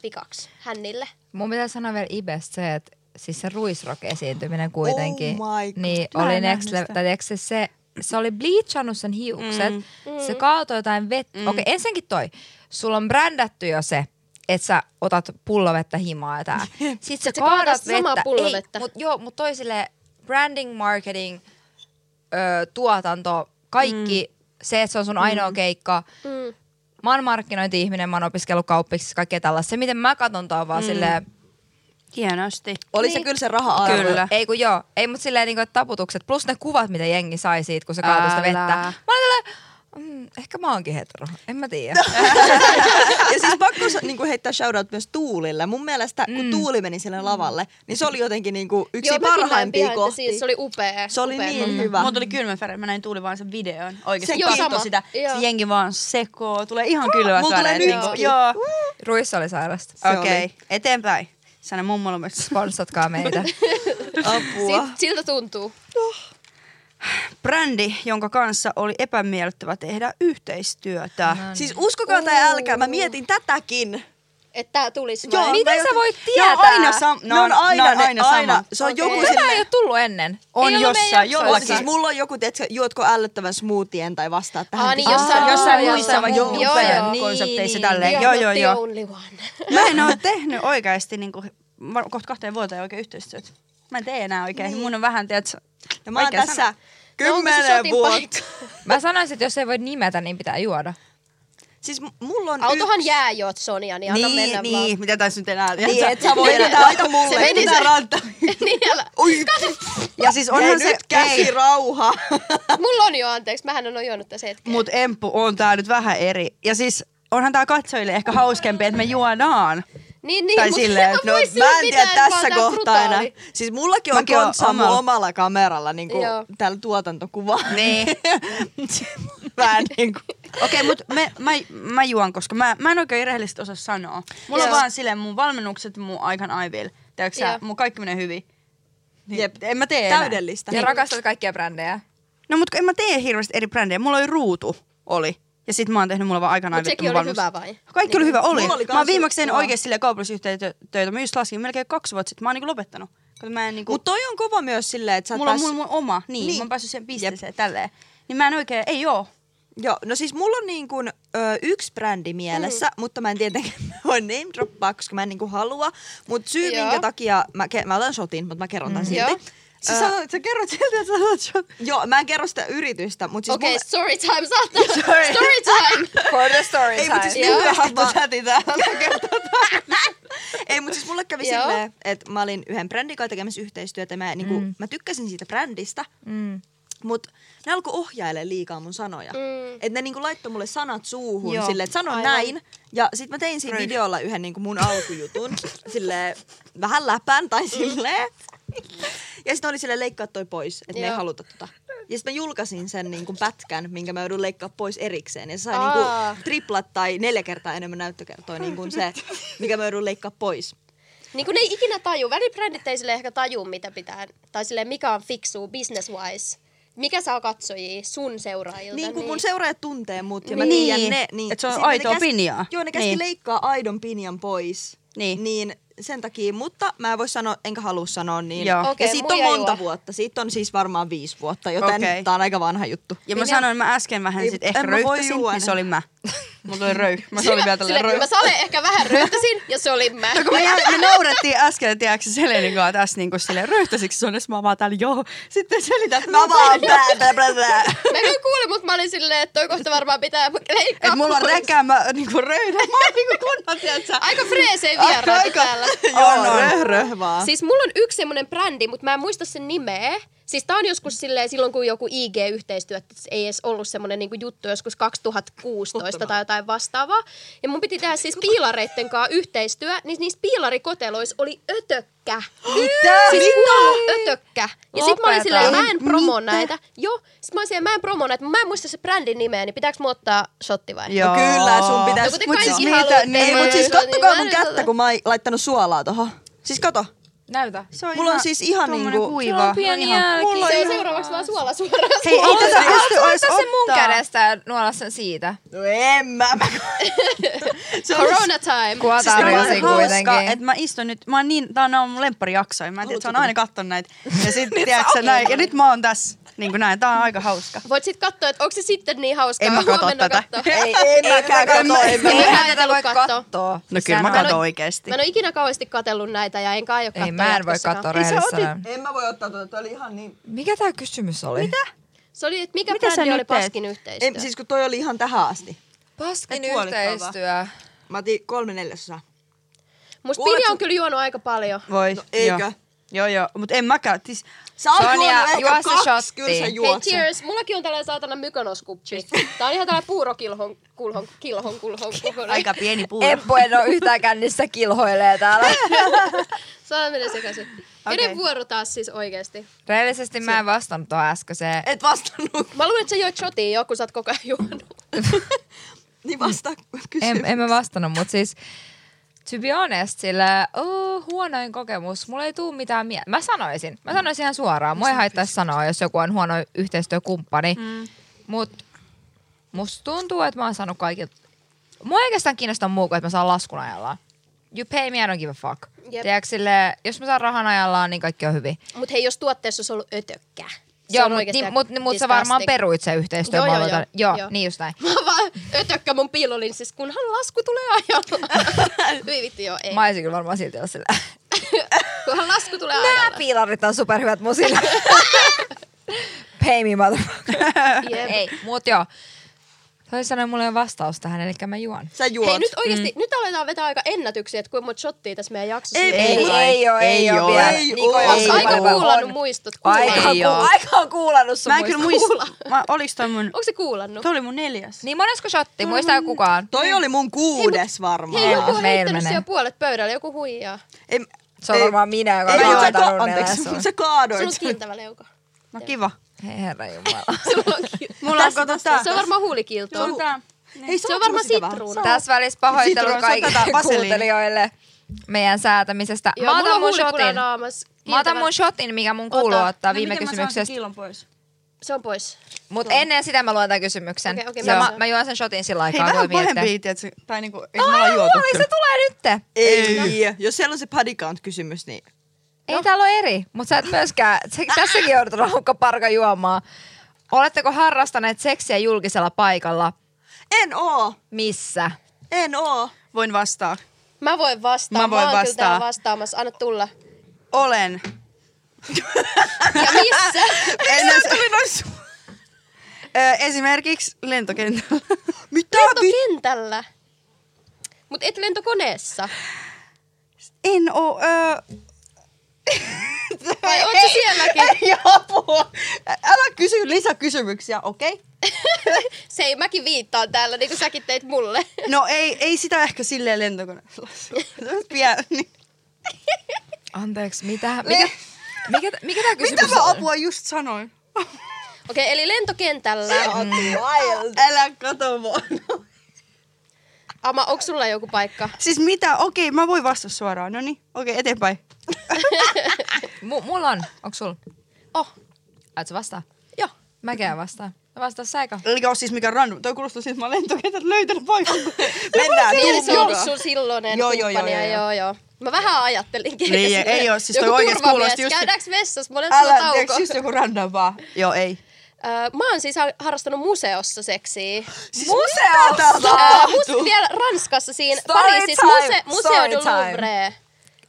vikaksi hännille.
Mun pitää sanoa vielä Ibestä se, että siis se ruisrock-esiintyminen kuitenkin,
Oh my God.
niin
Mä en
oli
nähnyt
next level,
sitä.
tai tiedätkö se, se, se oli bleachannut sen hiukset, mm. se kaatoi jotain vettä. Mm. Okei, ensinnäkin toi, sulla on brändätty jo se, että sä otat pullovettä himaa ja tää. Sitten sä
Se kaataa
kaadat
sitä samaa
vettä.
pullovettä.
Ei, mut joo, mut toi silleen branding, marketing, ö, tuotanto, kaikki, mm. se, että se on sun ainoa keikka. Mm. Mä oon markkinointi-ihminen, mä oon opiskellut kauppiksi, kaikkea tällaista. Se, miten mä katon, tää on vaan mm. silleen,
Hienosti.
Oli niin. se kyllä se raha
Kyllä.
ei kun joo, ei mut silleen niinku, että taputukset, plus ne kuvat, mitä jengi sai siitä, kun se kaatoi sitä
Älä.
vettä. Mä olin tällä, mm, ehkä mä oonkin hetero, en mä tiedä.
ja siis pakko sa- niinku heittää shoutout myös Tuulille. Mun mielestä kun Tuuli meni sille lavalle, niin se oli jotenkin niinku yksi
Mm. mäkin näin
parhaimpia
behind the
kohti.
scenes, siis Se oli upea.
se oli
upea
niin
moment.
hyvä.
Mulla tuli Mhm. kylmä väre, mä näin tuli vaan sen videon.
Se-
Oikeesti
joo,
katso
sama.
sitä.
Joo.
Se jengi vaan sekoo. Tulee ihan kylmät
Mulla tulee
väreet. niinku.
nytkin.
Joo.
Ruissa oli sairasta.
Se
Okei,
oli.
okay. eteenpäin. Sano mummolle myös.
Sponssatkaa meitä.
Apua.
Silt, siltä tuntuu.
Brändi, jonka kanssa oli epämiellyttävä tehdä yhteistyötä.
No niin.
Siis uskokaa tai älkää, mä mietin tätäkin.
Että tää tulisi
Joo,
vai?
mi-
Miten
mä
sä
jotenkin-
voit
Ne
tietää?
on aina, sam-
Ne on aina,
ne on
ne,
aina,
aina.
sama.
Se on
Okei.
joku
Tätä
sinne.
Tätä ei ole tullut ennen.
On
Ei ole meidän
jossain,
jaksoissa.
Jollakin.
jollakin.
Siis mulla on joku, tiedätkö, juotko ällöttävän smoothien tai vastaat tähän.
Ah, niin,
kysymykseen.
jossain,
Aa,
jossain
joo,
muissa
joo,
vaan
joo,
joku
joo.
päivän
Niin,
konsepteissa
niin,
tälleen.
You're
Joo,
not
joo,
the
joo.
only one.
Mä en oo tehnyt oikeasti niinku, var- kohta kahteen vuoteen oikein yhteistyötä. Mä en tee enää oikein. Mun on vähän, tiedätkö,
Ja mä oon
vaikea
tässä
No, onko se
kymmenen
shotin
vuotta.
Mä sanoisin, että jos ei voi nimetä, niin pitää juoda.
Siis m- mulla on
Autohan jää jo Sonia, niin anna mennä
Niin,
vaan.
niin, mitä tässä nyt enää
Niin,
tiedät
et sä voi enää. Laita mulle.
se meni se-
ranta.
niin, älä.
Oi,
Ja siis
Onhan
onhan se,
nyt käsi
ei,
rauha.
Mulla on jo, anteeksi, mähän on nojonnut tässä hetkeen.
mut Emppu, on tää nyt vähän eri. Ja siis onhan tää katsojille ehkä hauskempi, että me juodaan.
niin, niin,
tai
mut-
silleen,
Voi
no,
sille
Mä en
mitään,
tiedä
että mä oon
tässä
tää
kohtaa enää.
brutaali.
Siis mullakin on
Mäkin oon
kontsa mun
omalla.
omalla kameralla niin kuin
Joo.
täällä tuotantokuva.
Niin.
Vähän niin
niinku.
kuin.
Okei, mut me, mä, mä juon, koska mä, mä en oikein rehellisesti osaa sanoa. Mulla on
Joo.
vaan silleen mun valmennukset mun aikan aivil. Tiedätkö sä,
Joo.
mun kaikki menee hyvin. Niin,
Jep.
En mä tee enää. Niin.
Täydellistä.
Ja rakastat kaikkia brändejä.
No mut kun en mä tee hirveästi eri brändejä. Mulla oli ruutu, oli. Ja sit mä oon tehnyt mulla vaan aikanaan.
Mut sekin
mun
oli
valmis-
hyvä vai?
Kaikki oli hyvä, Niin. oli.
Mulla oli
mä
kans-
oon viimeksi tehnyt
joo.
oikeesti silleen kaupallisessa yhteistyötä. Mä just laskin melkein kaksi vuotta sitten. Mä oon niinku lopettanut. Kun mä en niinku...
Mut toi on kova myös silleen, että sä oot
mulla on
päässyt-
mun, mun oma, niin,
Niin.
niin. Mä oon päässyt siihen pisteeseen tälleen. Niin mä en oikein, ei oo.
Joo, no siis mulla on niin kuin, ö, yksi brändi mielessä, mm. mutta mä en tietenkään voi name droppaa, koska mä en niin kuin halua. Mutta syy,
Joo.
Joo. minkä takia, mä, ke- mä otan shotin, mutta mä kerron tämän mm. silti.
Joo.
Joo.
Sä, sanoit, sä kerrot siltä, että sä olet shot.
Joo, mä en kerro sitä yritystä, mutta siis
Okei,
mulla...
story time, saattaa. Story time.
For the story
Ei, mutta siis
Joo.
lyhyesti vaan-
Säti täällä.
Ei, mutta siis mulle kävi
Joo.
silleen, että mä olin yhden brändin kanssa tekemässä yhteistyötä. Mä, niinku, mm. mä tykkäsin siitä brändistä,
Mm.
mutta ne alkoi ohjailemaan liikaa mun sanoja.
Mm.
Mm. Että ne niinku laittoi mulle sanat suuhun
Joo,
silleen, että sano
aivan.
näin. Ja sit mä tein siinä
Right.
videolla yhden niinku mun alkujutun silleen vähän läpän tai
Mm.
silleen. Ja sitten oli sille leikkaa toi pois, että me ei
Joo.
haluta tota. Ja sitten mä julkaisin sen niinku pätkän, minkä mä joudun leikkaa pois erikseen. Ja se sai
Aa.
niinku triplat tai neljä kertaa enemmän näyttökertoja niinku se, mikä mä joudun leikkaa pois.
Niin kun ne ei ikinä taju. Välibrändit ei sille ehkä taju, mitä pitää. Tai sille mikä on fiksuu business wise. Mikä saa katsojia sun seuraajilta?
Niin kuin mun seuraajat tuntee mut ja mä
Niin.
tiedän ne. Niin
Et se on
sitten ne
aitoa
käs-
pinjaa.
Joo, ne käski
Niin.
leikkaa aidon pinjan pois.
Niin.
Niin sen takia, mutta mä en voi sanoa, enkä halua sanoa niin.
Joo.
Ja
Okei,
siitä on
muija
monta
juo.
vuotta. Siitä on siis varmaan viisi vuokka, joten
Okei.
okay. tää on aika vanha juttu.
Ja mä sanoin, mä äsken vähän
Ei,
sit
en
ehkä
mä voi
röyhtäsin,
juoda.
niin se oli mä. Mulla tuli röyh. Mä se oli vielä tälleen
Sille,
röyh.
mä sale ehkä vähän röytäsin ja se oli mä.
No kun me, jä- me naurettiin äsken, tiedätkö, Selenin kanssa tässä niinku silleen, röyhtäisikö sun, jos mä vaan täällä, joo. Sitten selität,
Mä vaan blää, blää, blää, blää.
Mä kyllä kuulin, mutta mä olin silleen, että toi kohta varmaan pitää leikkaa
Että mulla on
pois.
räkä, mä niinku röydän. Mä oon niinku kunnon, tiedätkö?
Aika freesei vieraita täällä.
Joo, no, röh, röh vaan.
Siis mulla on yksi semmonen brändi, mutta mä en muista sen nimeä. Siis tää on joskus silleen, silloin kun joku IG-yhteistyö, että se ei edes ollut semmonen niinku juttu joskus 2016 tai jotain jotain vastaavaa. Ja mun piti tehdä siis piilareitten kanssa yhteistyö, niin niissä piilarikoteloissa oli ötökkä.
Mitä?
Siis kuollut ötökkä. Ja sit mä olin
Lopeta.
silleen, mä en promo
Mitä?
näitä. Joo, sit mä olin silleen, mä en promo näitä. Mä en muista se brändin nimeä, niin pitääks mä ottaa shotti vai?
Joo.
No kyllä, sun pitäisi...
No kuten
mut
kaikki
siis
haluaa
mitä-
tehdä.
niin,
Ei,
Mä
mut siis
en sano,
kattokaa
mä en
mun kättä,
sano.
kun mä oon laittanut suolaa tohon. Siis kato,
Näytä.
Se on
mulla on
ihan-
siis ihan
tommonen
niinku...
Sulla
kuiva.
on pieni
No ihan-
Mulla
jälki.
se on seuraavaksi vaan suola suoraan.
Hei, ei
Ota-
tätä
ota-
pysty
Ota
edes
se mun
ottaa.
kädestä ja nuola sen siitä.
Siis
No en mä. se on
Corona time.
Kuota
Tää on
tarjosin
niin hauska,
kuitenkin.
että mä istun nyt, mä oon niin, tää on nää on mun lempparijaksoja, mä en tiedä, sä oon aina katton näitä. Ja sit, tiedätkö, näin, ja nyt mä oon tässä, niin kuin näin, tää on aika hauska.
Voit sit katsoa, että onko se sitten niin hauskaa.
En mä katso
Huomenna
tätä.
kattoo.
Ei, en mäkään kato, en mä.
Ei.
Eihän
mä en
tätä
halua
voi
kattoo.
kattoo.
No kyllä mä
Sehän on-
katon oikeesti.
Mä en ole ikinä kauheasti katellut näitä ja enkä aio katsoa
Ei, mä en voi
jatkossakaan.
katsoa
Ei sä
rehellisesti
otit.
sanoen.
En mä voi ottaa tuota, toi oli ihan niin...
Mikä tää kysymys oli? Mitä?
Se oli, että mikä
Mitä sä
brändi oli
nyt teet?
paskin yhteistyö?
En, siis kun toi oli ihan tähän asti.
Paskin
Et puolittaa vaan.
yhteistyö.
Mä otin kolme neljäsosaa.
Musta
kuulet
Pini
sä-
on kyllä juonut aika paljon.
Voi,
No, eikö?
Joo, joo, joo mutta en mäkään. Tis,
Sä oot
Sonja,
juonut ehkä
juo se
kaksi,
shotti.
kyllä sä
Hei,
Hei
juot sen.
cheers, mullakin on tällainen saatana mykonoskuppi. Tää on ihan tällainen puurokilhon, kulhon, kilhon, kulhon, kulhon.
aika pieni puuro.
Eppu en oo yhtään kännissä kilhoilee täällä.
Saa mennä sekaisin. Kenen vuoro taas siis oikeesti?
Rehellisesti mä en vastannut tuohon äskeiseen.
Et vastannut.
Mä luulen, että sä joit shotia jo, kun sä oot koko ajan juonut.
Niin vastaa
Mm.
En,
kysymykseen.
en mä vastannut, mutta siis to be honest, sillä oh, huonoin kokemus, mulla ei tuu mitään mieltä. Mä sanoisin, mä sanoisin ihan suoraan, mua ei haittaisi sanoa, jos joku on huono yhteistyökumppani, mm. mutta musta tuntuu, että mä oon saanut kaikilta, mua ei oikeastaan kiinnosta muu kuin, että mä saan laskun ajallaan. You pay me, I don't give a fuck.
Jep.
Tiedätkö, sille, jos mä saan rahan ajallaan, niin kaikki on hyvin.
Mut hei, jos tuotteessa olisi ollut ötökkää. Se
Joo,
on
mutta
oikeesti
niin,
aika
mut, niin, mut sä varmaan
disgusting.
peruit sen yhteistyön.
Joo, joo,
mä aloitan-
joo.
joo,
Joo.
niin just näin.
Mä oon vaan ötökkä mun piilolinssissä, kunhan lasku tulee ajallaan. Hyi vittu, joo, ei.
Mä olisin kyllä varmaan silti olla sillä.
Kunhan lasku tulee
Nämä
ajallaan.
piilarit on superhyvät musille. Pay me, motherfucker.
Jep.
Ei, mut joo. Toisin sanoen mulla ei ole vastaus tähän, eli mä juon.
Sä juot.
Hei, nyt
Mm.
oikeesti, nyt aletaan vetää aika ennätyksiä, että kuinka monta shottia tässä meidän jaksossa
Ei,
nyt
ei,
tulee.
oo,
ei oo,
ei oo.
on
Onks
ei
aika
varmaan.
kuulannut muistot?
Aika,
Kuullaan.
on
Ei
ku-
oo.
aika on kuulannut sun
Mä en kyllä
muista.
muista. Mä, oliks toi mun...
Onko se kuulannut?
Toi oli mun neljäs.
Niin monesko
Mm.
shotti, muistaako kukaan?
Toi oli mun kuudes varmaan.
Mm. Hei, joku on
Meillä
heittänyt
menee.
siellä puolet pöydällä, joku huijaa.
Ei-
Se on
ei-
varmaan minä, joka
Ei,
on
mut sä,
kaatanut
ka-
ne
anteeksi,
läsun.
mut sä
Sulla on
kaadoit. sen.
kiiltävä leuka.
No kiva.
Hei herra jumala.
Sulla on kiil-
Mulla on kato tää.
Se on varmaan huulikiltoa.
Hei,
Se on varmaan sitruuna.
Tässä välissä pahoittelu
Sitruun, se on
kaikille
tätä vaseliinia.
kuuntelijoille meidän säätämisestä.
Joo,
Mä
mulla
otan
on
mun
huulipuna
shotin.
naamassa.
Mä otan
Kiiltävä-
mun shotin, mikä mun kuuluu
Ota. No
ottaa viime kysymyksestä.
kiilon pois?
Se on pois.
Mutta ennen sitä mä luen tämän kysymyksen.
Okei, okei,
ja
mä
mä,
saan.
mä juon sen shotin sillä
Hei,
aikaa,
vähän
kun voi miettiä.
pahempi tiedätkö? Tai niinku, ei
Ai,
me ollaan juotu
huoli, se
kyllä.
tulee nytte.
Ei. Jos siellä on se body count kysymys, niin...
Ei täällä ole eri, mutta sä et myöskään, se, tässäkin joudutaan hukka parka juomaan. Oletteko harrastaneet seksiä julkisella paikalla?
En oo.
Missä?
En oo.
Mm.
Voin vastaa.
Mä voin vastaa.
Mä voin
oon kyllä
vastaa.
täällä vastaamassa. Anna tulla.
Olen.
Ja missä?
Ennen tuli noin Esimerkiksi lentokentällä.
Mitä vi...
Lentokentällä. Mut et lentokoneessa.
En oo... Öö,
Vai oot sä sielläkin?
Ei apua. Ä- Älä kysy lisäkysymyksiä, okei? Okay?
Se ei, mäkin viittaan täällä, niin kuin säkin teit mulle.
no ei, ei sitä ehkä silleen lentokoneella. Pian, niin.
Anteeksi, mitä? Mikä, mikä, mikä tämä kysymys
Mitä mä
on?
apua just sanoin?
Okei, eli lentokentällä.
on wild.
Älä kato mua.
Ama, onko sulla joku paikka?
Siis mitä? Okei, mä voin vastata suoraan. No niin, okei, eteenpäin.
M- mulla on. Onko sulla?
Oh,
Aiot sä vastaa?
joo.
Mä käyn vastaan. Mä vastaan sä eka.
Eli on siis mikä random. Toi kuulostaa siis, että mä oon lentokentältä löytänyt paikan.
Mennään.
Niin, se on
tuu-
sun silloinen
Joo,
joo,
joo,
joo, joo,
joo,
joo,
joo.
joo, joo. Mä vähän ajattelinkin.
Niin,
että
ei
se-
oo, siis toi
joku
oikeesti
turvamies.
kuulosti just-
Käydäänkö vessassa? Mulla on
Älä,
tauko.
tiedätkö, just joku random vaan. Joo, ei.
Öö, mä oon siis ha- harrastanut museossa seksiä.
Siis Museo täällä
Öö, mus- vielä Ranskassa siinä
Story
Pariisissa
time,
muse- Museo
story
du
time.
Louvre.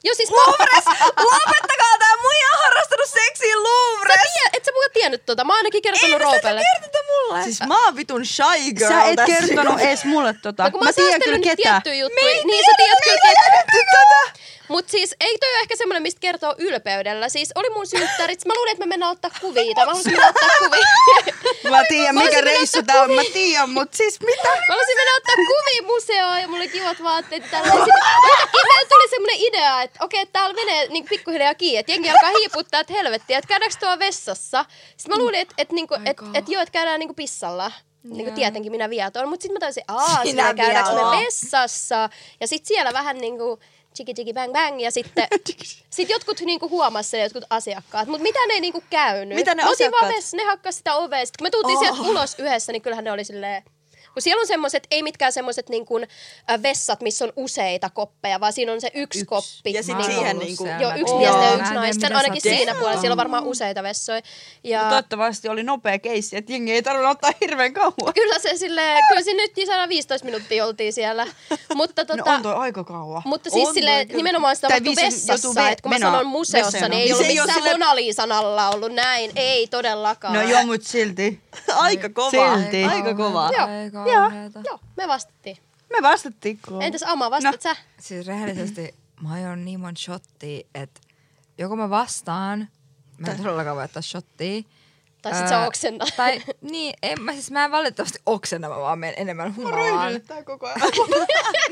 Joo siis Louvres!
Lopettakaa tää muija on harrastanut seksiä Louvre!
Et sä muuta tiennyt tota, mä oon ainakin kertonut Roopelle.
mulle.
Siis mä oon vitun shy girl
Sä et
tässä.
kertonut edes mulle tota.
No kun mä,
mä tiedän kyllä
niitä
ketään.
tiettyjä juttuja, niin sä tiedät kyllä ketään.
Tätä.
Mut siis ei toi ole ehkä semmoinen, mistä kertoo ylpeydellä. Siis oli mun synttärit, mä luulin, että me mennään ottaa kuvia. tai Mä halusin mennä ottaa kuvia.
Mä tiedän,
Mä
mikä
olisin
reissu tää on. Mä tiedän, mut siis mitä?
Mä halusin mennä ottaa kuvia museoon ja mulla oli kivat vaatteet. ja tällainen. Sitten Yhtäkkiä meillä tuli semmoinen idea, että okei, että täällä menee niin pikkuhiljaa kiinni, että jengi alkaa hiiputtaa, että helvettiä, että käydäänkö tuolla vessassa. Sitten mä luulin, että, että, niinku, että, että joo, että käydään niinku pissalla. Niin kuin tietenkin minä viaton, mutta sitten mä taisin, aa, siinä käydäänkö me vessassa. Ja sitten siellä vähän niin kuin chiki chiki bang bang ja sitten sit jotkut niinku huomasi sen, jotkut asiakkaat. Mutta mitä ne ei niinku käynyt?
Mitä ne
Me oltiin vaan
asiakkaat?
vessassa, ne hakkas sitä ovea. Sitten kun me tultiin oh. sieltä ulos yhdessä, niin kyllähän ne oli silleen, kun siellä on semmoiset, ei mitkään semmoiset niin kuin, äh, vessat, missä on useita koppeja, vaan siinä on se yksi, yksi. koppi.
Ja sit
Niin kuin-
siihen niinku-
Joo, yksi miesten ja yksi naisten, ainakin siinä puolella. Siellä on varmaan useita vessoja. Ja
No Toivottavasti oli nopea keissi, että jengi ei tarvinnut ottaa hirveän kauan.
kyllä se sille, kyllä se nyt 115 minuuttia oltiin siellä. Mutta
No
tota,
on toi aika kauan.
mutta siis
On
sille,
toi kyllä.
nimenomaan sitä
Tai
tapahtui
viisi joutuu
vessassa,
ve-
että kun mä
menoa
sanon museossa,
vessaan.
niin ei ollut
se ei oo
missään
sille-
Mona Liisan alla ollut näin, ei todellakaan.
No joo, mut silti.
Aika kovaa.
Silti.
Aika kovaa.
Joo,
Ei kauheeta.
joo, joo, me vastattiin.
Me vastattiin kun...
Entäs Ama, vastat sä?
Siis rehellisesti mä aion niin monta shottia, että joko mä vastaan, mä en todellakaan voi ottaa shottia.
Tai sit sä oksennat.
Tai, niin, en mä siis, mä en valitettavasti oksenna, mä vaan menen enemmän humalaan.
Tää koko ajan.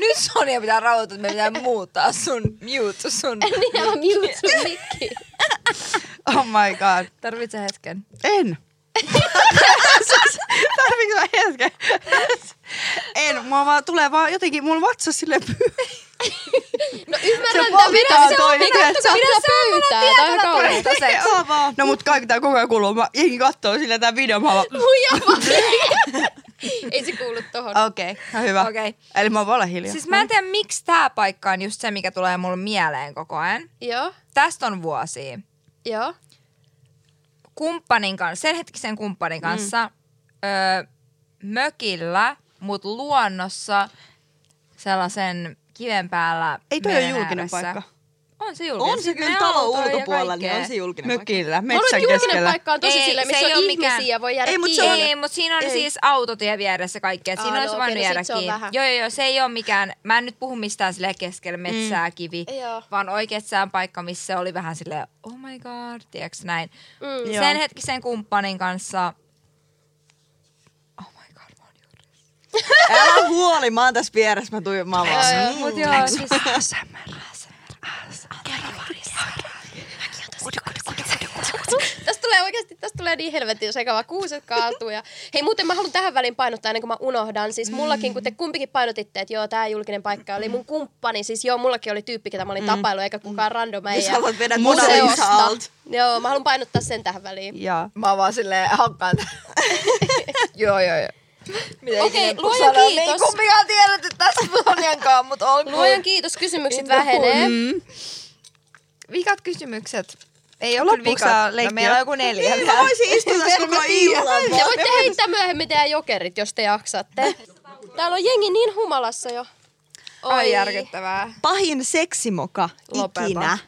Nyt Sonia pitää rauhoittua, että me pitää muuttaa sun mute, sun...
Niin, ja mä mute sun mikki.
Oh my god.
Tarvitsee hetken.
En. Tarviinko mä hetken? en, mua vaan tulee vaan jotenkin, mulla vatsa sille
No ymmärrän
Se
tämän, mitä
polttaa
se
toi
on, mikä
näin.
vittu sä pidä pöytää, tää on kauhean.
Toiseksi.
vaan. No mut kaikki tää koko ajan kuluu. Mä jengi kattoo sillä tää video. Mä vaan,
Huijaa vaan. Ei se kuulu tohon.
okei, okay. no hyvä.
Okei.
Eli mä voin olla hiljaa.
Siis mä en tiedä, miksi tää paikka on just se, mikä tulee mulle mieleen koko ajan.
Joo,
Tästä on vuosia.
joo.
Kumppanin kanssa, sen hetkisen
Mm.
kumppanin kanssa, öö, mökillä, mut luonnossa, sellaisen kiven päällä.
Ei toi
meren
ole julkinen
ääressä.
paikka.
On se julkinen.
On se
Sitten
kyllä
ne
talon
autoja ja
ulkopuolella, niin on
kaikkea.
se julkinen paikka.
Mä
Mökillä,
luulen, että
metsän
julkinen
keskellä.
paikka on tosi
Ei,
silleen,
se
missä
ei
on
oo
ihmisiä
mikään-
ja voi jäädä
Ei, mut se on-
kiinni.
Ei, mutta siinä oli siis autotie vieressä kaikkea. Siinä
Aa,
olisi
no
voinut
okei, no
jäädä
sit se on
kiinni.
vähän.
Joo, joo, joo, se ei ole mikään, mä en nyt puhu mistään sille keskellä metsää, mm. kivi,
Joo.
vaan oikeastaan paikka, missä oli vähän silleen, oh my god, tiedätkö näin. Mm.
Joo.
Sen hetkisen kumppanin kanssa, oh my god, mä oon juuri.
Älä huoli, mä oon tässä vieressä, mä tuin, mä oon vaan-
Joo, joo.
Mut joo, siis
Tästä tulee oikeasti, tästä tulee niin helvetin, jos eikä vaan kuuset kaatuu. Ja... Hei, muuten mä haluan tähän väliin painottaa, ennen kuin mä unohdan. Siis mullakin, kun te kumpikin painotitte, että joo, tämä julkinen paikka oli mun kumppani. Siis joo, mullakin oli tyyppi, ketä mä olin tapailu, eikä kukaan random
Jos
äijä.
haluat vedä Mona
Museosta.
Lisa alt.
Joo, mä haluan painottaa sen tähän väliin.
Jaa.
mä oon vaan silleen hakkaan. joo, joo, joo. Miten
Okei,
ikinä
luojan
sanon, Me ei
kiitos.
kumpikaan tiedetty tässä Soniankaan, mutta olkoon.
Luojan kiitos, kysymykset vähenee.
vikat kysymykset. Ei ole kyllä
Loppuuko sä
vikat. No,
leikkiä?
meillä on joku neljä.
Mä voisin istua tässä koko illan.
Te voitte heittää myöhemmin teidän jokerit, jos te jaksatte. Täällä on jengi niin humalassa jo.
Ai järkyttävää.
Pahin seksimoka
Lopeta.
ikinä.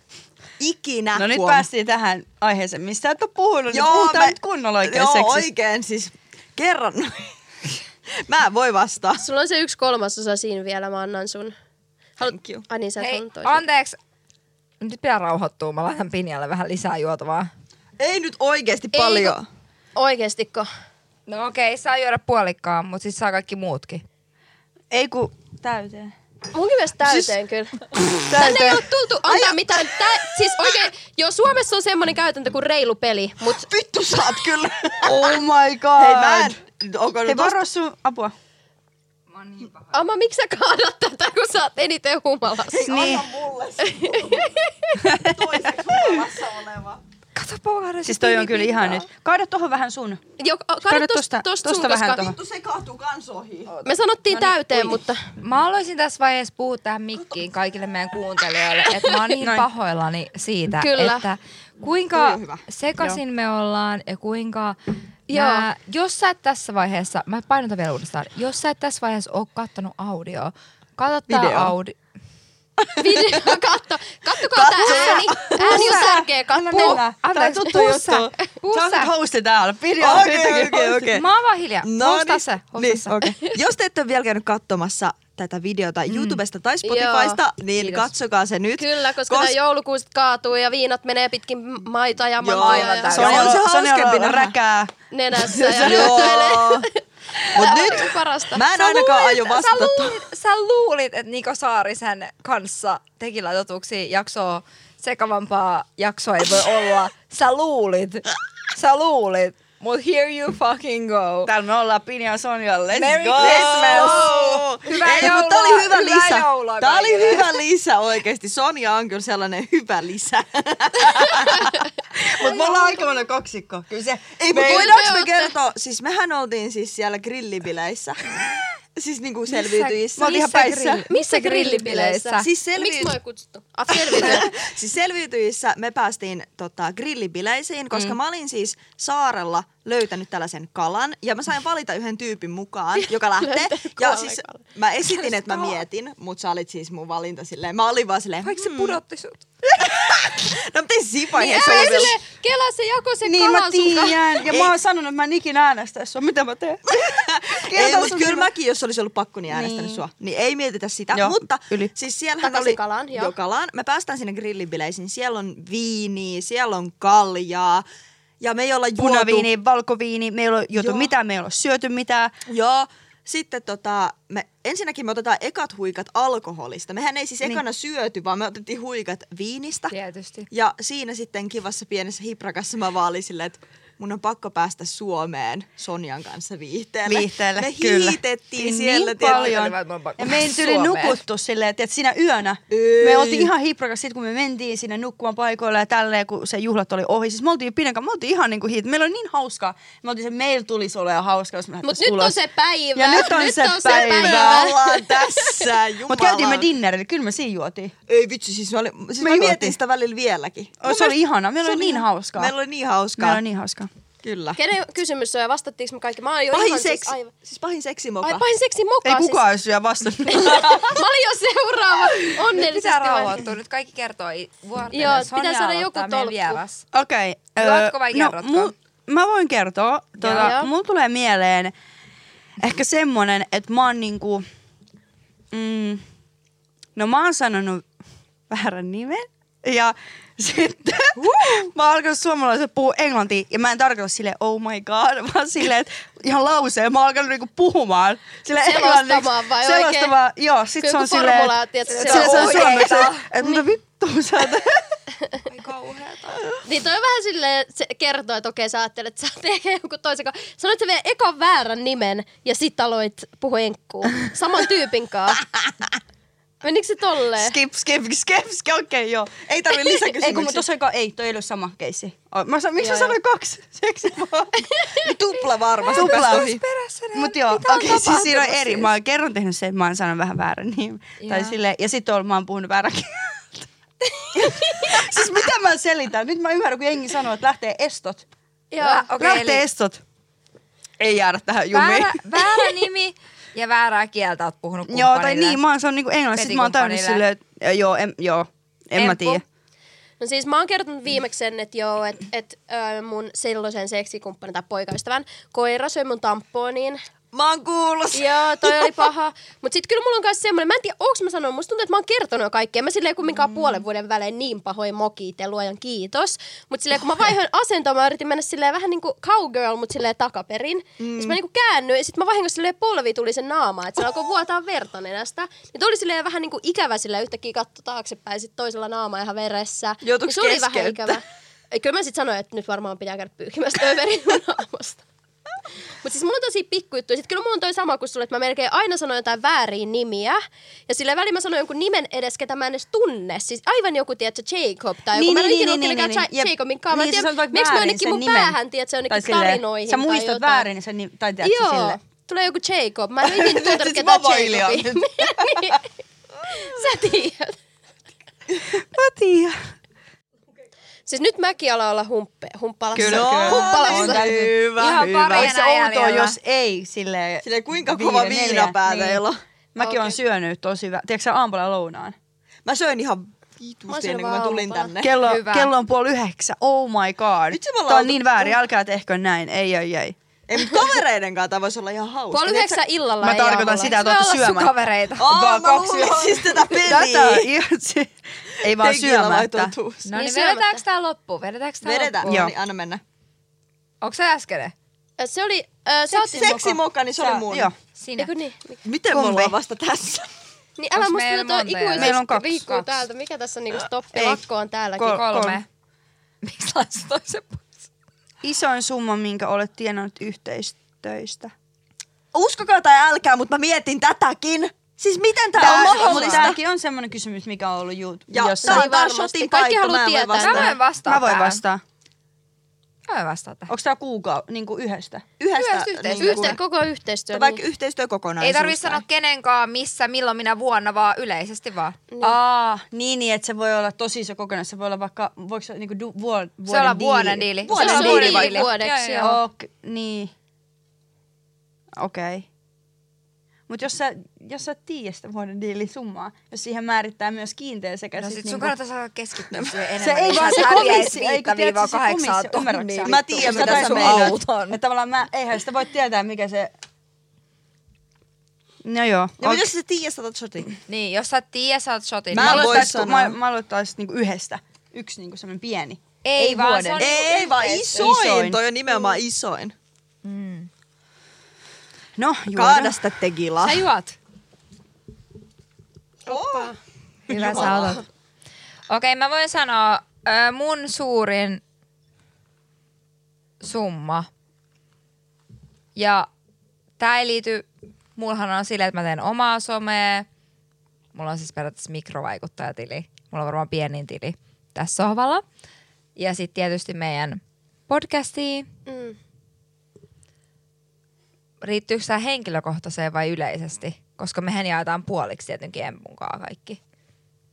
Ikinä.
No nyt
Huom.
päästiin tähän aiheeseen, mistä et oo puhunut. Joo,
Joo,
niin puhutaan
mä-
nyt kunnolla oikein
Joo,
seksistä.
oikein siis. Kerran. Mä en voi vastaa.
Sulla on se yksi kolmasosa siinä vielä, mä annan sun. Haluat...
Thank you.
Ai niin, sä et
Hei,
halunnut toisen.
anteeksi. Nyt pitää rauhoittua. Mä laitan Pinjalle vähän lisää juotavaa.
Ei nyt oikeesti
Ei,
paljon.
Oikeestikko?
No okei, saa juoda puolikkaan, mutta siis saa kaikki muutkin.
Ei ku... Täyteen.
Munkin mielestä täyteen siis... kyllä. Tänne ei
Täyteen.
ole tultu antaa mitään. Tä... Siis oikein, joo, Suomessa on semmoinen käytäntö kuin reilu peli, mutta
Vittu saat kyllä.
Oh my god.
Hei mä en. Onko
Hei,
nyt tosta?
varo sun apua.
Amma, miksi sä kaadat tätä, kun sä oot eniten humalassa?
Niin.
Kato Poukahdessa.
Siis toi on kyllä ihan nyt. Kaada tohon vähän sun.
Jo, a- kaada
Kaada
tosta,
tosta-
tosta,
tosta
sun,
vähän
koska
tohon.
Vittu se kaatuu kans ohi.
me sanottiin täyteen, mutta
Mä haluaisin tässä vaiheessa puhua tähän mikkiin kaikille meidän kuuntelijoille, että mä oon niin
Noin.
pahoillani siitä,
Kyllä.
että kuinka
hyvä.
sekasin me ollaan ja kuinka...
Joo.
Nää, jos sä et tässä vaiheessa, mä painotan vielä uudestaan, jos sä et tässä vaiheessa oo kattonut audioa, katso
Video.
tää audio.
video katto. Kattokaa tää ääni. Ääni on tärkeä katsoa.
Mennään. Tää on
Anteeksi,
tuttu juttu.
puussa.
Sä oot
Puussa.
hosti täällä. Pidä
Okei, okei, okei.
Mä oon vaan hiljaa.
No
Hosta
niin,
se. Hosta
niin,
se.
okei. Jos te ette ole vielä käynyt katsomassa tätä videota mm. YouTubesta tai Spotifysta, Joo. niin Kiitos.
Kiitos.
katsokaa se nyt.
Kyllä, koska
Kos-
Kos... joulukuuset kaatuu ja viinat menee pitkin m- maita ja
Joo,
mantuja
aivan
ja
täysin.
ja
on se hauskempi
on
nähdä.
räkää.
nenässä ja nyökkäilee.
Joo. Mut
Tää
nyt
on parasta.
mä en ainakaan aio
sä
vastata. tuohon.
luulit, sä luulit, että Niko Saarisen kanssa tekillä totuksi jaksoa sekavampaa jaksoa ei voi olla. Sä luulit. Sä luulit. Mut here you fucking go.
Täällä me ollaan Pinja Sonja, let's
Merry
go!
Christmas! Hyvää
Ei,
joulua,
mutta tää oli hyvä
hyvää
lisä.
joulua
Tää oli
kaikille.
hyvä lisä oikeesti. Sonja on kyllä sellainen hyvä lisä.
Mut me ollaan aikamoinen kaksikko. Kyllä se...
Ei, mutta
Meillä-
voidaanko
Te
me
ootte-
kertoa? Siis mehän oltiin siis siellä grillibileissä. siis niinku selviytyissä.
Mä oon ihan päissä.
Missä grillibileissä?
Siis selvi-
Miksi mä oon kutsuttu? Ah, selviytyä.
siis selviytyissä me päästiin tota, grillibileisiin, koska mm. mä olin siis saarella löytänyt tällaisen kalan ja mä sain valita yhden tyypin mukaan, joka lähtee. ja
kuolleen
siis
kalan.
mä esitin, että mä mietin, mutta sä olit siis mun valinta silleen. Mä olin vaan silleen, "Hmm,
Vaikka se pudotti sut.
no miten siinä
Niin,
vaiheessa
älä
oli sellainen-
sille, kela se jako se
Niin mä
kalan sun kanssa.
tiedän. Ja
Ei.
mä oon sanonut, että mä en ikinä äänestä sua. Mitä mä teen?
Ei,
Kerta
mutta
sun
kyllä
nimi.
mäkin, jos olisi ollut pakko, niin äänestänyt
Niin.
sua. Niin ei mietitä sitä.
Joo,
mutta
yli.
siis siellähän
Takaisin
oli...
Kalaan, joo.
Jo Kalaan. Me päästään sinne grillibileisiin. Siellä on viiniä, siellä on kaljaa. Ja me ei olla juotu...
Punaviini, valkoviini, me ei ole juotu
Joo.
mitään, me ei ole syöty mitään.
Joo. Sitten tota, me, ensinnäkin me otetaan ekat huikat alkoholista. Mehän ei siis
Niin.
ekana syöty, vaan me otettiin huikat viinistä.
Tietysti.
Ja siinä sitten kivassa pienessä hiprakassa mä vaan olin silleen, että mun on pakko päästä Suomeen Sonjan kanssa viihteelle.
Viihteelle,
Me
kyllä.
hiitettiin
Niin
siellä. tiedätkö,
paljon. Ja me ei tyli nukuttu silleen, että että siinä yönä.
Ei.
Me oltiin ihan hiprakas sit, kun me mentiin sinne nukkumaan paikoilla ja tälleen, kun se juhlat oli ohi. Siis me oltiin Pinen kanssa, me oltiin ihan niinku hiit. Meillä oli niin hauskaa. Me oltiin se, meillä tulisi olla hauskaa, jos me
Mut
lähdettäisiin
nyt
ulos.
on se päivä.
Ja nyt on se päivä.
Me ollaan tässä, jumala.
Mut käytiin me dinner, eli kyllä me siinä juotiin.
Ei vitsi, siis mä, olin, siis
Me
mä
juotiin.
mietin sitä välillä vieläkin.
se oli ihana, meillä oli niin hauskaa.
Meillä oli niin hauskaa.
Meillä oli niin hauskaa.
Kyllä.
Kenen kysymys on ja vastattiinko me kaikki? Mä oon jo
Pahin
ihan
seksi,
siis aivan...
siis pahin seksimoka.
Ai pahin seksi moka
Ei kukaan olisi vielä vastannut.
Siis. Mä olin jo seuraava
Nyt
onnellisesti.
pitää
vai-
rauhoittua. Nyt kaikki kertoo i- vuorten.
Joo,
Joo,
pitää
pitää
saada
saada
joku tolkku.
vieras.
Okei. Okay,
Juotko vai kerrotko?
mä voin kertoa.
Joo,
Tuota,
joo.
mulla tulee mieleen ehkä semmonen, että mä oon niinku... Mm, no mä oon sanonut väärän nimen. Ja sitten mä alkanut suomalaisen puhua englantia ja mä en tarkoita sille oh my god, vaan silleen, että ihan lauseen mä oon alkanut niinku puhumaan sille
Selostamaan
englanniksi.
vai oikein?
Selostamaan, joo, sit
Kyllä
se on
joku
silleen,
formulaa, tiedätkö,
sille
se Niin. on
se on
oikein.
suomeksi, että et, mitä vittua sä teet?
Ai kauheeta.
Niin toi on vähän silleen, se kertoo, että okei sä ajattelet, että sä oot ehkä joku toisen kanssa. Sanoit sä vielä ekan väärän nimen ja sit aloit puhua enkkuun. Saman tyypin kanssa. Menikö se tolleen?
Skip, skip, skip, skip, okei okay, joo.
Ei tarvi lisäkysymyksiä.
Ei kun mä tuossa ei, toi ei ollut sama keissi. O, Mä sanoin, miksi sä sanoin kaksi? Seksi vaan.
Niin Tupla varmasti.
Tupla.
pääsi
Ohi.
ohi.
Perässä ne-
Mut joo,
Mitä on
okei, okay, siis siinä on
tapahtunut
eri.
siis?
Mä oon kerran tehnyt sen, mä oon sanonut vähän väärän niin. Tai
Joo.
silleen, ja sit oon, mä oon puhunut väärän kieltä. siis mitä mä selitän? Nyt mä ymmärrän, kun jengi sanoo, että lähtee estot.
Joo.
Lä- Okei,
lähtee
eli-
estot. Ei jäädä tähän jumiin.
väärä, väärä nimi ja väärää kieltä oot puhunut
Joo, tai
kumppanille.
niin, mä oon sanonut niinku englanniksi, sit mä oon täynnä
Petikumppanille.
silleen, että joo, en, joo, en mä
Emppu.
tiedä.
No siis mä oon kertonut viimeksi sen, että joo, että et, ö, mun silloisen seksikumppanin tai poikaystävän koira söi mun tamponiin.
Mä oon kuullut.
Joo, toi oli paha. Mut sit kyllä mulla on myös semmoinen, mä en tiedä, onks mä sanonut, musta tuntuu, että mä oon kertonut jo kaikkea. Mä silleen kumminkaan mm. puolen vuoden välein niin pahoin mokiit ja luojan kiitos. Mut silleen kun mä vaihoin asentoa, mä yritin mennä silleen vähän niinku cowgirl, mut silleen takaperin. Mm. Sit mä niinku käännyin ja sit mä vahingossa silleen polvi tuli sen naamaan, että se alkoi vuotaa verta nenästä. Niin tuli silleen vähän niinku ikävä silleen yhtäkkiä katto taaksepäin, sit toisella naama ihan veressä.
Joutuiko
niin se oli vähän
keskeyttää?
ikävä. Ei, Kyllä mä sit sanoin, että nyt varmaan pitää käydä pyyhkimässä toi veri mun naamasta. Mutta siis mulla on tosi pikkujuttuja. Sitten kyllä mulla on toi sama kuin sulle, että mä melkein aina sanon jotain vääriä nimiä. Ja sillä välillä mä sanon jonkun nimen edes, ketä mä en edes tunne. Siis aivan joku, tiedätkö, Jacob tai joku.
Niin,
mä en
niin,
ikinä
niin,
ollut kenenkään
niin, niin,
Ja-
niin.
Jacobin kanssa. Mä en
Niin, sä
tiedä,
sanoit vaikka
miksi mä
väärin
jonnekin
sen
mun
nimen.
päähän, tiedätkö, jonnekin
silleen,
tarinoihin.
Sä
tai
muistat
jotain.
väärin, sä, niin, tai tiedät sä
Joo,
sille.
tulee joku Jacob. Mä en ole ikinä tuntenut
Siis
ketään
vavailija.
Jacobia. Niin. Sä tiedät.
Mä tiedän.
Siis nyt mäkin alan olla humppe, humppalassa.
Kyllä, kyllä.
Humppalassa.
On täytyy. Hyvä,
Ihan
hyvä.
pari
Ei se
enää
outoa,
jäljellä.
jos ei sille.
Silleen, kuinka kova
Viiden,
viinapää
neljä, Niin.
teillä on?
Mäkin
Okei.
okay. on syönyt tosi hyvä. Tiedätkö sä aamulla ja lounaan?
Mä söin ihan
Mä
vitusti
söin
ennen kuin mä
vaan
tulin
aamupalaa.
tänne.
Kello,
Hyvä.
kello on puoli yhdeksän. Oh my god.
Nyt se me ollaan
Tämä on
oltu-
niin väärin. Älkää tehkö näin. Ei, ei, ei.
Ei, mutta kavereiden kanssa tää voisi olla ihan hauska.
Puoli
Tiedätkö-
yhdeksän illalla
Mä
ei
tarkoitan
aamulla.
sitä, että
Me
olette
ollaan sun
syömään. No
kavereita.
Aa,
vaan
mä
kaksi-
luulin siis tätä
Tätä,
peliä.
ihan se- ei vaan
Tekijällä
syömättä.
laitoin tuus.
No niin,
syömättä.
vedetäänkö tää loppuun? Vedetäänkö tää
Vedetään.
loppuun?
Joo.
Joo.
Niin, anna mennä.
Onko se äskeinen?
Se oli, äh, sä oot...
Seksi moka, niin se oli mun.
Joo.
Sinä.
Eiku niin?
Miten me
Kumpi?
ollaan vasta tässä?
Niin älä
Onks
musta
meillä
tuota
monta
ikuisesti
Meillä on kaksi.
viikkuu
Kaksi.
täältä. Mikä tässä on niinku stoppi?
Ei.
Lakko on täälläkin.
Kol-
Kolme.
kolme.
Miksi laitat toisen pois?
Isoin summa, minkä olet tienannut yhteistöistä.
Uskokaa tai älkää, mutta mä mietin tätäkin. Siis miten tää on mahdollista?
Tämäkin on semmoinen kysymys, mikä on ollut jut-
Ja
jossain.
tää on taas
varmasti.
shotin
Kaikki
paikka,
haluaa
mä en voi
tietää.
vastata.
Mä voin vastaa
Mä voin
tähän.
vastaa.
Mä voin vastaa tähän.
Onko tämä kuukau, niin kuin yhdestä?
Yhdestä,
Yhdestä yhteistyöstä.
niinku-
Yhte- koko yhteistyö.
Vaikka
niin.
no
yhteistyökokonaisuus.
Ei tarvitse
tai-
sanoa kenenkaan, missä, milloin, minä vuonna, vaan yleisesti vaan.
Niin. Aa, niin, niin, että se voi olla tosi iso kokonaisuus. Se voi olla vaikka, voiko se niinku du, vuo, vuoden
Se on vuoden diili.
Vuoden
Se on
diili
vaikka. vuodeksi,
Joo, joo.
Joo. Ok, niin. Okei. Okay. Mutta jos sä, jos sä et tiedä sitä vuoden diilisummaa, jos siihen määrittää myös kiinteä sekä
No
sit
sit sun
niinku-
kannattaa alkaa keskittyä siihen enemmän.
Se ei
niin
vaan
sä
se
häviäisit
komissio, ei kun
viittä
tiedät, siis
viivaa
se
kahdeksaan
komissio, ymmärrätkö
tonnia.
sä?
Mä tiedän,
Sä
mitä
tai
sä
sun
meinaat.
auto on. Että tavallaan mä, eihän sitä voi tietää, mikä se... No joo.
No mitä sä tiedät, sä otat shotin?
Niin, jos sä et tiedä, sä oot shotin.
Mä
Mä,
en voi
aloittaisin, kun
sanoa.
mä, mä aloittaisin niinku yhdestä. Yksi niinku semmoinen pieni.
Ei,
ei
vaan
vuoden.
se on niinku
Ei, vaan
yhteistyö.
isoin.
Isoin.
Toi on nimenomaan isoin.
No, juodaan.
Kaada sitä tegilaa.
Sä juot.
Oh.
Hyvä sä otat. Okei, mä voin sanoa, ö, mun suurin summa. Ja tää ei liity, mullahan on silleen, että mä teen omaa somea. Mulla on siis periaatteessa mikrovaikuttajatili. Mulla on varmaan pienin tili tässä sohvalla. Ja sitten tietysti meidän podcastiin.
Mm.
Riittyykö tämä henkilökohtaiseen vai yleisesti? Koska mehän jaetaan puoliksi tietenkin empunkaa kaikki.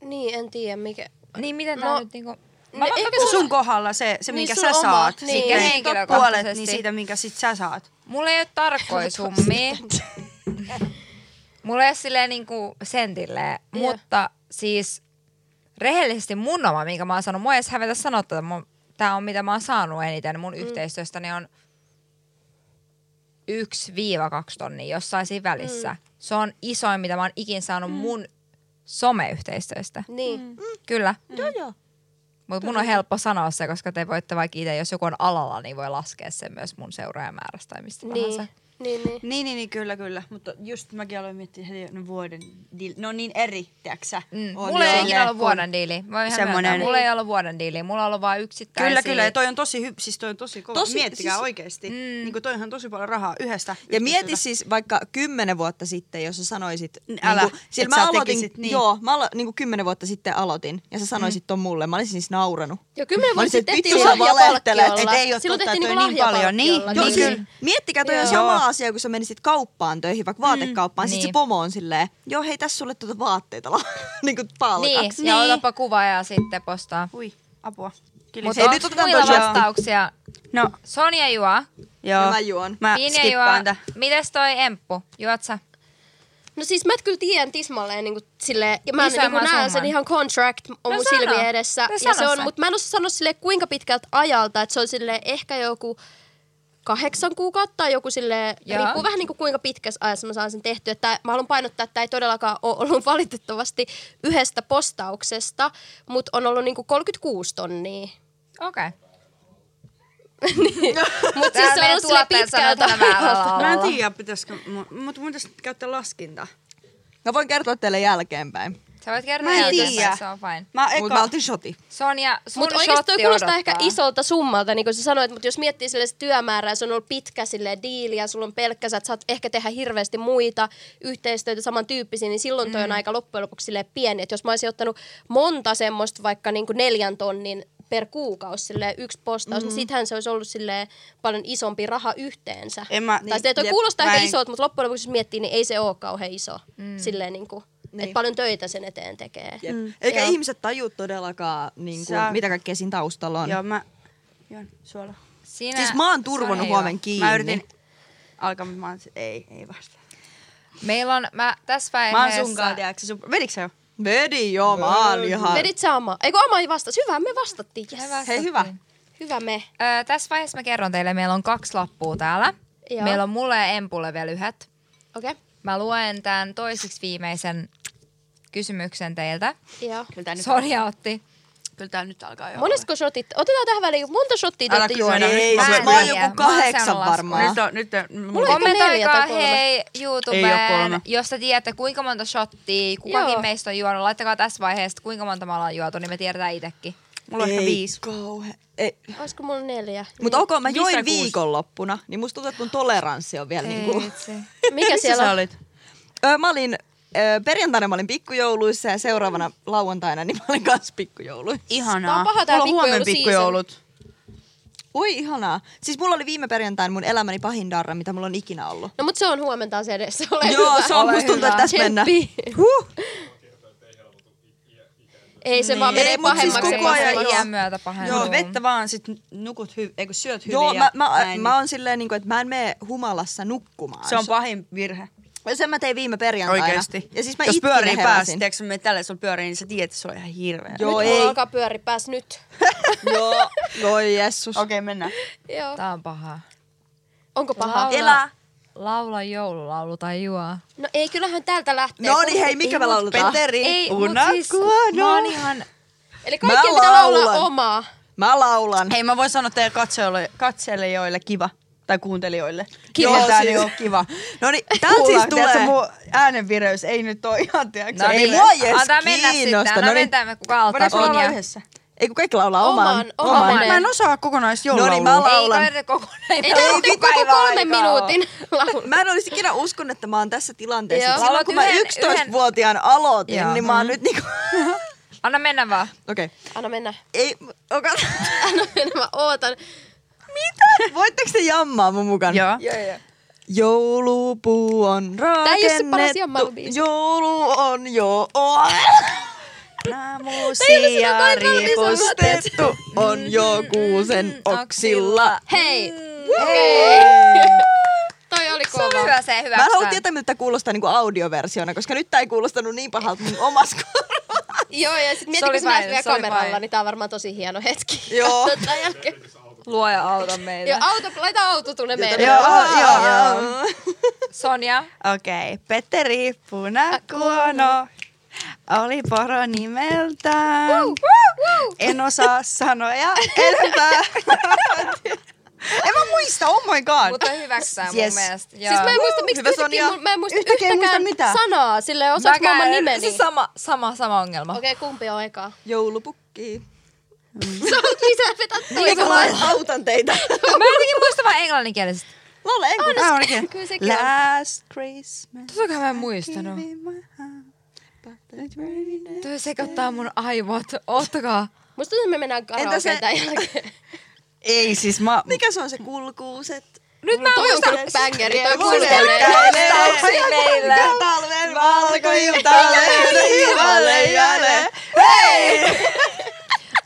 Niin, en tiedä mikä.
Niin miten tämä
No,
nyt niinku...
No,
Mä
eikö
kun
sulla-
sun kohdalla se, se
Niin,
minkä
sun
sä
oma,
saat.
niin.
Sitten
Niin,
henkilökohtaisesti.
henkilökohtaisesti.
puolet niin siitä, minkä sit sä saat.
Mulla ei ole tarkkoja summia. Mulla ei ole silleen niinku sentille, mutta siis rehellisesti mun oma, minkä mä oon saanut, mua ei edes hävetä sanoa tätä, mun- tää on mitä mä oon saanut eniten mun
Mm.
yhteistyöstä, niin on 1-2 tonnia jossain siinä välissä.
Mm.
Se on isoin, mitä mä oon ikin saanut mun someyhteistyöstä.
Niin. Mm.
Kyllä.
Joo, joo.
Mutta mun on helppo sanoa se, koska te voitte vaikka itse, jos joku on alalla, niin voi laskea sen myös mun seuraajamäärästä tai mistä
Niin.
tahansa.
Niin, niin.
Niin, niin, niin, kyllä, kyllä. Mutta just mäkin aloin miettiä heti no, vuoden. deal- No niin eri, tiedäksä.
Mm.
On
Mulla ei
joo.
ikinä ollut
Kun-
vuoden diili. Mä ihan
Semmonen-
myöntää. Mulla ei ollut vuoden diili. Mulla on ollut vain yksittäisiä.
Kyllä, kyllä. Ja toi on tosi, hy- siis toi on tosi kova.
Tosi-
Tosi, Miettikää
siis-
siis, oikeesti. Mm. Niin kuin toihan tosi paljon rahaa yhdestä.
Ja mieti
yhteistyöstä.
siis vaikka kymmenen vuotta sitten, jos sä sanoisit...
älä,
niinku,
et
sillä mä
sä
aloitin,
tekisit niin. Mm.
Joo, mä alo, niinku kymmenen vuotta sitten aloitin ja sä sanoisit ton mulle. Mä olisin siis nauranut.
Jo kymmenen vuotta
Mä olisin,
sitten
että
tehtiin
vittu sä
lahjapalkkiolla.
valehtelet, et
ei oo
Silloin
totta,
tehtiin
toi
niinku
niin paljon, niin.
lahjapalkkiolla,
Joo,
Joo,
siis,
kyllä.
miettikää, toi on
Joo.
sama asia, kun sä menisit kauppaan töihin, vaikka vaatekauppaan. Mm, Sitten
niin.
se pomo on silleen, joo hei, tässä sulle tuota vaatteita la- niinku palkaksi.
Niin, ja otapa kuva ja sitten postaa.
Ui, apua.
Mutta
Kyllä Niin se-
nyt
onko
otetaan
muilla
toi
vastauksia?
No,
Sonja juo.
joo.
mä juon.
Mä
Minja juo.
skippaan tää.
Mites toi Emppu? Juot sä?
No siis mä kyllä tiedän tismalleen niinku silleen, ja mä
Isoimman
niinku näen sen
summan.
ihan contract on
Niin No
mun
sano.
silmien edessä.
No
ja
sano
se on,
sä.
mutta mä en osaa sanoa silleen kuinka pitkältä ajalta, että se on silleen ehkä joku kahdeksan kuukautta tai joku sille
Joo.
riippuu vähän niin kuin kuinka pitkässä ajassa mä saan sen tehtyä. Tää, mä haluan painottaa, että tämä ei todellakaan ole ollut valitettavasti yhdestä postauksesta, mutta on ollut niin kuin 36 tonnia.
Okei. Okay.
Mutta siis se on ollut silleen pitkältä ajalta.
Mä en tiedä, pitäisikö, mutta mun pitäisi käyttää laskintaa.
Mä voin kertoa teille jälkeenpäin.
Sä voit kertoa
Mä en
jälkeenpäin,
tiedä.
se on fine.
Mä
Mutta mä
eka...
otin shoti.
Sonja, sun
Mutta oikeasti toi
shotti
kuulostaa
odottaa.
ehkä isolta summalta, niin kuin sä sanoit, mutta jos miettii sille se työmäärää, se on ollut pitkä sille diili ja sulla on pelkkä, sä et saat ehkä tehdä hirveästi muita yhteistyötä samantyyppisiä, niin silloin toi on aika loppujen lopuksi sille pieni. Että jos mä olisin ottanut monta semmoista vaikka niin kuin neljän tonnin per kuukausi sille yksi postaus, mm niin sittenhän se olisi ollut sille paljon isompi raha yhteensä.
En mä-
tai
niin,
niin, toi
jep,
kuulostaa
mä
ehkä
en-
isolta, mutta loppujen lopuksi jos miettii, niin ei se ole kauhean iso. Mm. Silleen niin kuin, niin. että paljon töitä sen eteen tekee.
Mm. Eikä
Joo.
ihmiset tajua todellakaan, niin kuin,
Sä-
mitä kaikkea siinä taustalla on.
Joo, mä... Joo, suola.
Sinä,
Siis mä oon
Sonja
turvonnut
juo.
huomen kiinni.
Mä yritin alkaa, mutta mä oon... Ei, ei vasta.
Meillä on, mä tässä
Mä oon
vaiheessa...
sunkaan, tiedätkö? Sun... Vedikö sä jo?
Vedi joo, mä oon ihan...
Vedit sä Amma? Eikö Amma ei vastasi? Hyvä, me vastattiin. Yes.
Me vastattiin.
Hei hyvä.
Hyvä me.
Öö, tässä vaiheessa mä kerron teille, meillä on kaksi lappua täällä.
Joo.
Meillä on mulle ja Empulle vielä yhdet.
Okei, okay.
Mä luen tämän toiseksi viimeisen kysymyksen teiltä.
joo.
Kyllä tää nyt,
Sonja otti.
kyllä tää nyt alkaa jo
Monesko shotit? Otetaan tähän väliin, monta shottia te
Älä
olette
kysy
juoneet?
enää.
Ei,
Mä
se,
en
mä oon joku
tiedä. Mä oon
kahdeksan
saanut laskua.
olla.
varmaan.
Nyt on, nyt on,
Mulla on
Kommentoikaa
neljä tai kolme.
hei
Ei oo
YouTubeen,
kolme.
jos te tiedätte kuinka monta shottia kukakin
Joo.
meistä on juonut. Laittakaa tässä vaiheessa, kuinka monta me ollaan juotu, niin me tiedetään itsekin.
mulla on
Ei
ehkä viisi.
Kauhe. Ei.
Olisiko mulla neljä? Niin.
Mutta ok, mä
Viisi
join
tai kuusi.
viikonloppuna, niin musta tuntuu, että mun toleranssi on vielä
Ei
niinku...
vitsi.
Mikä
Missä sä
siellä on?
olit?
Öö, mä olin, öö, perjantaina mä olin pikkujouluissa ja seuraavana lauantaina niin mä olin kans pikkujouluissa.
Ihanaa.
Tää on paha tää
Mulla on huomenna
pikkujouluseason.
pikkujoulut.
Ui ihanaa. Siis mulla oli viime perjantaina mun elämäni pahin darra, mitä mulla on ikinä ollut.
No mut se on huomenna taas edessä, ole
Joo,
hyvä.
se on,
Ole
musta tuntuu, että tässä
hyvä.
mennään.
Tsemppi.
Huh.
Ei se vaan
Niin.
menee
Ei, mut siis
pahemmaksi. ja
koko ajan
pahemmaksi.
joo.
iän myötä pahentuu.
Joo, vettä vaan, sit nukut hy- ei kun syöt hyvin
Joo,
ja
mä, mä,
näin,
mä oon silleen, niin kuin, että mä en mene humalassa nukkumaan.
Se on pahin virhe.
Ja sen mä tein viime perjantaina.
Oikeesti.
Ja siis mä
Jos
itkin
pyörii päässä,
heräsin.
tiedätkö, kun me tällä sulla pyörii, niin sä tiedät, että se on ihan hirveä.
Joo,
Nyt
ei.
mulla alkaa pyöri pääs nyt.
Joo, voi jessus.
Okei, okay, mennään.
Joo.
Tää on paha.
Onko paha?
Laula-
Elä.
Laula joululaulu tai juo.
No ei, kyllähän täältä lähtee.
No niin, hei, mikä me lauletaan?
Petteri,
Ei, mut
Una
siis
kuono.
mä oon ihan...
Eli kaikkien
Mä
pitää laulaa
laulan.
omaa.
Mä laulan.
Hei, mä voin sanoa teille katselijoille, katselijoille kiva. Tai kuuntelijoille.
Kiva.
Joo, tää
siis.
niin on kiva.
No niin, täältä siis tulee.
mun äänenvireys ei nyt oo ihan, tiedätkö?
No
ei
niin.
niin.
mua edes
Antaa mennä
kiinnosta.
sitten, anna
No niin.
mennä, me kuka aloittaa
Voidaanko olla
Sonja.
yhdessä?
Ei kun kaikki laulaa oman.
Oman, oman.
Mä, mä en osaa kokonaisjoulua.
No niin, mä
Ei
laulan.
tarvitse kokonaan.
Ei tarvitse
vittu,
koko
päivää
kolmen
aikaa
minuutin laulu.
Mä en olisi ikinä uskonut, että mä oon tässä tilanteessa.
Joo.
Joo. Silloin kun mä
Yhden-
11-vuotiaan aloitin,
Joo.
niin mä oon nyt niinku...
Anna mennä vaan.
Okei. Okay.
Anna mennä.
Ei, okay.
Anna mennä, mä ootan.
Voitteko te jammaa mun mukaan?
Joo.
Joulupuu on rakennettu.
ei oo se paras jammailu biisi.
Joulu on jo
Tää
Naamusia
ei ole sinä Michael Jackson.
ripustettu on jo
Mm,
kuusen oksilla.
Hei,
Hei.
toi oli
Se on
kova.
hyvä se, hyvä.
Mä en halua tietää, miltä tää kuulostaa niinku audioversiona, koska nyt tää ei kuulostanut niin pahalta mun omassa korvassa.
Joo, ja sit mietin, kun
oli
sä näet
paine,
vielä
se oli
kameralla,
paine.
niin tää on varmaan tosi hieno hetki.
Joo.
katsoa tän jälkeen.
Luo ja auta
Joo,
meitä.
auto, laita autotune meille.
Joo, joo.
Sonja.
Okei, Petteri Punakuono oli poro nimeltään. En osaa sanoja enempää. en mä muista, oh my god.
Mutta hyväksytään mun
Yes.
mielestä. Joo.
Siis mä en muista, miksi
Hyvä
yhtäkkiä,
Sonja.
mun- mä en muista
Yhtäkkiä ei muista
yhtäkään
mitään.
sanaa, sille osaaks mä oman
Mäkään en-
nimeni.
Se Siis sama, sama, sama ongelma.
Okei, kumpi on eka?
Joulupukki.
Sä voit lisää vetää
Eikö mä
toisenlaista.
autan teitä?
Mä jotenkin muistan vaan englanninkielisestä.
Laula englanniksi.
Ah, oikein.
Kyllä sekin on.
Last Christmas.
Totakaan mä en muistanut.
in my heart, but it rained.
Toi sekoittaa mun aivot. Ottakaa.
Musta tuntuu, että me mennään karaokeen
se-
tämän jälkeen.
Ei siis mä...
Mikä se on se kulkuuset?
Nyt mä
Toi on
muistan.
kyllä bängeri, toi
Mulla
kuulee.
Vastauksia meillä.
Talven valkoilta leivalle jäle.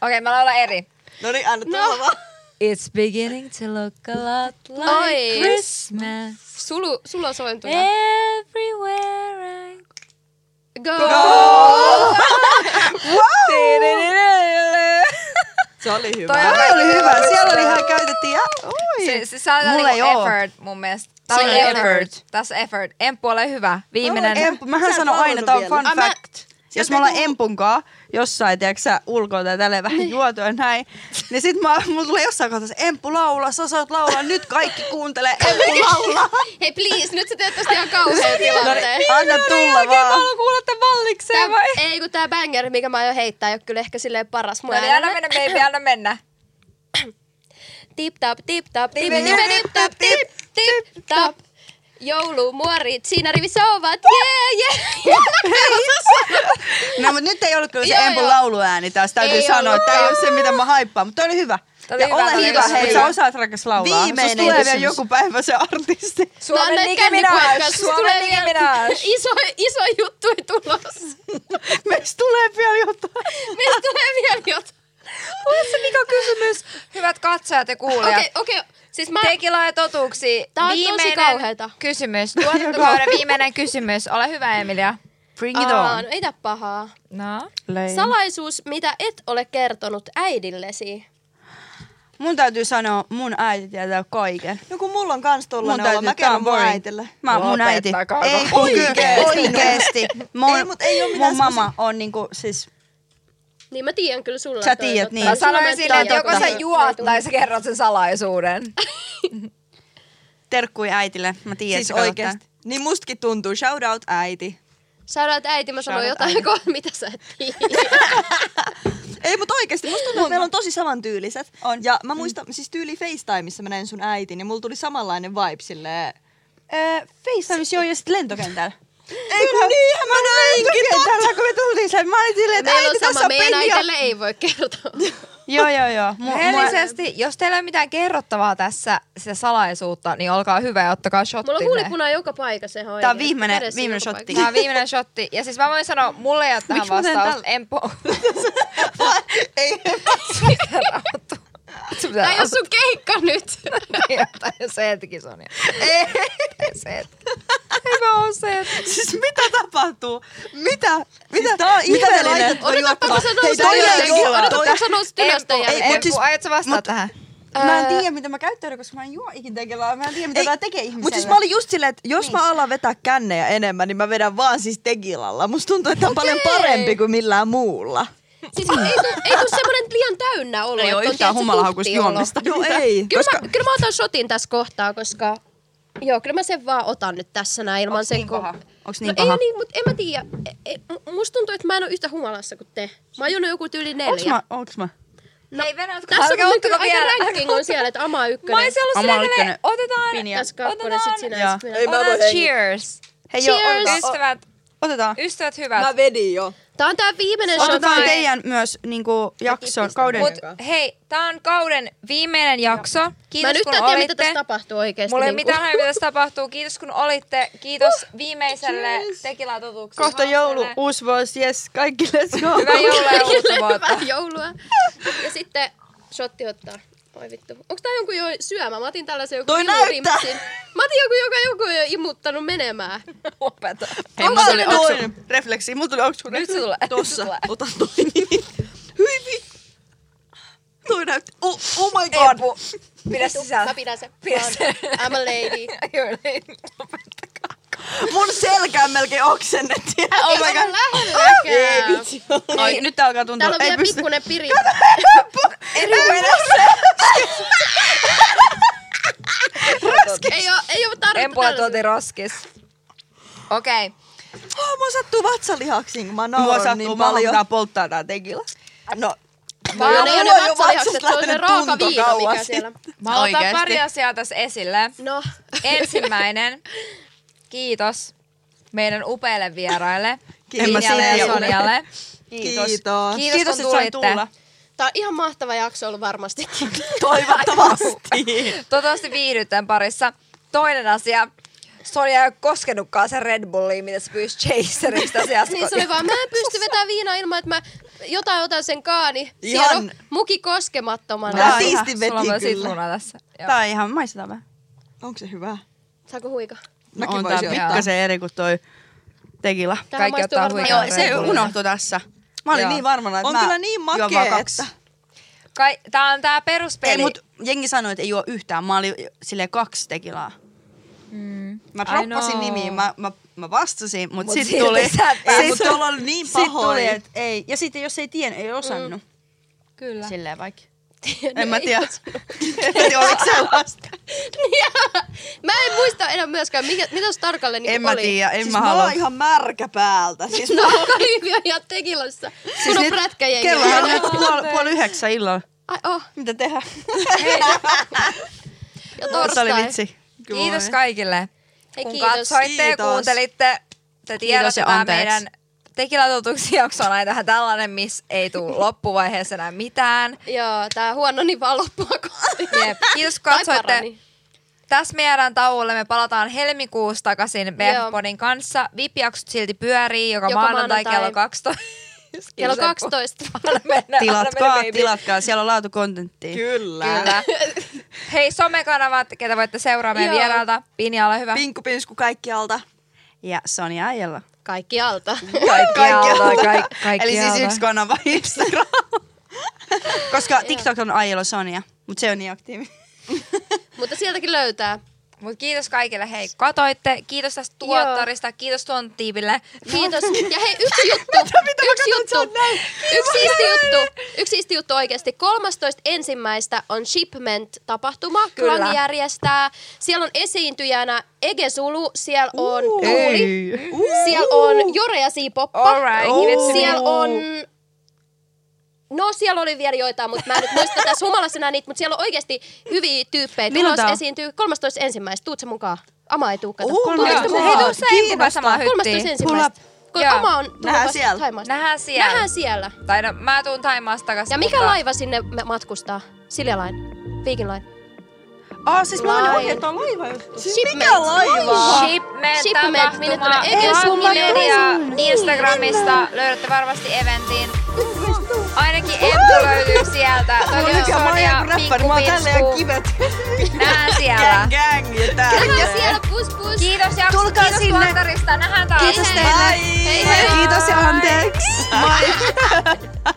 Okei, mä laulan eri.
No niin, anna tulla vaan.
It's beginning to look a lot like
Oi.
Christmas.
Sulu, sulla on sointuna.
Everywhere I
Go!
Se oli
Toi
hyvä.
on
Toi oli hyvä, siellä oli ihan käytettiin... Ja... Oi.
Se, se, se on
Mulla
niinku
ei oo.
effort mun mielestä. Tää
Siinä
on
ei
effort.
effort.
Tässä effort. Emppu ole hyvä. Viimeinen.
Empu, mähän
Sä et
sanon aina,
laulanut
tää on
vielä.
fun
Ah, mä-
fact. Jos me ollaan Empun kaa jossain, tiedätkö sä, ulkoa tai tälleen vähän juotua ja näin, niin sit mä, mulla tulee jossain kohtaa se Empu laula, sä osaat laulaa, nyt kaikki kuuntelee Empu laulaa. Niin,
Hei please, nyt sä teet tästä ihan kauhean tilanteen.
Anna tulla vaan.
haluan kuulla tämän vallikseen
Tää, ei kun tää banger, mikä mä aion heittää, ei oo kyllä ehkä silleen paras mun
No niin, anna
äänelle.
mennä, baby, anna mennä.
Tip tap, tip tap, tip tip tip tap, tip tip tap. Joulumuorit siinä rivissä ovat, jee jee.
No mut nyt ei ollut kyllä se
Joo,
Empun
joo.
lauluääni taas, täytyy
Ei
sanoa,
ollut.
että tää ei ole se mitä mä haippaan, mutta toi oli hyvä.
Tää oli
Ja
hyvä,
ole
tää oli
hyvä,
hyvä.
hei, sä osaat rakas laulaa.
Viimeinen
Viimeinen tulee vielä
kysymys.
joku päivä se artisti.
Suomen
Anna
Nicki
kännipuhetta,
Minaj.
koska siis
Suomen
tulee
Nicki
vielä
Minaj.
Iso, iso juttu ei tulossa.
Meistä tulee vielä jotain.
Meillä tulee vielä jotain.
Lue se Mika kysymys. Hyvät katsojat ja kuulijat.
Okei,
Okay.
okei. Siis mä...
Tekila ja totuuksia.
Tää on tosi
viimeinen
kauheeta.
kysymys. Tuotantokauden viimeinen kysymys. Ole hyvä, Emilia.
Bring it
Aa,
on.
no ei tää pahaa.
No.
Lame.
Salaisuus, mitä et ole kertonut äidillesi.
Mun täytyy sanoa, mun äiti tietää kaiken.
No kun mulla on kans tollanen olla, mä
tää on
kerron mun
boring.
äitille.
Mä, mun äiti.
Lopettakaa.
Ei, kun kyllä, oikeesti. Mun,
Ei, mut ei oo mitään
mun mama on niinku, siis
Niin mä tiedän kyllä sulla.
Sä
on toi,
tiedät,
mutta-
niin.
Mä
Sulla on
sanoin
toi
silleen, että joko
totta.
sä juot
Toi
tai sä kerrot sen salaisuuden.
terkkui äitille. Mä tiedän,
Siis
että sä katsot tän.
oikeesti. Niin mustakin tuntuu. Shout out äiti.
Sanoit äiti, mä sanoin
Sanoit
jotain, ko- mitä sä et tiedä.
Ei, mutta oikeasti musta tuntuu, että meillä on tosi samantyyliset.
On. Mm.
Ja mä muistan, siis tyyli FaceTimeissa mä näin sun äitin ja mulla tuli samanlainen vibe silleen.
Öö, FaceTimeissa joo ja sitten lentokentällä.
Ei kun niinhän mä näinkin
Tällä kun me tultiin sen, mä olin silleen,
Meillä on sama, meidän äitelle ei voi kertoa.
Joo, joo, joo. Mu-
Rehellisesti, jos teillä ei ole mitään kerrottavaa tässä sitä salaisuutta, niin olkaa hyvä ja ottakaa
Mulla on
shottinne.
huulipuna joka paikka, se on
Tää on
oikein.
viimeinen-
Kädessä
viimeinen
joka
shotti.
paikka.
Tämä on viimeinen shotti. Ja siis mä voin sanoa, mulle ei ole tähän
Miksi mä teen
vastausta. En po...
Ei,
Mitä rauhoittu? Sun pitää
Tai jos sun keikka nyt.
rauhoittua. Tai jos se hetki Sonja. Tai se hetki. Ei mä oo se hetki.
siis mitä tapahtuu? Mitä? Mitä? Siis
tää on ihmeellinen.
Odotapa, kun sä nouset
toi ei
ylös.
juo,
Odotapa,
toi-
kun sä nouset ylös
Empu,
tän
ei,
jälkeen.
Empu, siis, aiotko vastaa tähän?
Mä en
Öö.
tiedä, mitä mä käyttäydyn, koska mä en juo ikinä tekevää. Mä en tiedä, mitä tää tekee ihmiselle. Niin.
Mutta siis mä olin just silleen, että jos mä alan vetää kännejä enemmän, niin mä vedän vaan siis tegilalla. Musta tuntuu, että on paljon parempi kuin millään muulla.
Siis ei, tuu- ei tuu semmonen liian täynnä olo.
Ei
että
oo
on
yhtään
tietty
humalahakuista
tuhti olo.
juomista.
Joo, ei.
Kyllä, koska... mä, kyllä mä otan shotin tässä kohtaa, koska... Joo, kyllä mä sen vaan otan nyt tässä näin ilman
Onks
sen...
niin
kun-
paha? Onks niin
no
paha?
ei niin, mutta en mä tiedä. E- e- mu- Musta tuntuu, että mä en ole yhtä humalassa kuin te. Mä oon juonut joku tyyli neljä.
Onks mä, onks mä?
No,
Hei, Venäjä,
Tässä
älkää
on
ottako
nykyään
vielä.
aika ranking on siellä, että ama ykkönen.
Mä oisin ollut
Oma
silleen,
ykkönen.
että otetaan...
Pinia.
Tässä kakkonen sit sinä.
Joo.
ja sit minä.
Ei mä
Otetaan
voi
cheers.
Hei joo,
Cheers!
otetaan.
Ystävät,
O- otetaan.
ystävät hyvät.
vedin jo.
Tää on tää viimeinen shotti.
Otetaan teidän myös niinku jakson, kauden.
Mut hei, tää on kauden viimeinen jakso. Kiitos
Mä nyt
kun
en tiedä,
olitte.
mitä tässä tapahtuu oikeesti.
Mulla ei
niinku.
mitään hajua, mitä tässä tapahtuu. Kiitos kun olitte. Kiitos viimeiselle tekilatotukselle.
Kohta joulu, uusi vuosi, jes, kaikki let's go.
Hyvää joulua ja uutta vuotta.
Hyvää joulua. Ja sitten shotti ottaa. Oi vittu. Onks tää jonkun jo syömä? Mä otin tällaisen joku
Toi
imurimsin. Mä otin joku, joka joku on jo imuttanut menemään.
Lopeta.
Hei, mulla tuli oksu. Refleksi, mulla tuli oksu.
Nyt se tulee.
Tossa.
Nyt se
Ota toi. Hyi vi. Toi näyttää. Oh, oh my
tulee.
god.
Epu, pidä
Mä
sisällä.
pidän sen.
Pidä
Mä oon-
sen.
I'm a lady.
Joo, niin.
Mun selkään melkein oksennettiin.
Oh my god. Lähelläkään.
Ai, nyt tää alkaa tuntua.
Täällä on
Ei
vielä
pysty.
pikkunen piri. Ei oo, ei oo tarvittu
Empua
tällaisen.
tuoti roskis. Okei.
Oh, mua sattuu vatsalihaksiin, kun mä
Mua
nauroin
sattuu,
niin
mä
paljon.
pitää polttaa tää tekila.
No,
Vaan ne ei
mulla
oo ne
on jo
vatsalihakset,
vatsasta
se on se
lähtenyt
raaka
tunto
viina,
kauan
mikä siellä.
Mä otan
Oikeesti.
pari asiaa tässä esille.
No.
Ensimmäinen, kiitos meidän upeille vieraille.
Kiitos. En mä
Linjalle ja
silti ole.
Sonjalle.
Kiitos.
Kiitos,
Kiitos,
kun
että sain
tulitte.
tulla.
Tää on ihan mahtava jakso ollut varmastikin.
Toivottavasti.
Toivottavasti viihdyt tämän parissa. Toinen asia. Sonja ei ole koskenutkaan sen Red Bulliin, mitä sä pyysit chaserista siellä.
Niin se oli vaan, mä en pysty vetämään viinaa ilman, että mä jotain otan sen kaani.
Ihan-
Siellä on muki koskemattomana.
Tää
Tää
on
siisti
ihan-
Sulla on myös
veti kyllä.
sitruna tässä. Joo.
Tää on ihan, maistetaan vähän.
Onko se hyvä?
Saako huika?
No
Mäkin
on tää
voisin ottaa.
pikkasen eri kuin toi tekila.
Tää
Kaikki
maistuu
ottaa
varmaan-
huikaa.
Joo,
Red
se
Bullilla.
unohtui tässä. Mä olin
Joo.
niin varmana, että
On
mä
kyllä niin
juon vaan
makea,
kaksi.
että-
Kai, tää on tää peruspeli.
Ei, mut jengi sanoi, että ei juo yhtään. Mä olin silleen kaksi tekilaa. Mä
Mm. I
droppasin
know.
nimiä, mä, mä, mä vastasin, mut,
Mut
sit
silti
tuli.
sä et
Ei,
sit
mutta tuolla oli niin
sit tuli,
pahoin.
et ei. Ja sitten jos ei tiennyt, ei osannut.
Kyllä.
Silleen vaikka.
No
En mä
ei.
tiedä. en mä tiedä, oliko se vasta.
Mä en muista enää myöskään, mikä, mitä se tarkalleen niin
En mä
oli.
tiedä, en
siis
mä
mä
halua.
oon ihan märkä päältä. Siis
No, Olivia ja Tekilassa. Siis Kun on
nyt
prätkäjengi.
Kello on
Ai
nyt puoli, puoli yhdeksän illalla.
oh,
Mitä tehdään?
ja torstai.
Se oli vitsi.
Kiitos kaikille,
Hei,
kun
kiitos.
katsoitte ja
Kiitos.
kuuntelitte. Te tiedätte
ja
tämä
anteeksi.
meidän tekilatotuksi jakso on aina tähän tällainen, missä ei tule loppuvaiheessa enää mitään.
Joo, tää huono niin vaan loppua kohti.
Jep. Kiitos kun
Tai
katsoitte.
parani.
Tässä me jäädään tauolle. Me palataan helmikuussa takaisin
Joo.
BF-podin kanssa. VIP-jaksot silti pyörii joka,
Joka
maanantai,
maanantai.
kello 12.
Kello
Kiitos, Eppu.
12.
Anna mennä, anna
Tilatkaa,
mennä, baby.
tilatkaa. Siellä on laatukontenttia.
Kyllä.
Kyllä. Hei, somekanavat, ketä voitte seuraa meidän
Joo.
vierailta. Pinja, ole hyvä.
Pinkku pinsku kaikkialta.
Ja Sonja Ajella.
Kaikki alta.
Mm. Kaikkialta, kaik-
Eli
kaikkialta.
siis yksi kanava Instagram. Koska TikTok on Ajelo Sonja. Mutta se on niin aktiivinen.
Mutta sieltäkin löytää.
Mutta kiitos kaikille, hei katoitte. Kiitos tästä tuottarista, kiitos tuon tiiville.
Kiitos. Ja hei, yksi juttu. yksi juttu. Yksi siisti juttu. Yksi siisti juttu oikeasti. 13. ensimmäistä on Shipment-tapahtuma.
Kyllä.
Klang järjestää. Siellä on esiintyjänä Ege Sulu, siellä on
Uu.
Tuuli, siellä on Jore ja Siipoppa.
Alright, give it to me.
Siellä on... No siellä oli vielä joitain, mutta mä en nyt muista tässä humalassa enää niitä, mutta siellä on oikeasti hyviä tyyppejä.
Milloin
Tulos
tää on?
esiintyy 13. ensimmäistä. Tuut se mukaan. Ama ei tuu, kato.
Oho,
Tuleeko
joo.
te mukaan?
Hei, tuu sä
Kiinnostaa.
enkukaan samaan
Kolmastoista
hyttiin.
ensimmäistä. Kun
Joo.
oma on
Nähdään
tullut
siellä.
siellä. Thaimaasta.
Nähdään siellä.
Nähdään siellä.
Tai no, mä tuun Taimaasta takas.
Ja mikä
mutta-
laiva sinne me- matkustaa? Siljalain. Viikinlain.
Ah,
Aa, siis mä
Lain.
menen ohjaa tuo laiva just.
Siis mikä laiva?
Shipment,
Shipment, minne
tapahtuma.
tulee Ege
Klang
Sulu.
Media Instagramista löydätte varmasti eventin. Ainakin Empu löytyy sieltä. Toki
Mikä mä
Sonia,
oon räppäri,
Mikku
mä oon tällä ja
Pinsku.
kivet.
Nähdään siellä.
Gang, gang ja tää.
Nähdään siellä. Pus pus.
Kiitos jakso,
Tulkaa
kiitos
sinne.
tuottarista. Nähdään taas.
Kiitos
Bye.
Hei, hei.
Kiitos ja anteeksi. Bye.